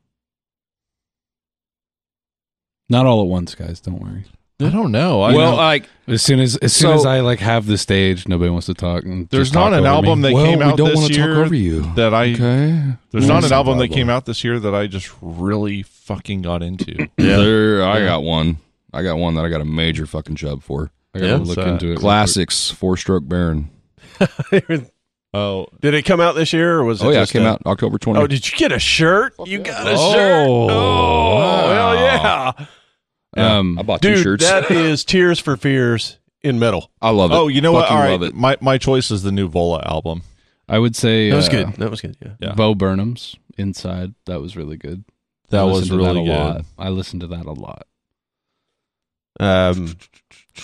[SPEAKER 1] Not all at once, guys. Don't worry.
[SPEAKER 2] I don't know. I
[SPEAKER 3] well,
[SPEAKER 2] know.
[SPEAKER 3] like
[SPEAKER 1] As soon as as soon
[SPEAKER 3] So-
[SPEAKER 1] as I like have the stage, nobody wants to talk. And
[SPEAKER 2] there's
[SPEAKER 1] just talk
[SPEAKER 2] not an
[SPEAKER 1] over
[SPEAKER 2] album
[SPEAKER 1] me.
[SPEAKER 2] that
[SPEAKER 3] well,
[SPEAKER 2] came
[SPEAKER 3] we
[SPEAKER 2] out
[SPEAKER 3] don't
[SPEAKER 2] this
[SPEAKER 3] want to
[SPEAKER 2] year
[SPEAKER 3] talk over you.
[SPEAKER 2] uh, that I
[SPEAKER 3] okay.
[SPEAKER 2] there's
[SPEAKER 3] Well,
[SPEAKER 2] not an
[SPEAKER 3] that's
[SPEAKER 2] album that
[SPEAKER 3] problem.
[SPEAKER 2] came out this year that I just really fucking got into.
[SPEAKER 3] There, I got one. I got one that I got a major fucking job for.
[SPEAKER 1] I gotta
[SPEAKER 4] Yeah.
[SPEAKER 1] look
[SPEAKER 2] So,
[SPEAKER 1] into it. real
[SPEAKER 3] Classics, four stroke Baron.
[SPEAKER 4] Did
[SPEAKER 2] oh,
[SPEAKER 4] it come out this year, or was it?
[SPEAKER 3] Oh yeah, it
[SPEAKER 4] just
[SPEAKER 3] came
[SPEAKER 4] a-
[SPEAKER 3] out October
[SPEAKER 4] Oh,
[SPEAKER 3] 20th.
[SPEAKER 4] did you get a shirt? You got a
[SPEAKER 2] Oh,
[SPEAKER 4] shirt? Oh,
[SPEAKER 2] wow.
[SPEAKER 4] hell yeah,
[SPEAKER 1] Um,
[SPEAKER 3] I bought
[SPEAKER 4] dude!
[SPEAKER 3] t-shirts.
[SPEAKER 4] That is Tears for Fears in metal.
[SPEAKER 3] I love it.
[SPEAKER 2] oh, you know what?
[SPEAKER 3] Fucking
[SPEAKER 2] All
[SPEAKER 3] love
[SPEAKER 2] right,
[SPEAKER 3] it.
[SPEAKER 2] my my choice is the new Vola album.
[SPEAKER 1] I would say
[SPEAKER 4] That was
[SPEAKER 1] uh,
[SPEAKER 4] good. That was good. Yeah.
[SPEAKER 2] Yeah.
[SPEAKER 1] Bo Burnham's Inside. That was really good.
[SPEAKER 2] That
[SPEAKER 1] I
[SPEAKER 2] was
[SPEAKER 1] listened to
[SPEAKER 2] really
[SPEAKER 1] a
[SPEAKER 2] good.
[SPEAKER 1] lot. I listened to that a lot.
[SPEAKER 4] Um,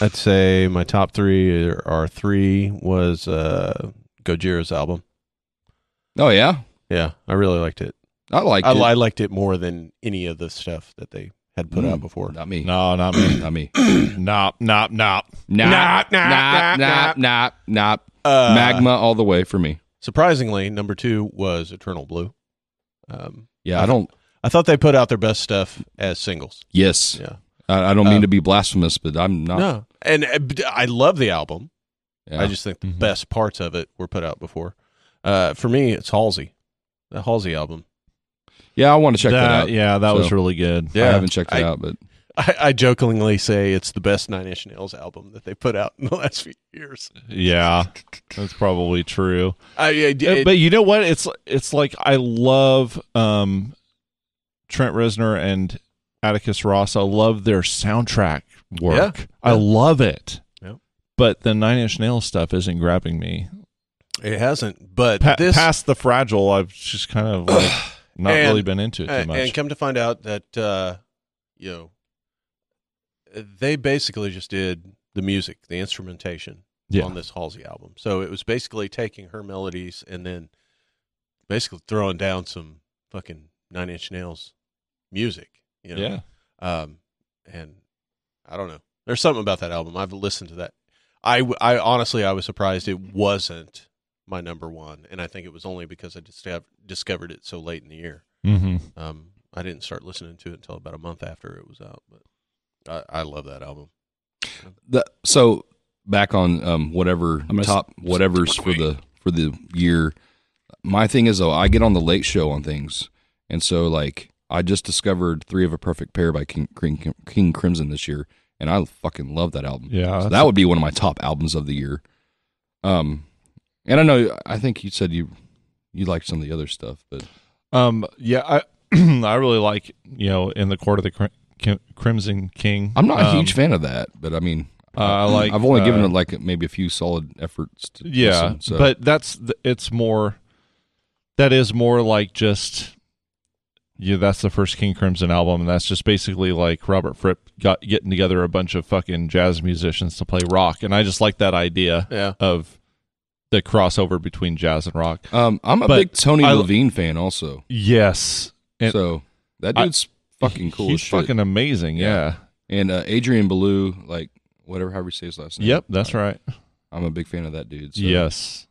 [SPEAKER 4] I'd say my top three are, are three was uh, Gojira's album.
[SPEAKER 3] Oh yeah,
[SPEAKER 4] Yeah, I really liked it.
[SPEAKER 3] I like.
[SPEAKER 4] I,
[SPEAKER 3] it.
[SPEAKER 4] I liked it more than any of the stuff that they had put out
[SPEAKER 3] Mm.
[SPEAKER 4] before.
[SPEAKER 3] Not me.
[SPEAKER 2] No, not (clears throat) me.
[SPEAKER 3] (coughs) Not me.
[SPEAKER 2] Nop, nop, nop.
[SPEAKER 3] Nop, nop, nop, nop, nop.
[SPEAKER 4] Uh,
[SPEAKER 3] Magma all the way for me.
[SPEAKER 4] Surprisingly, number two was Eternal Blue. Um,
[SPEAKER 3] Yeah, I don't.
[SPEAKER 4] I thought they put out their best stuff as singles.
[SPEAKER 3] Yes,
[SPEAKER 4] Yeah,
[SPEAKER 3] I, I don't mean
[SPEAKER 4] Um,
[SPEAKER 3] to be blasphemous, but I'm not.
[SPEAKER 4] no, and uh, b- I love the album.
[SPEAKER 3] Yeah. Mm-hmm.
[SPEAKER 4] I just think the
[SPEAKER 2] Mhm.
[SPEAKER 4] best parts of it were put out before. Uh, for me, it's Halsey, the Halsey album.
[SPEAKER 3] yeah, I want to check that, out.
[SPEAKER 2] Yeah, that was
[SPEAKER 3] So-
[SPEAKER 2] really good.
[SPEAKER 3] I haven't checked it
[SPEAKER 4] I-
[SPEAKER 3] out, but
[SPEAKER 4] I, I jokingly say it's the best Nine Inch Nails album that they put out in the (laughs) last few years.
[SPEAKER 2] Yeah, that's probably true.
[SPEAKER 4] I, I-
[SPEAKER 2] Uh,
[SPEAKER 4] it-
[SPEAKER 2] but you know what? It's it's like I love um, Trent Reznor and Atticus Ross. I love their soundtrack work. I
[SPEAKER 4] Yeah.
[SPEAKER 2] love it.
[SPEAKER 4] Yeah.
[SPEAKER 2] But the Nine Inch Nails stuff isn't grabbing me.
[SPEAKER 4] it hasn't. But
[SPEAKER 2] Pa-
[SPEAKER 4] this
[SPEAKER 2] past the fragile, I've just kind of
[SPEAKER 4] (clears throat)
[SPEAKER 2] like not
[SPEAKER 4] And-
[SPEAKER 2] really been into it
[SPEAKER 4] uh,
[SPEAKER 2] too much.
[SPEAKER 4] and come to find out that uh, you know they basically just did the music, the instrumentation
[SPEAKER 2] Yeah.
[SPEAKER 4] on this Halsey album. So it was basically taking her melodies and then basically throwing down some fucking Nine Inch Nails music. You know?
[SPEAKER 2] yeah.
[SPEAKER 4] Um, and I don't know. There's something about that album. I've listened to that. I, w- I honestly, I was surprised it wasn't my number one, and I think it was only because I just have discovered it so late in the year.
[SPEAKER 2] Mm-hmm.
[SPEAKER 4] Um, I didn't start listening to it until about a month after it was out, but I, I love that album.
[SPEAKER 3] The, so back on um, whatever
[SPEAKER 1] gonna
[SPEAKER 3] top whatever's for the for the year. My thing is though, I get on the late show on things, and so like I just discovered Three of a Perfect Pair by King, King, King Crimson this year, and I fucking love that album.
[SPEAKER 2] Yeah,
[SPEAKER 3] so that would be one of my top albums of the year. Um, and I know I think you said you you liked some of the other stuff, but
[SPEAKER 2] Um, yeah, I (clears throat) I really like you know in the court of the Crim- Kim- Crimson King.
[SPEAKER 3] I'm not a
[SPEAKER 2] Um,
[SPEAKER 3] huge fan of that. But I mean,
[SPEAKER 2] uh, I like.
[SPEAKER 3] I've only given
[SPEAKER 2] uh,
[SPEAKER 3] it like maybe a few solid efforts. To
[SPEAKER 2] yeah,
[SPEAKER 3] listen, so.
[SPEAKER 2] but that's th- it's more. That is more like just. Yeah, that's the first King Crimson album, and that's just basically like Robert Fripp got getting together a bunch of fucking jazz musicians to play rock, and I just like that idea
[SPEAKER 4] Yeah.
[SPEAKER 2] of the crossover between jazz and rock.
[SPEAKER 3] um, I'm a
[SPEAKER 2] but
[SPEAKER 3] big Tony
[SPEAKER 2] I-
[SPEAKER 3] Levine fan also.
[SPEAKER 2] Yes, And-
[SPEAKER 3] so that
[SPEAKER 2] I-
[SPEAKER 3] dude's fucking cool.
[SPEAKER 2] He's
[SPEAKER 3] as shit.
[SPEAKER 2] fucking amazing. Yeah.
[SPEAKER 3] and uh, Adrian Ballou, like whatever however you say his last name.
[SPEAKER 2] Yep, that's
[SPEAKER 3] I-
[SPEAKER 2] right.
[SPEAKER 3] I'm a big fan of that dude. So.
[SPEAKER 2] (laughs) Yes.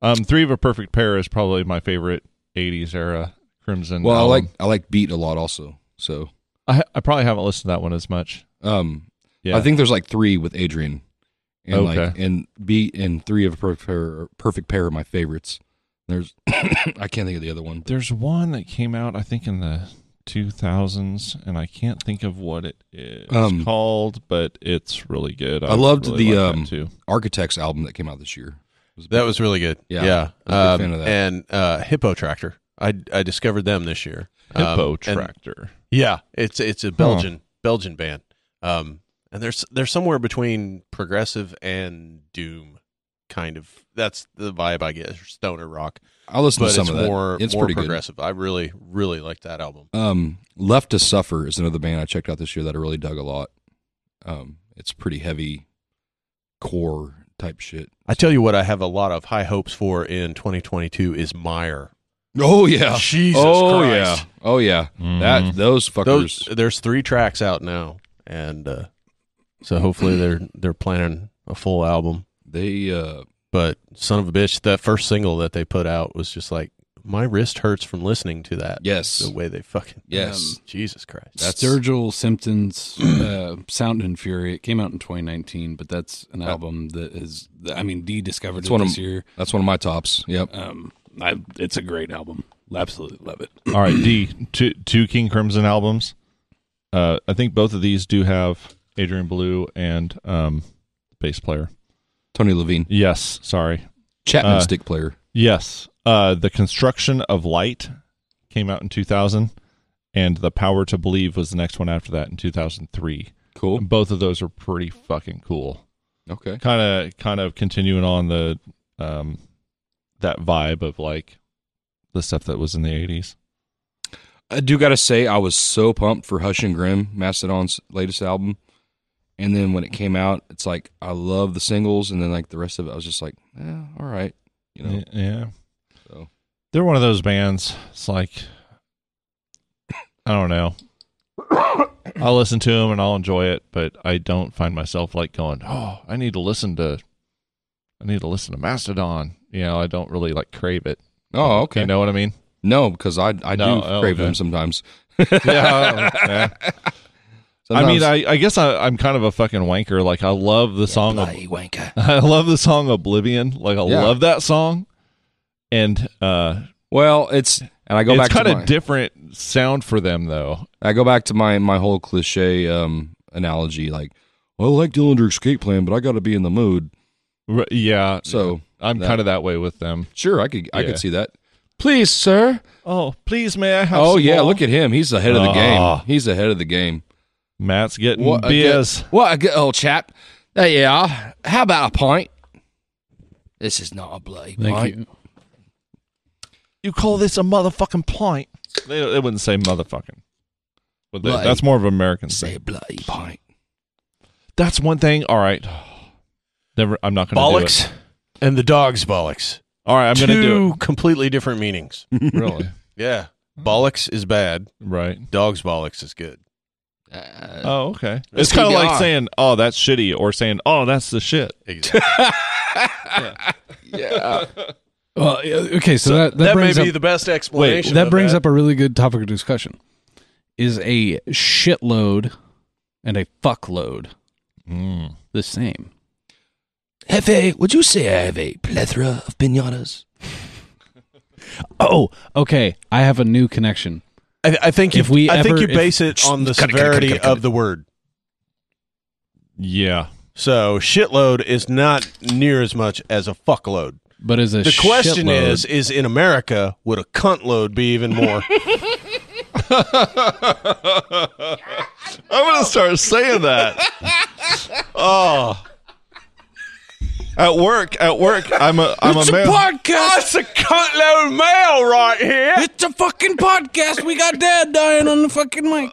[SPEAKER 2] Um, Three of a Perfect Pair is probably my favorite '80s era Crimson.
[SPEAKER 3] Well, I
[SPEAKER 2] album.
[SPEAKER 3] like I like Beat a lot also. So
[SPEAKER 2] I, I probably haven't listened to that one as much.
[SPEAKER 3] um,
[SPEAKER 2] Yeah.
[SPEAKER 3] I think there's like three with Adrian, and like
[SPEAKER 2] Okay.
[SPEAKER 3] and Beat and three of a perfect pair, are- perfect pair are my favorites. There's (coughs) I can't think of the other one.
[SPEAKER 2] there's one that came out I think in the 2000s, and I can't think of what it is
[SPEAKER 3] Um,
[SPEAKER 2] called, but it's really good.
[SPEAKER 3] I loved
[SPEAKER 2] really
[SPEAKER 3] the,
[SPEAKER 2] like that
[SPEAKER 3] um,
[SPEAKER 2] too.
[SPEAKER 3] Architects album that came out this year.
[SPEAKER 4] That was really good.
[SPEAKER 3] Yeah.
[SPEAKER 4] yeah.
[SPEAKER 3] I was a big
[SPEAKER 4] Um,
[SPEAKER 3] fan of that.
[SPEAKER 4] And uh, Hippo Tractor, I I discovered them this year. Um,
[SPEAKER 2] Hippo
[SPEAKER 4] and-
[SPEAKER 2] Tractor.
[SPEAKER 4] yeah, it's it's a Belgian Belgian band. Um, and there's they're somewhere between progressive and doom, kind of. That's the vibe I get. or Stoner rock,
[SPEAKER 3] I listened
[SPEAKER 4] but
[SPEAKER 3] to some
[SPEAKER 4] it's
[SPEAKER 3] of that.
[SPEAKER 4] more
[SPEAKER 3] it's
[SPEAKER 4] more
[SPEAKER 3] pretty good.
[SPEAKER 4] progressive. I really really like that album.
[SPEAKER 3] Um, Left to Suffer is another band I checked out this year that I really dug a lot. Um, it's pretty heavy core type shit.
[SPEAKER 4] I tell you what, I have a lot of high hopes for in 2022 is Meyer.
[SPEAKER 3] Oh yeah.
[SPEAKER 4] Jesus
[SPEAKER 3] oh
[SPEAKER 4] Christ.
[SPEAKER 3] yeah. Oh yeah. That those fuckers.
[SPEAKER 4] Those there's three tracks out now, and uh, so hopefully they're they're planning a full album.
[SPEAKER 3] they uh
[SPEAKER 4] But son of a bitch, that first single that they put out was just like my wrist hurts from listening to that.
[SPEAKER 3] yes.
[SPEAKER 4] the way they fucking
[SPEAKER 3] yes.
[SPEAKER 4] Jesus Christ.
[SPEAKER 3] That's-
[SPEAKER 1] Sturgill Simpson's uh, (clears throat) Sound and Fury. It came out in 2019, but that's an album that is, I mean, D discovered
[SPEAKER 3] It's
[SPEAKER 1] it
[SPEAKER 3] one of
[SPEAKER 1] this year.
[SPEAKER 3] That's one of my tops. Yep.
[SPEAKER 1] Um, I, it's a great album. Absolutely love it.
[SPEAKER 2] All right, D two two King Crimson albums. Uh, I think both of these do have Adrian Blue and um, bass player.
[SPEAKER 3] Tony Levine.
[SPEAKER 2] Yes, sorry.
[SPEAKER 3] Chapman
[SPEAKER 2] Uh,
[SPEAKER 3] stick player.
[SPEAKER 2] Yes, uh, the construction of light came out in 2000, and the power to believe was the next one after that in 2003.
[SPEAKER 3] Cool.
[SPEAKER 2] Both of those are pretty fucking cool.
[SPEAKER 3] Okay.
[SPEAKER 2] Kind of kind of continuing on the um, that vibe of like the stuff that was in the 80s.
[SPEAKER 3] I do gotta say I was so pumped for Hush and Grim, Mastodon's latest album. And then when it came out, it's like I love the singles, and then like the rest of it, I was just like, eh, all right, you know.
[SPEAKER 2] Y- Yeah.
[SPEAKER 3] So.
[SPEAKER 2] They're one of those bands. It's like I don't know. (coughs) I'll listen to them and I'll enjoy it, but I don't find myself like going, "Oh, I need to listen to I need to listen to Mastodon." You know, I don't really like crave it.
[SPEAKER 3] Oh, okay.
[SPEAKER 2] You know what I
[SPEAKER 3] (laughs)
[SPEAKER 2] mean?
[SPEAKER 3] No, because I I
[SPEAKER 2] No,
[SPEAKER 3] do
[SPEAKER 2] oh,
[SPEAKER 3] crave
[SPEAKER 2] okay.
[SPEAKER 3] them sometimes.
[SPEAKER 2] Yeah. (laughs) yeah. I mean, I, I guess I, I'm kind of a fucking wanker. Like, I love the song. Ob-
[SPEAKER 5] wanker.
[SPEAKER 2] (laughs) I love the song Oblivion. Like, I
[SPEAKER 3] Yeah.
[SPEAKER 2] love that song. And uh,
[SPEAKER 3] well, it's and I go
[SPEAKER 2] it's
[SPEAKER 3] back
[SPEAKER 2] kind
[SPEAKER 3] to
[SPEAKER 2] of
[SPEAKER 3] my,
[SPEAKER 2] different sound for them, though.
[SPEAKER 3] I go back to my my whole cliche um analogy like I like the Dillinger Escape Plan, but I got to be in the mood.
[SPEAKER 2] R- yeah.
[SPEAKER 3] So
[SPEAKER 2] I'm
[SPEAKER 3] that-
[SPEAKER 2] kind of that way with them.
[SPEAKER 3] sure, I could I
[SPEAKER 2] Yeah.
[SPEAKER 3] could see that. Please, sir.
[SPEAKER 2] Oh, please, may I have?
[SPEAKER 3] Oh yeah, look at him. He's ahead of the
[SPEAKER 2] Ah.
[SPEAKER 3] game. He's ahead of the game.
[SPEAKER 2] Matt's getting
[SPEAKER 3] What a
[SPEAKER 2] beers.
[SPEAKER 3] good, what a good old chap. Uh, yeah. How about a pint?
[SPEAKER 5] This is not a bloody
[SPEAKER 1] Thank
[SPEAKER 5] pint.
[SPEAKER 1] you.
[SPEAKER 2] You call this a motherfucking pint? They, they wouldn't say motherfucking. But they-
[SPEAKER 5] Right.
[SPEAKER 2] that's more of American.
[SPEAKER 5] Say
[SPEAKER 2] Thing.
[SPEAKER 5] a bloody
[SPEAKER 3] Pint.
[SPEAKER 2] That's one thing. All right. Never. I'm not going to do it.
[SPEAKER 8] Bollocks and the dog's bollocks.
[SPEAKER 2] All right. I'm going to do
[SPEAKER 4] Two completely different meanings.
[SPEAKER 2] it. Really.
[SPEAKER 4] yeah. Bollocks is bad.
[SPEAKER 2] Right.
[SPEAKER 4] Dog's bollocks is good.
[SPEAKER 5] Uh,
[SPEAKER 2] Oh, okay. It's kind of like saying, "Oh, that's shitty," or saying, "Oh, that's the shit."
[SPEAKER 4] Exactly.
[SPEAKER 1] Well, yeah, okay, so, that that,
[SPEAKER 4] That, may
[SPEAKER 1] brings
[SPEAKER 4] be
[SPEAKER 1] up,
[SPEAKER 4] the best explanation.
[SPEAKER 1] that
[SPEAKER 4] of
[SPEAKER 1] brings up a really good topic of discussion. Is a shitload and a fuckload
[SPEAKER 2] Mm.
[SPEAKER 1] the same?
[SPEAKER 5] Hefe, would you say I have a plethora of pinatas?
[SPEAKER 1] Oh, okay. I have a new connection.
[SPEAKER 4] (laughs) I, I think
[SPEAKER 1] If
[SPEAKER 4] if
[SPEAKER 1] we
[SPEAKER 4] we, I think
[SPEAKER 1] ever-
[SPEAKER 4] you
[SPEAKER 1] if-
[SPEAKER 4] base it on the
[SPEAKER 7] cut it, cut it, cut it,
[SPEAKER 4] severity
[SPEAKER 7] cut it, cut
[SPEAKER 4] of the word.
[SPEAKER 2] Yeah.
[SPEAKER 4] So shitload is not near as much as a fuckload.
[SPEAKER 1] But as a
[SPEAKER 4] The question
[SPEAKER 1] shitload-
[SPEAKER 4] is: Is in America would a cuntload be even more?
[SPEAKER 2] I'm gonna start saying
[SPEAKER 4] (laughs)
[SPEAKER 2] that. oh. At work, at work, I'm a I'm a man.
[SPEAKER 4] podcast. It's a (laughs) cuntload male right here.
[SPEAKER 6] It's a fucking podcast. We got dad dying on the fucking mic.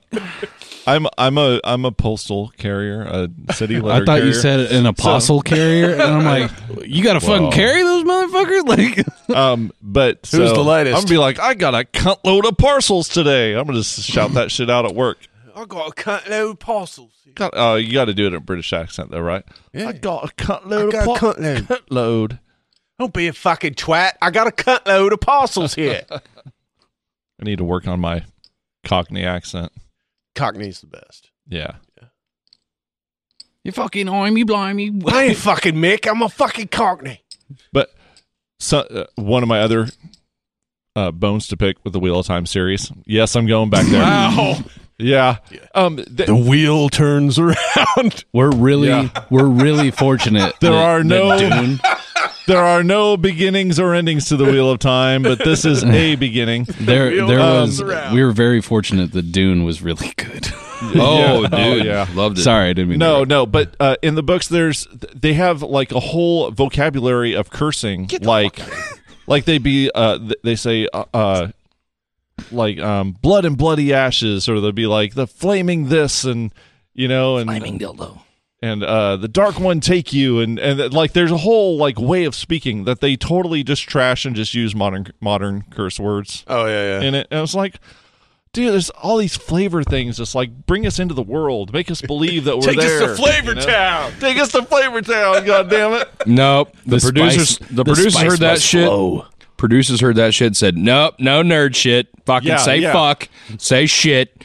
[SPEAKER 2] I'm I'm a I'm a postal carrier, a city
[SPEAKER 1] (laughs) I
[SPEAKER 2] letter.
[SPEAKER 1] thought you
[SPEAKER 2] carrier.
[SPEAKER 1] said an apostle carrier, and I'm like, you got to fucking
[SPEAKER 2] Whoa.
[SPEAKER 1] carry those motherfuckers. Like,
[SPEAKER 2] Um, but
[SPEAKER 4] Who's
[SPEAKER 2] so
[SPEAKER 4] the lightest?
[SPEAKER 2] I'm gonna be like, I got a cuntload of parcels today. I'm gonna just shout that shit out at work.
[SPEAKER 4] I got a cuntload parcels.
[SPEAKER 2] Got, uh, you got to do it in a British accent though, right? I got a cuntload
[SPEAKER 4] I
[SPEAKER 2] of
[SPEAKER 4] got a
[SPEAKER 2] par-
[SPEAKER 4] cuntload.
[SPEAKER 2] cuntload.
[SPEAKER 4] (laughs) Don't be a fucking twat. I got a cuntload of parcels here.
[SPEAKER 2] I need to work on my Cockney accent.
[SPEAKER 4] (laughs) Cockney's the best.
[SPEAKER 2] Yeah.
[SPEAKER 6] You fucking army blimey.
[SPEAKER 4] I ain't fucking Mick. I'm a fucking Cockney.
[SPEAKER 2] But so, uh, one of my other uh, bones to pick with the Wheel of Time series. Yes, I'm going back there. Wow. (laughs) Yeah. Um. th-
[SPEAKER 4] wheel turns around.
[SPEAKER 1] we're really,
[SPEAKER 2] Yeah.
[SPEAKER 1] we're really fortunate.
[SPEAKER 2] There
[SPEAKER 1] that-
[SPEAKER 2] are
[SPEAKER 1] that
[SPEAKER 2] no-
[SPEAKER 1] Dune-
[SPEAKER 2] there are no beginnings or endings to the Wheel of Time, but this is a beginning.
[SPEAKER 1] there,
[SPEAKER 4] wheel
[SPEAKER 1] there was.
[SPEAKER 4] turns around.
[SPEAKER 1] We were very fortunate that Dune was really good. (laughs)
[SPEAKER 2] (laughs)
[SPEAKER 3] Oh,
[SPEAKER 2] Yeah.
[SPEAKER 3] dude,
[SPEAKER 2] Oh, yeah.
[SPEAKER 3] loved it.
[SPEAKER 1] Sorry, I didn't mean. to
[SPEAKER 2] No,
[SPEAKER 1] interrupt.
[SPEAKER 2] no, but uh, in the books, there's they have like a whole vocabulary of cursing, like like they be uh, th- they say uh, uh, like um, blood and bloody ashes, or they'll be like the flaming this and you know and
[SPEAKER 5] Flaming dildo.
[SPEAKER 2] and uh, the dark one take you and and like there's a whole like way of speaking that they totally just trash and just use modern modern curse words
[SPEAKER 4] (laughs) Oh yeah, yeah.
[SPEAKER 2] in it. And I was like, dude, there's all these flavor things. Just like bring us into the world, make us believe that we're
[SPEAKER 4] Take us
[SPEAKER 2] there.
[SPEAKER 4] to Flavor
[SPEAKER 2] you know?
[SPEAKER 4] Town.
[SPEAKER 2] Take us to Flavor Town. God damn it.
[SPEAKER 3] Nope. The,
[SPEAKER 1] spice-
[SPEAKER 3] producers, the,
[SPEAKER 1] the
[SPEAKER 3] producers
[SPEAKER 1] spice
[SPEAKER 3] heard that
[SPEAKER 1] must
[SPEAKER 3] shit. Producers heard that shit. and Said nope, no nerd shit. Fucking
[SPEAKER 2] Yeah,
[SPEAKER 3] say
[SPEAKER 2] yeah.
[SPEAKER 3] fuck, say shit.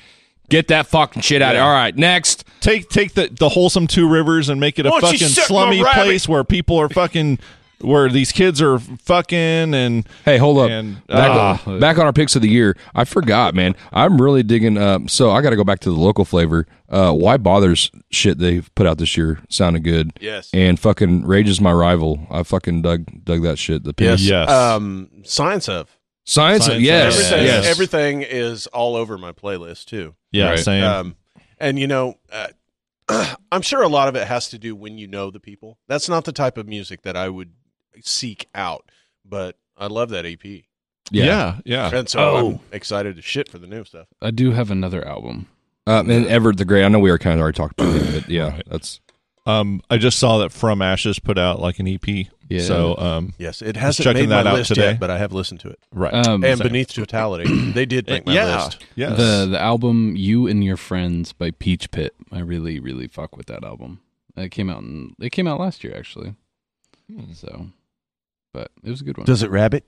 [SPEAKER 3] Get that fucking shit out of here. All right, next.
[SPEAKER 2] Take take the the wholesome Two Rivers and make it a
[SPEAKER 4] Why don't you
[SPEAKER 2] fucking
[SPEAKER 4] suck my
[SPEAKER 2] slummy
[SPEAKER 4] rabbit?
[SPEAKER 2] place where people are fucking. Where these kids are fucking and
[SPEAKER 3] Hey, hold up.
[SPEAKER 2] And-
[SPEAKER 3] back,
[SPEAKER 2] ah.
[SPEAKER 3] back on our picks of the year. I forgot, man. I'm really digging. Um, so I got to go back to the local flavor. Uh, why bothers shit they put out this year sounded good.
[SPEAKER 4] (laughs) Yes.
[SPEAKER 3] And fucking Rage is my rival. I fucking dug dug that shit. The
[SPEAKER 4] Yes.
[SPEAKER 3] piece.
[SPEAKER 2] Yes.
[SPEAKER 4] Um, science of
[SPEAKER 3] Science.
[SPEAKER 2] Science.
[SPEAKER 3] yes.
[SPEAKER 4] everything.
[SPEAKER 3] yes.
[SPEAKER 4] Everything is all over my playlist too.
[SPEAKER 2] yeah,
[SPEAKER 3] Right.
[SPEAKER 2] same.
[SPEAKER 4] Um, and you know, uh, (clears throat) I'm sure a lot of it has to do when you know the people. That's not the type of music that I would seek out, but I love that EP,
[SPEAKER 3] yeah.
[SPEAKER 2] yeah, yeah.
[SPEAKER 4] and so I'm excited to shit for the new stuff.
[SPEAKER 1] I do have another album.
[SPEAKER 3] Um, and Everett the Great. I know we were kind of already talked about it, but yeah, that's
[SPEAKER 2] Um, I just saw that From Ashes put out like an EP.
[SPEAKER 1] Yeah.
[SPEAKER 2] So, um,
[SPEAKER 4] Yes, it hasn't
[SPEAKER 2] checking
[SPEAKER 4] made my
[SPEAKER 2] that out
[SPEAKER 4] list
[SPEAKER 2] today.
[SPEAKER 4] yet, but I have listened to it.
[SPEAKER 2] right.
[SPEAKER 1] Um,
[SPEAKER 4] and Beneath Totality, they did make my
[SPEAKER 2] yeah.
[SPEAKER 4] list.
[SPEAKER 2] Yes.
[SPEAKER 1] the the album "You and Your Friends" by Peach Pit. I really, really fuck with that album. It came out. In, it came out last year, actually.
[SPEAKER 7] Hmm.
[SPEAKER 1] So, but it was a good one.
[SPEAKER 4] it rabbit?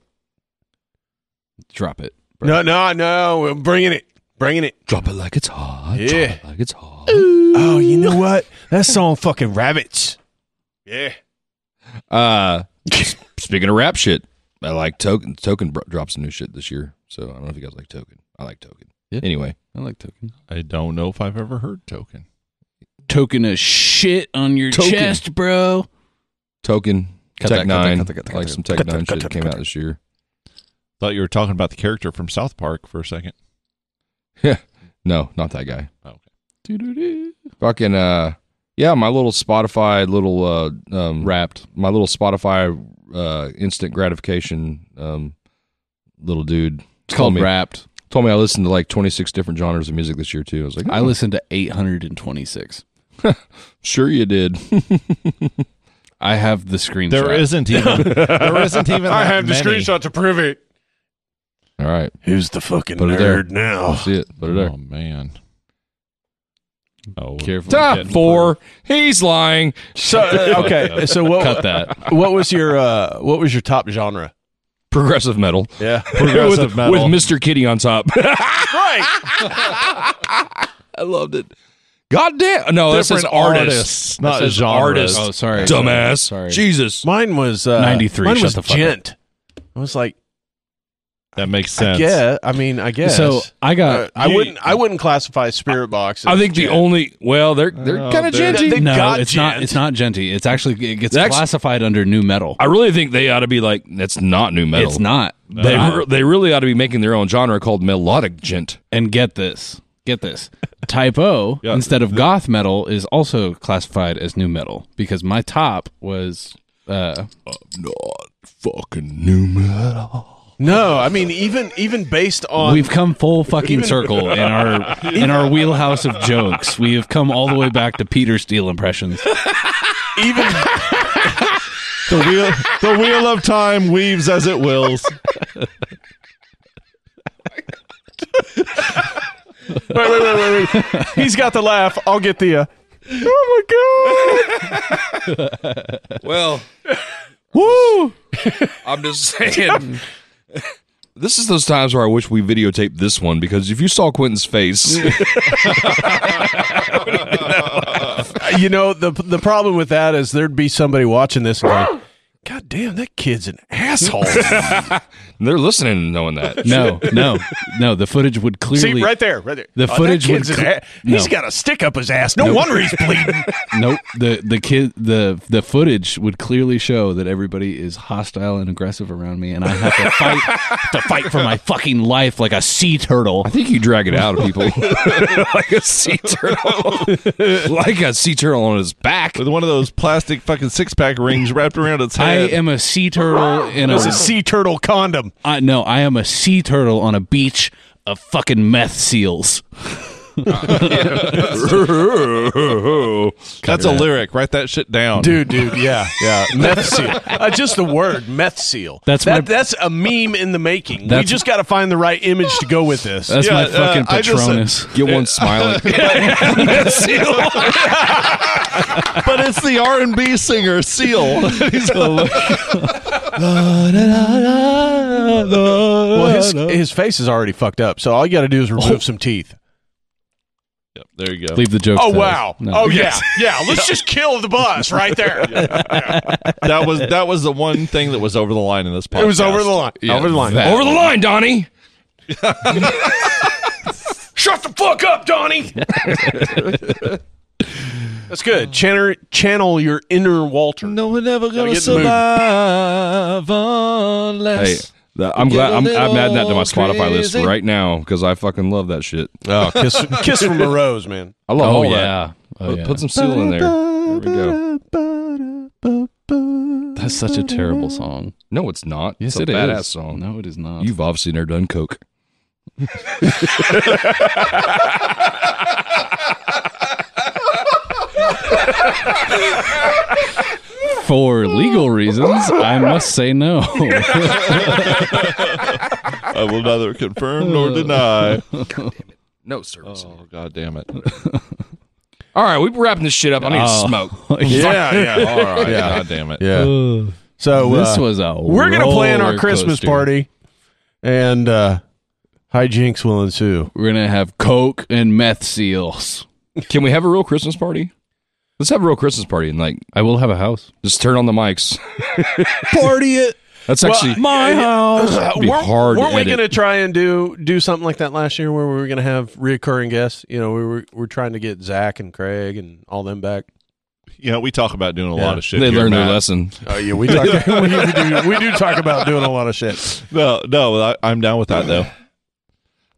[SPEAKER 1] Drop it. bro.
[SPEAKER 4] No, no, no. We're bringing it. Bringing it.
[SPEAKER 7] Drop it like it's hot.
[SPEAKER 4] Yeah.
[SPEAKER 7] Drop it like it's hot.
[SPEAKER 4] Oh, you know what? That song fucking rabbits. Yeah.
[SPEAKER 3] uh, speaking of rap shit. I like Token. Token bro- drops some new shit this year, so I don't know if you guys like Token. I like Token.
[SPEAKER 1] Yeah.
[SPEAKER 3] Anyway,
[SPEAKER 1] I like Token.
[SPEAKER 2] I don't know if I've ever heard Token.
[SPEAKER 6] Token a shit on your
[SPEAKER 3] Token.
[SPEAKER 6] chest, bro.
[SPEAKER 3] Token,
[SPEAKER 7] Cut
[SPEAKER 3] Tech
[SPEAKER 7] that, cut that,
[SPEAKER 3] Nine,
[SPEAKER 7] cut that, cut that,
[SPEAKER 3] like
[SPEAKER 7] cut
[SPEAKER 3] some
[SPEAKER 7] that,
[SPEAKER 3] Tech
[SPEAKER 7] cut that,
[SPEAKER 3] Nine
[SPEAKER 7] cut
[SPEAKER 3] shit
[SPEAKER 7] that,
[SPEAKER 3] that came
[SPEAKER 7] cut
[SPEAKER 3] out this year.
[SPEAKER 2] Thought you were talking about the character from South Park for a second.
[SPEAKER 3] No, not that guy.
[SPEAKER 2] Oh,
[SPEAKER 1] Doo-doo-doo.
[SPEAKER 3] Fucking uh, yeah, my little Spotify little uh, um,
[SPEAKER 1] Wrapped.
[SPEAKER 3] my little Spotify uh, instant gratification um, little dude.
[SPEAKER 1] It's called
[SPEAKER 3] me,
[SPEAKER 1] Wrapped.
[SPEAKER 3] Told me I listened to like twenty six different genres of music this year too. I was like,
[SPEAKER 1] I
[SPEAKER 3] "Oh,
[SPEAKER 1] (laughs) listened to 826.
[SPEAKER 3] sure you did.
[SPEAKER 1] I have the screenshot.
[SPEAKER 2] There isn't even. there isn't even.
[SPEAKER 4] I
[SPEAKER 2] that
[SPEAKER 4] have the
[SPEAKER 2] many.
[SPEAKER 4] screenshot to prove it.
[SPEAKER 3] (laughs) All right,
[SPEAKER 8] Who's the fucking
[SPEAKER 3] (laughs) Put it there.
[SPEAKER 8] nerd now?
[SPEAKER 3] see it. Put it there.
[SPEAKER 2] Oh man. Oh,
[SPEAKER 1] Careful.
[SPEAKER 3] Top four. He's lying.
[SPEAKER 4] So uh, okay, so what?
[SPEAKER 1] Cut that.
[SPEAKER 4] What was your uh, what was your top genre?
[SPEAKER 3] Progressive (laughs) metal.
[SPEAKER 4] Yeah,
[SPEAKER 2] progressive
[SPEAKER 3] with,
[SPEAKER 2] metal.
[SPEAKER 3] with Mr. Kitty on top.
[SPEAKER 4] right.
[SPEAKER 3] I loved it. God damn. No, that's an
[SPEAKER 2] Different
[SPEAKER 3] artist.
[SPEAKER 2] artists, not
[SPEAKER 3] says
[SPEAKER 2] genres.
[SPEAKER 3] artist.
[SPEAKER 1] Oh, sorry.
[SPEAKER 3] Dumbass.
[SPEAKER 1] Sorry.
[SPEAKER 3] Jesus.
[SPEAKER 4] Mine was uh,
[SPEAKER 1] 93,
[SPEAKER 4] Mine
[SPEAKER 1] shut
[SPEAKER 4] was
[SPEAKER 1] the fuck up.
[SPEAKER 4] gent. I was like,
[SPEAKER 2] That makes
[SPEAKER 4] I
[SPEAKER 2] sense.
[SPEAKER 4] guess. I mean, I guess.
[SPEAKER 1] So I got.
[SPEAKER 4] Uh, I wouldn't. I wouldn't classify Spirit Box. As
[SPEAKER 3] I think the
[SPEAKER 4] gent.
[SPEAKER 3] only well, they're they're
[SPEAKER 1] Uh,
[SPEAKER 2] Oh,
[SPEAKER 3] kind of
[SPEAKER 2] they're-
[SPEAKER 3] genty.
[SPEAKER 1] no,
[SPEAKER 4] got
[SPEAKER 1] it's not.
[SPEAKER 4] gent.
[SPEAKER 1] It's not genty. It's actually it gets
[SPEAKER 3] That's-
[SPEAKER 1] classified under new metal.
[SPEAKER 3] I really think they ought to be like that's not new metal.
[SPEAKER 1] It's not.
[SPEAKER 3] They
[SPEAKER 1] But I-
[SPEAKER 3] re- they really ought to be making their own genre called melodic gent.
[SPEAKER 1] and get this. Get this. Type O
[SPEAKER 2] Yeah.
[SPEAKER 1] instead of goth metal is also classified as new metal because my top was uh
[SPEAKER 7] Not fucking new metal.
[SPEAKER 4] No, I mean, even even based on
[SPEAKER 1] We've come full
[SPEAKER 2] (laughs)
[SPEAKER 1] fucking circle in our in our wheelhouse of jokes. We have come all the way back to Peter Steele impressions.
[SPEAKER 4] even
[SPEAKER 2] The wheel, the wheel of time weaves as it wills.
[SPEAKER 4] wait, wait, wait, wait, wait. He's got the laugh. I'll get the. Uh, oh
[SPEAKER 3] Well,
[SPEAKER 4] my god! Woo!
[SPEAKER 3] I'm just (laughs) saying. This is those times where I wish we videotaped this one because if you saw Quentin's (laughs) face,
[SPEAKER 4] Uh, You know the the problem with that is there'd be somebody watching this and going, "God damn, that kid's an asshole."
[SPEAKER 3] they're listening and knowing that.
[SPEAKER 1] No, no, no. The footage would clearly
[SPEAKER 4] See, right there, right there. Oh,
[SPEAKER 1] The footage
[SPEAKER 4] that
[SPEAKER 1] would
[SPEAKER 4] kid's an
[SPEAKER 1] cl-
[SPEAKER 4] a- He's
[SPEAKER 1] no.
[SPEAKER 4] got a stick up his ass. No wonder he's
[SPEAKER 1] (laughs)
[SPEAKER 4] bleeding.
[SPEAKER 1] Nope. The the kid the the footage would clearly show that everybody is hostile and aggressive around me and I have
[SPEAKER 2] (laughs)
[SPEAKER 1] to fight have to fight for my fucking life like a sea turtle.
[SPEAKER 3] I think you drag it out of (laughs) people like a sea turtle, like a sea turtle on his back.
[SPEAKER 2] With one of those plastic fucking six pack rings wrapped around its
[SPEAKER 1] I
[SPEAKER 2] (laughs) head.
[SPEAKER 1] am a sea turtle in a
[SPEAKER 4] It's a sea turtle condom.
[SPEAKER 1] I, no, I am a sea turtle on a beach of fucking meth seals.
[SPEAKER 2] That's a lyric. Write that shit down.
[SPEAKER 4] Dude, dude, yeah, yeah. Meth seal. Uh, just the word, meth seal.
[SPEAKER 1] That's
[SPEAKER 4] that,
[SPEAKER 1] my-
[SPEAKER 4] that's a meme in the making. We
[SPEAKER 1] That's-
[SPEAKER 4] just got to find the right image to go with this.
[SPEAKER 1] That's
[SPEAKER 2] Yeah,
[SPEAKER 1] my
[SPEAKER 2] uh,
[SPEAKER 1] fucking
[SPEAKER 2] I just said-
[SPEAKER 1] Patronus.
[SPEAKER 3] Get
[SPEAKER 2] (laughs)
[SPEAKER 3] one smiling.
[SPEAKER 2] but it's the R and B singer Seal. He's
[SPEAKER 4] well, his, his face is already fucked up, so all you got to do is
[SPEAKER 1] Oh.
[SPEAKER 4] remove some teeth.
[SPEAKER 2] Yep, there you go.
[SPEAKER 1] Leave the jokes.
[SPEAKER 4] Oh
[SPEAKER 1] to us.
[SPEAKER 4] wow!
[SPEAKER 1] No.
[SPEAKER 4] Oh yeah, yeah. Let's just kill the bus right there.
[SPEAKER 1] (laughs)
[SPEAKER 2] That was that was the one thing that was over the line in this podcast.
[SPEAKER 4] It was over the line. over the line.
[SPEAKER 3] Over the line, Donnie.
[SPEAKER 4] Shut the fuck
[SPEAKER 1] (laughs)
[SPEAKER 4] up, Donnie. That's good. Channel, channel your inner Walter.
[SPEAKER 2] No one ever
[SPEAKER 4] Gotta
[SPEAKER 2] gonna
[SPEAKER 4] get moving.
[SPEAKER 2] survive
[SPEAKER 3] Hey,
[SPEAKER 2] unless.
[SPEAKER 3] that- I'm
[SPEAKER 2] Get
[SPEAKER 3] glad
[SPEAKER 2] a
[SPEAKER 3] I'm, I'm adding that to
[SPEAKER 2] little
[SPEAKER 3] my Spotify list
[SPEAKER 2] crazy.
[SPEAKER 3] right now because I fucking love that shit.
[SPEAKER 4] Oh, kiss, kiss from a rose, man.
[SPEAKER 3] I love
[SPEAKER 1] Oh
[SPEAKER 3] all that.
[SPEAKER 1] yeah. Oh,
[SPEAKER 3] Put,
[SPEAKER 1] yeah.
[SPEAKER 3] put some seal in there. There we go.
[SPEAKER 1] That's such a terrible song.
[SPEAKER 3] No, it's not.
[SPEAKER 1] Yes,
[SPEAKER 3] it's a
[SPEAKER 1] it is.
[SPEAKER 3] badass song.
[SPEAKER 1] No, it is not.
[SPEAKER 3] You've obviously never done coke.
[SPEAKER 1] For legal reasons, I must say no.
[SPEAKER 2] I will neither confirm nor deny.
[SPEAKER 3] No, sir. sir.
[SPEAKER 2] Oh god damn it!
[SPEAKER 3] All right, we're wrapping this shit up. I need
[SPEAKER 1] Oh.
[SPEAKER 3] to smoke.
[SPEAKER 1] (laughs)
[SPEAKER 4] Yeah, yeah,
[SPEAKER 2] All right,
[SPEAKER 4] Yeah.
[SPEAKER 2] god damn it!
[SPEAKER 4] yeah. So uh,
[SPEAKER 1] this was a.
[SPEAKER 4] we're gonna plan our
[SPEAKER 1] roller
[SPEAKER 4] Christmas
[SPEAKER 1] coaster.
[SPEAKER 4] party, and uh, hijinks will ensue.
[SPEAKER 1] We're gonna have coke and meth seals.
[SPEAKER 3] Can we have a real Christmas party? Let's have a real Christmas party and like
[SPEAKER 1] I will have a house.
[SPEAKER 3] just turn on the mics.
[SPEAKER 4] Party it.
[SPEAKER 3] That's actually
[SPEAKER 4] my house.
[SPEAKER 3] Be hard to
[SPEAKER 4] weren't we
[SPEAKER 3] edit.
[SPEAKER 4] going to try and do do something like that last year, where we were going to have reoccurring guests? You know, we were we're trying to get Zach and Craig and all them back.
[SPEAKER 2] Yeah, we talk about doing a lot of shit.
[SPEAKER 3] they
[SPEAKER 2] here,
[SPEAKER 3] learned their
[SPEAKER 2] Matt.
[SPEAKER 3] lesson.
[SPEAKER 4] Oh yeah, we talk, (laughs) we, do, we do talk about doing a lot of shit.
[SPEAKER 2] No, no, I, I'm down with that though.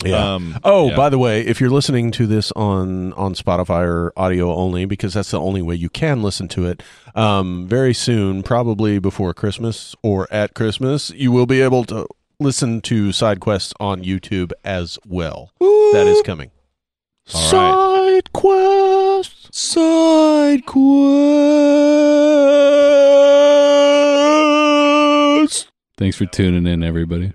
[SPEAKER 4] Yeah.
[SPEAKER 2] Um,
[SPEAKER 4] oh,
[SPEAKER 2] yeah.
[SPEAKER 4] by the way, if you're listening to this on on Spotify or audio only, because that's the only way you can listen to it. Um, very soon, probably before Christmas or at Christmas, you will be able to listen to side quests on YouTube as well. That is coming.
[SPEAKER 2] all right.
[SPEAKER 3] Side quest.
[SPEAKER 1] Thanks for tuning in, everybody.